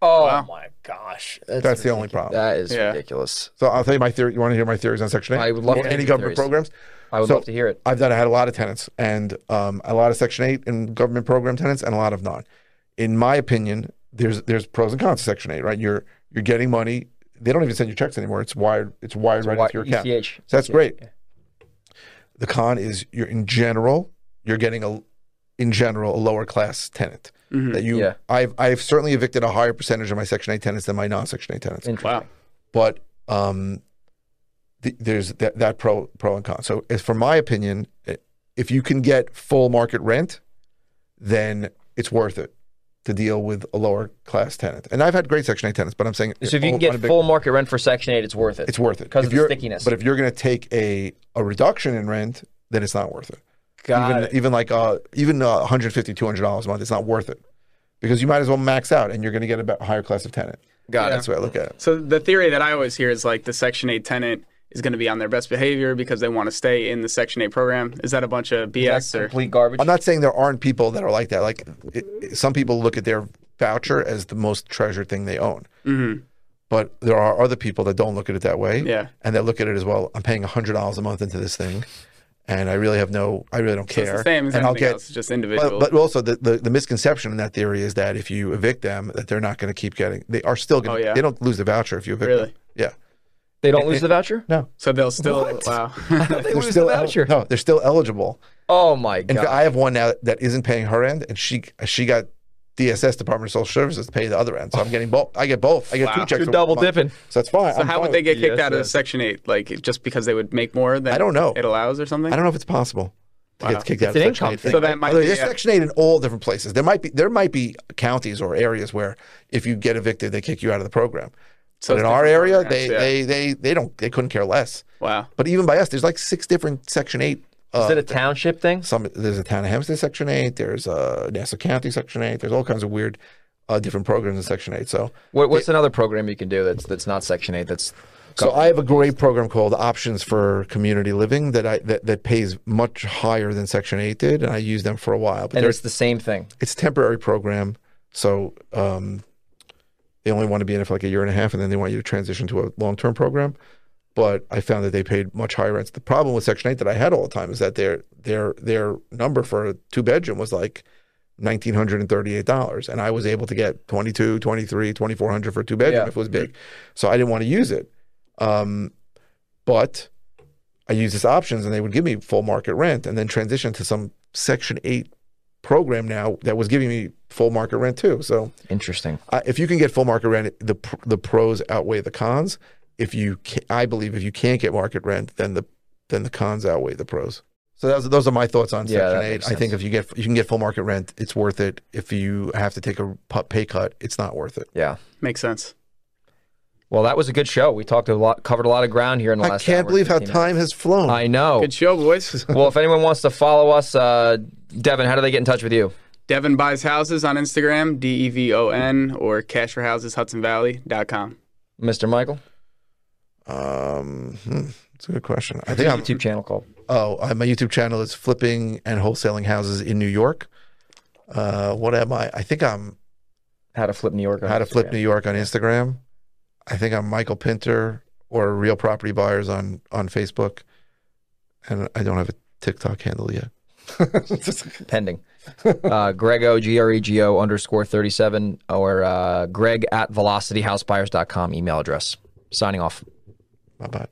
Speaker 1: oh
Speaker 3: Wow.
Speaker 1: my gosh,
Speaker 2: That's the only problem.
Speaker 1: That is
Speaker 3: Yeah.
Speaker 1: ridiculous.
Speaker 2: So I'll tell you my theory. You want to hear my theories on Section 8?
Speaker 1: I would love
Speaker 2: Or
Speaker 1: to hear
Speaker 2: any
Speaker 1: your
Speaker 2: government
Speaker 1: theories.
Speaker 2: programs.
Speaker 1: I would
Speaker 2: So-
Speaker 1: love to hear it.
Speaker 2: I've done. I had a lot of tenants and um, a lot of Section Eight and government program tenants, and a lot of non. In my opinion, there's there's pros and cons to Section Eight, right? You're you're getting money. They don't even send you checks anymore. It's wired. It's wired right
Speaker 1: Why- E
Speaker 2: into your account.
Speaker 1: ECH.
Speaker 2: So that's
Speaker 1: Yeah,
Speaker 2: great.
Speaker 1: yeah.
Speaker 2: The con is you're in general you're getting a in general a lower class tenant
Speaker 3: Mhm.
Speaker 2: that you.
Speaker 1: Mm, Yeah.
Speaker 2: I've I've certainly evicted a higher percentage of my Section Eight tenants than my non Section Eight tenants
Speaker 1: Interesting.
Speaker 3: Wow.
Speaker 2: but um, th- there's that, that pro pro and con. So, as for my opinion, i- if you can get full market rent, then it's worth it to deal with a lower class tenant. And I've had great Section Eight tenants, but I'm saying
Speaker 1: So if you can
Speaker 2: on
Speaker 1: get
Speaker 2: a big-
Speaker 1: full market rent for Section Eight, it's worth it.
Speaker 2: it's worth it
Speaker 1: 'Cause
Speaker 2: If
Speaker 1: of the
Speaker 2: you're-
Speaker 1: stickiness.
Speaker 2: But if you're going to take a a reduction in rent, then it's not worth it.
Speaker 1: Got
Speaker 2: even
Speaker 1: it.
Speaker 2: even like uh, even uh, 150 200 dollars a month, it's not worth it because you might as well max out, and you're going to get a be- higher class of tenant.
Speaker 1: Got
Speaker 2: That's the way I look at it.
Speaker 3: So the theory that I always hear is like the Section 8 tenant is going to be on their best behavior because they want to stay in the Section 8 program. Is that a bunch of BS or?
Speaker 1: complete garbage.
Speaker 2: I'm not saying there aren't people that are like that. Like it, it- some people look at their voucher as the most treasured thing they own,
Speaker 3: Mhm.
Speaker 2: but there are other people that don't look at it that way.
Speaker 3: Yeah.
Speaker 2: and they look at it as well. I'm paying hundred dollars a month into this thing, and I really have no. I really don't
Speaker 3: So
Speaker 2: care.
Speaker 3: it's the same as
Speaker 2: and I'll
Speaker 3: anything
Speaker 2: get.
Speaker 3: else, just
Speaker 2: But,
Speaker 3: individual.
Speaker 2: but also the, the, the misconception in that theory is that if you evict them, that they're not going to keep getting. They are still going.
Speaker 3: Oh,
Speaker 2: to
Speaker 3: yeah?
Speaker 2: They don't lose the voucher if you evict
Speaker 3: Really?
Speaker 2: them. Yeah.
Speaker 1: they don't lose the
Speaker 2: (laughs)
Speaker 1: voucher.
Speaker 2: No.
Speaker 3: so they'll still,
Speaker 2: (laughs)
Speaker 3: wow. (laughs)
Speaker 1: They lose
Speaker 2: still
Speaker 1: the
Speaker 2: el-
Speaker 1: voucher.
Speaker 2: no, they're still eligible.
Speaker 1: Oh my
Speaker 2: In
Speaker 1: god.
Speaker 2: fact, I have one now that isn't paying her end, and she she got DSS Department of Social Services to pay the other end. So I'm getting both. I get both. I get
Speaker 3: Oh. Wow.
Speaker 2: two checks.
Speaker 1: You're
Speaker 2: for
Speaker 1: double
Speaker 2: one month.
Speaker 1: dipping.
Speaker 2: So that's fine.
Speaker 3: so
Speaker 2: I'm
Speaker 3: how
Speaker 2: fine
Speaker 3: would they
Speaker 2: with
Speaker 3: get kicked
Speaker 1: Yes,
Speaker 3: out of
Speaker 1: yes.
Speaker 3: Section 8? Like just because they would make more than
Speaker 2: I don't know.
Speaker 3: it allows or something?
Speaker 2: it. I don't know if it's possible to
Speaker 3: Wow.
Speaker 2: get kicked
Speaker 1: It's
Speaker 2: out of
Speaker 1: an
Speaker 2: Section
Speaker 1: income
Speaker 2: 8
Speaker 1: thing.
Speaker 3: So that might
Speaker 2: Although
Speaker 3: be
Speaker 2: there's
Speaker 3: yeah.
Speaker 2: Section 8 in all different places. There might be there might be counties or areas where if you get evicted, they kick you out of the program.
Speaker 3: So
Speaker 2: but in
Speaker 3: it's
Speaker 2: our
Speaker 3: different
Speaker 2: area,
Speaker 3: programs,
Speaker 2: they,
Speaker 3: yeah.
Speaker 2: they they they don't they couldn't care less.
Speaker 3: wow.
Speaker 2: But even by us, there's like six different Section 8. Uh,
Speaker 1: Is it a township thing?
Speaker 2: some there's a town of Hempstead Section Eight. There's a Nassau County Section Eight. There's all kinds of weird, uh, different programs in Section Eight. So,
Speaker 1: What, what's another program you can do that's that's not Section Eight? That's
Speaker 2: so I have a great program called Options for Community Living that I that, that pays much higher than Section Eight did, and I used them for a while. But
Speaker 1: and
Speaker 2: there's
Speaker 1: it's the same thing.
Speaker 2: it's a temporary program, so um, they only want to be in it for like a year and a half, and then they want you to transition to a long term program. But I found that they paid much higher rents. The problem with Section Eight that I had all the time is that their their their number for a two bedroom was like nineteen hundred and thirty eight dollars, and I was able to get twenty two, twenty three, twenty four hundred for a two bedroom
Speaker 1: Yeah.
Speaker 2: if it was big. So I didn't want to use it, um, but I used this options, and they would give me full market rent, and then transition to some Section Eight program now that was giving me full market rent too. So
Speaker 1: Interesting.
Speaker 2: I, if you can get full market rent, the pr- the pros outweigh the cons. If you, ca I believe, if you can't get market rent, then the then the cons outweigh the pros. So those those are my thoughts on
Speaker 1: Yeah, that
Speaker 2: Section
Speaker 1: makes
Speaker 2: Eight. I think if you get you can get full market rent, it's worth it. If you have to take a pu- pay cut, it's not worth it.
Speaker 1: Yeah.
Speaker 3: Makes sense.
Speaker 1: Well, that was a good show. We talked a lot, covered a lot of ground here in the
Speaker 2: I
Speaker 1: last.
Speaker 2: can't
Speaker 1: hour,
Speaker 2: believe how
Speaker 1: 15
Speaker 2: time has flown.
Speaker 1: minutes. I know.
Speaker 3: Good
Speaker 2: (laughs)
Speaker 3: show, boys.
Speaker 1: well, if anyone wants to follow us, uh, Devin, how do they get in touch with you?
Speaker 3: Devin buys houses on Instagram, D E V O N, or cash for houses, Hudson Valley.com.
Speaker 1: Mr. Michael?
Speaker 2: um, hmm, It's a good question. I
Speaker 1: There's
Speaker 2: think
Speaker 1: a
Speaker 2: I'm.
Speaker 1: YouTube channel called.
Speaker 2: Oh, I, my YouTube channel is flipping and wholesaling houses in New York. Uh, what am I? I think I'm
Speaker 1: How to flip New York. on
Speaker 2: How to Flip
Speaker 1: Instagram.
Speaker 2: New York on Instagram. I think I'm Michael Pinter or Real Property Buyers on on Facebook, and I don't have a TikTok handle yet.
Speaker 1: pending. (laughs) uh, Grego, G R E G O underscore 37, or uh, Greg at velocityhousebuyers.com email address. Signing off.
Speaker 2: Bye bye.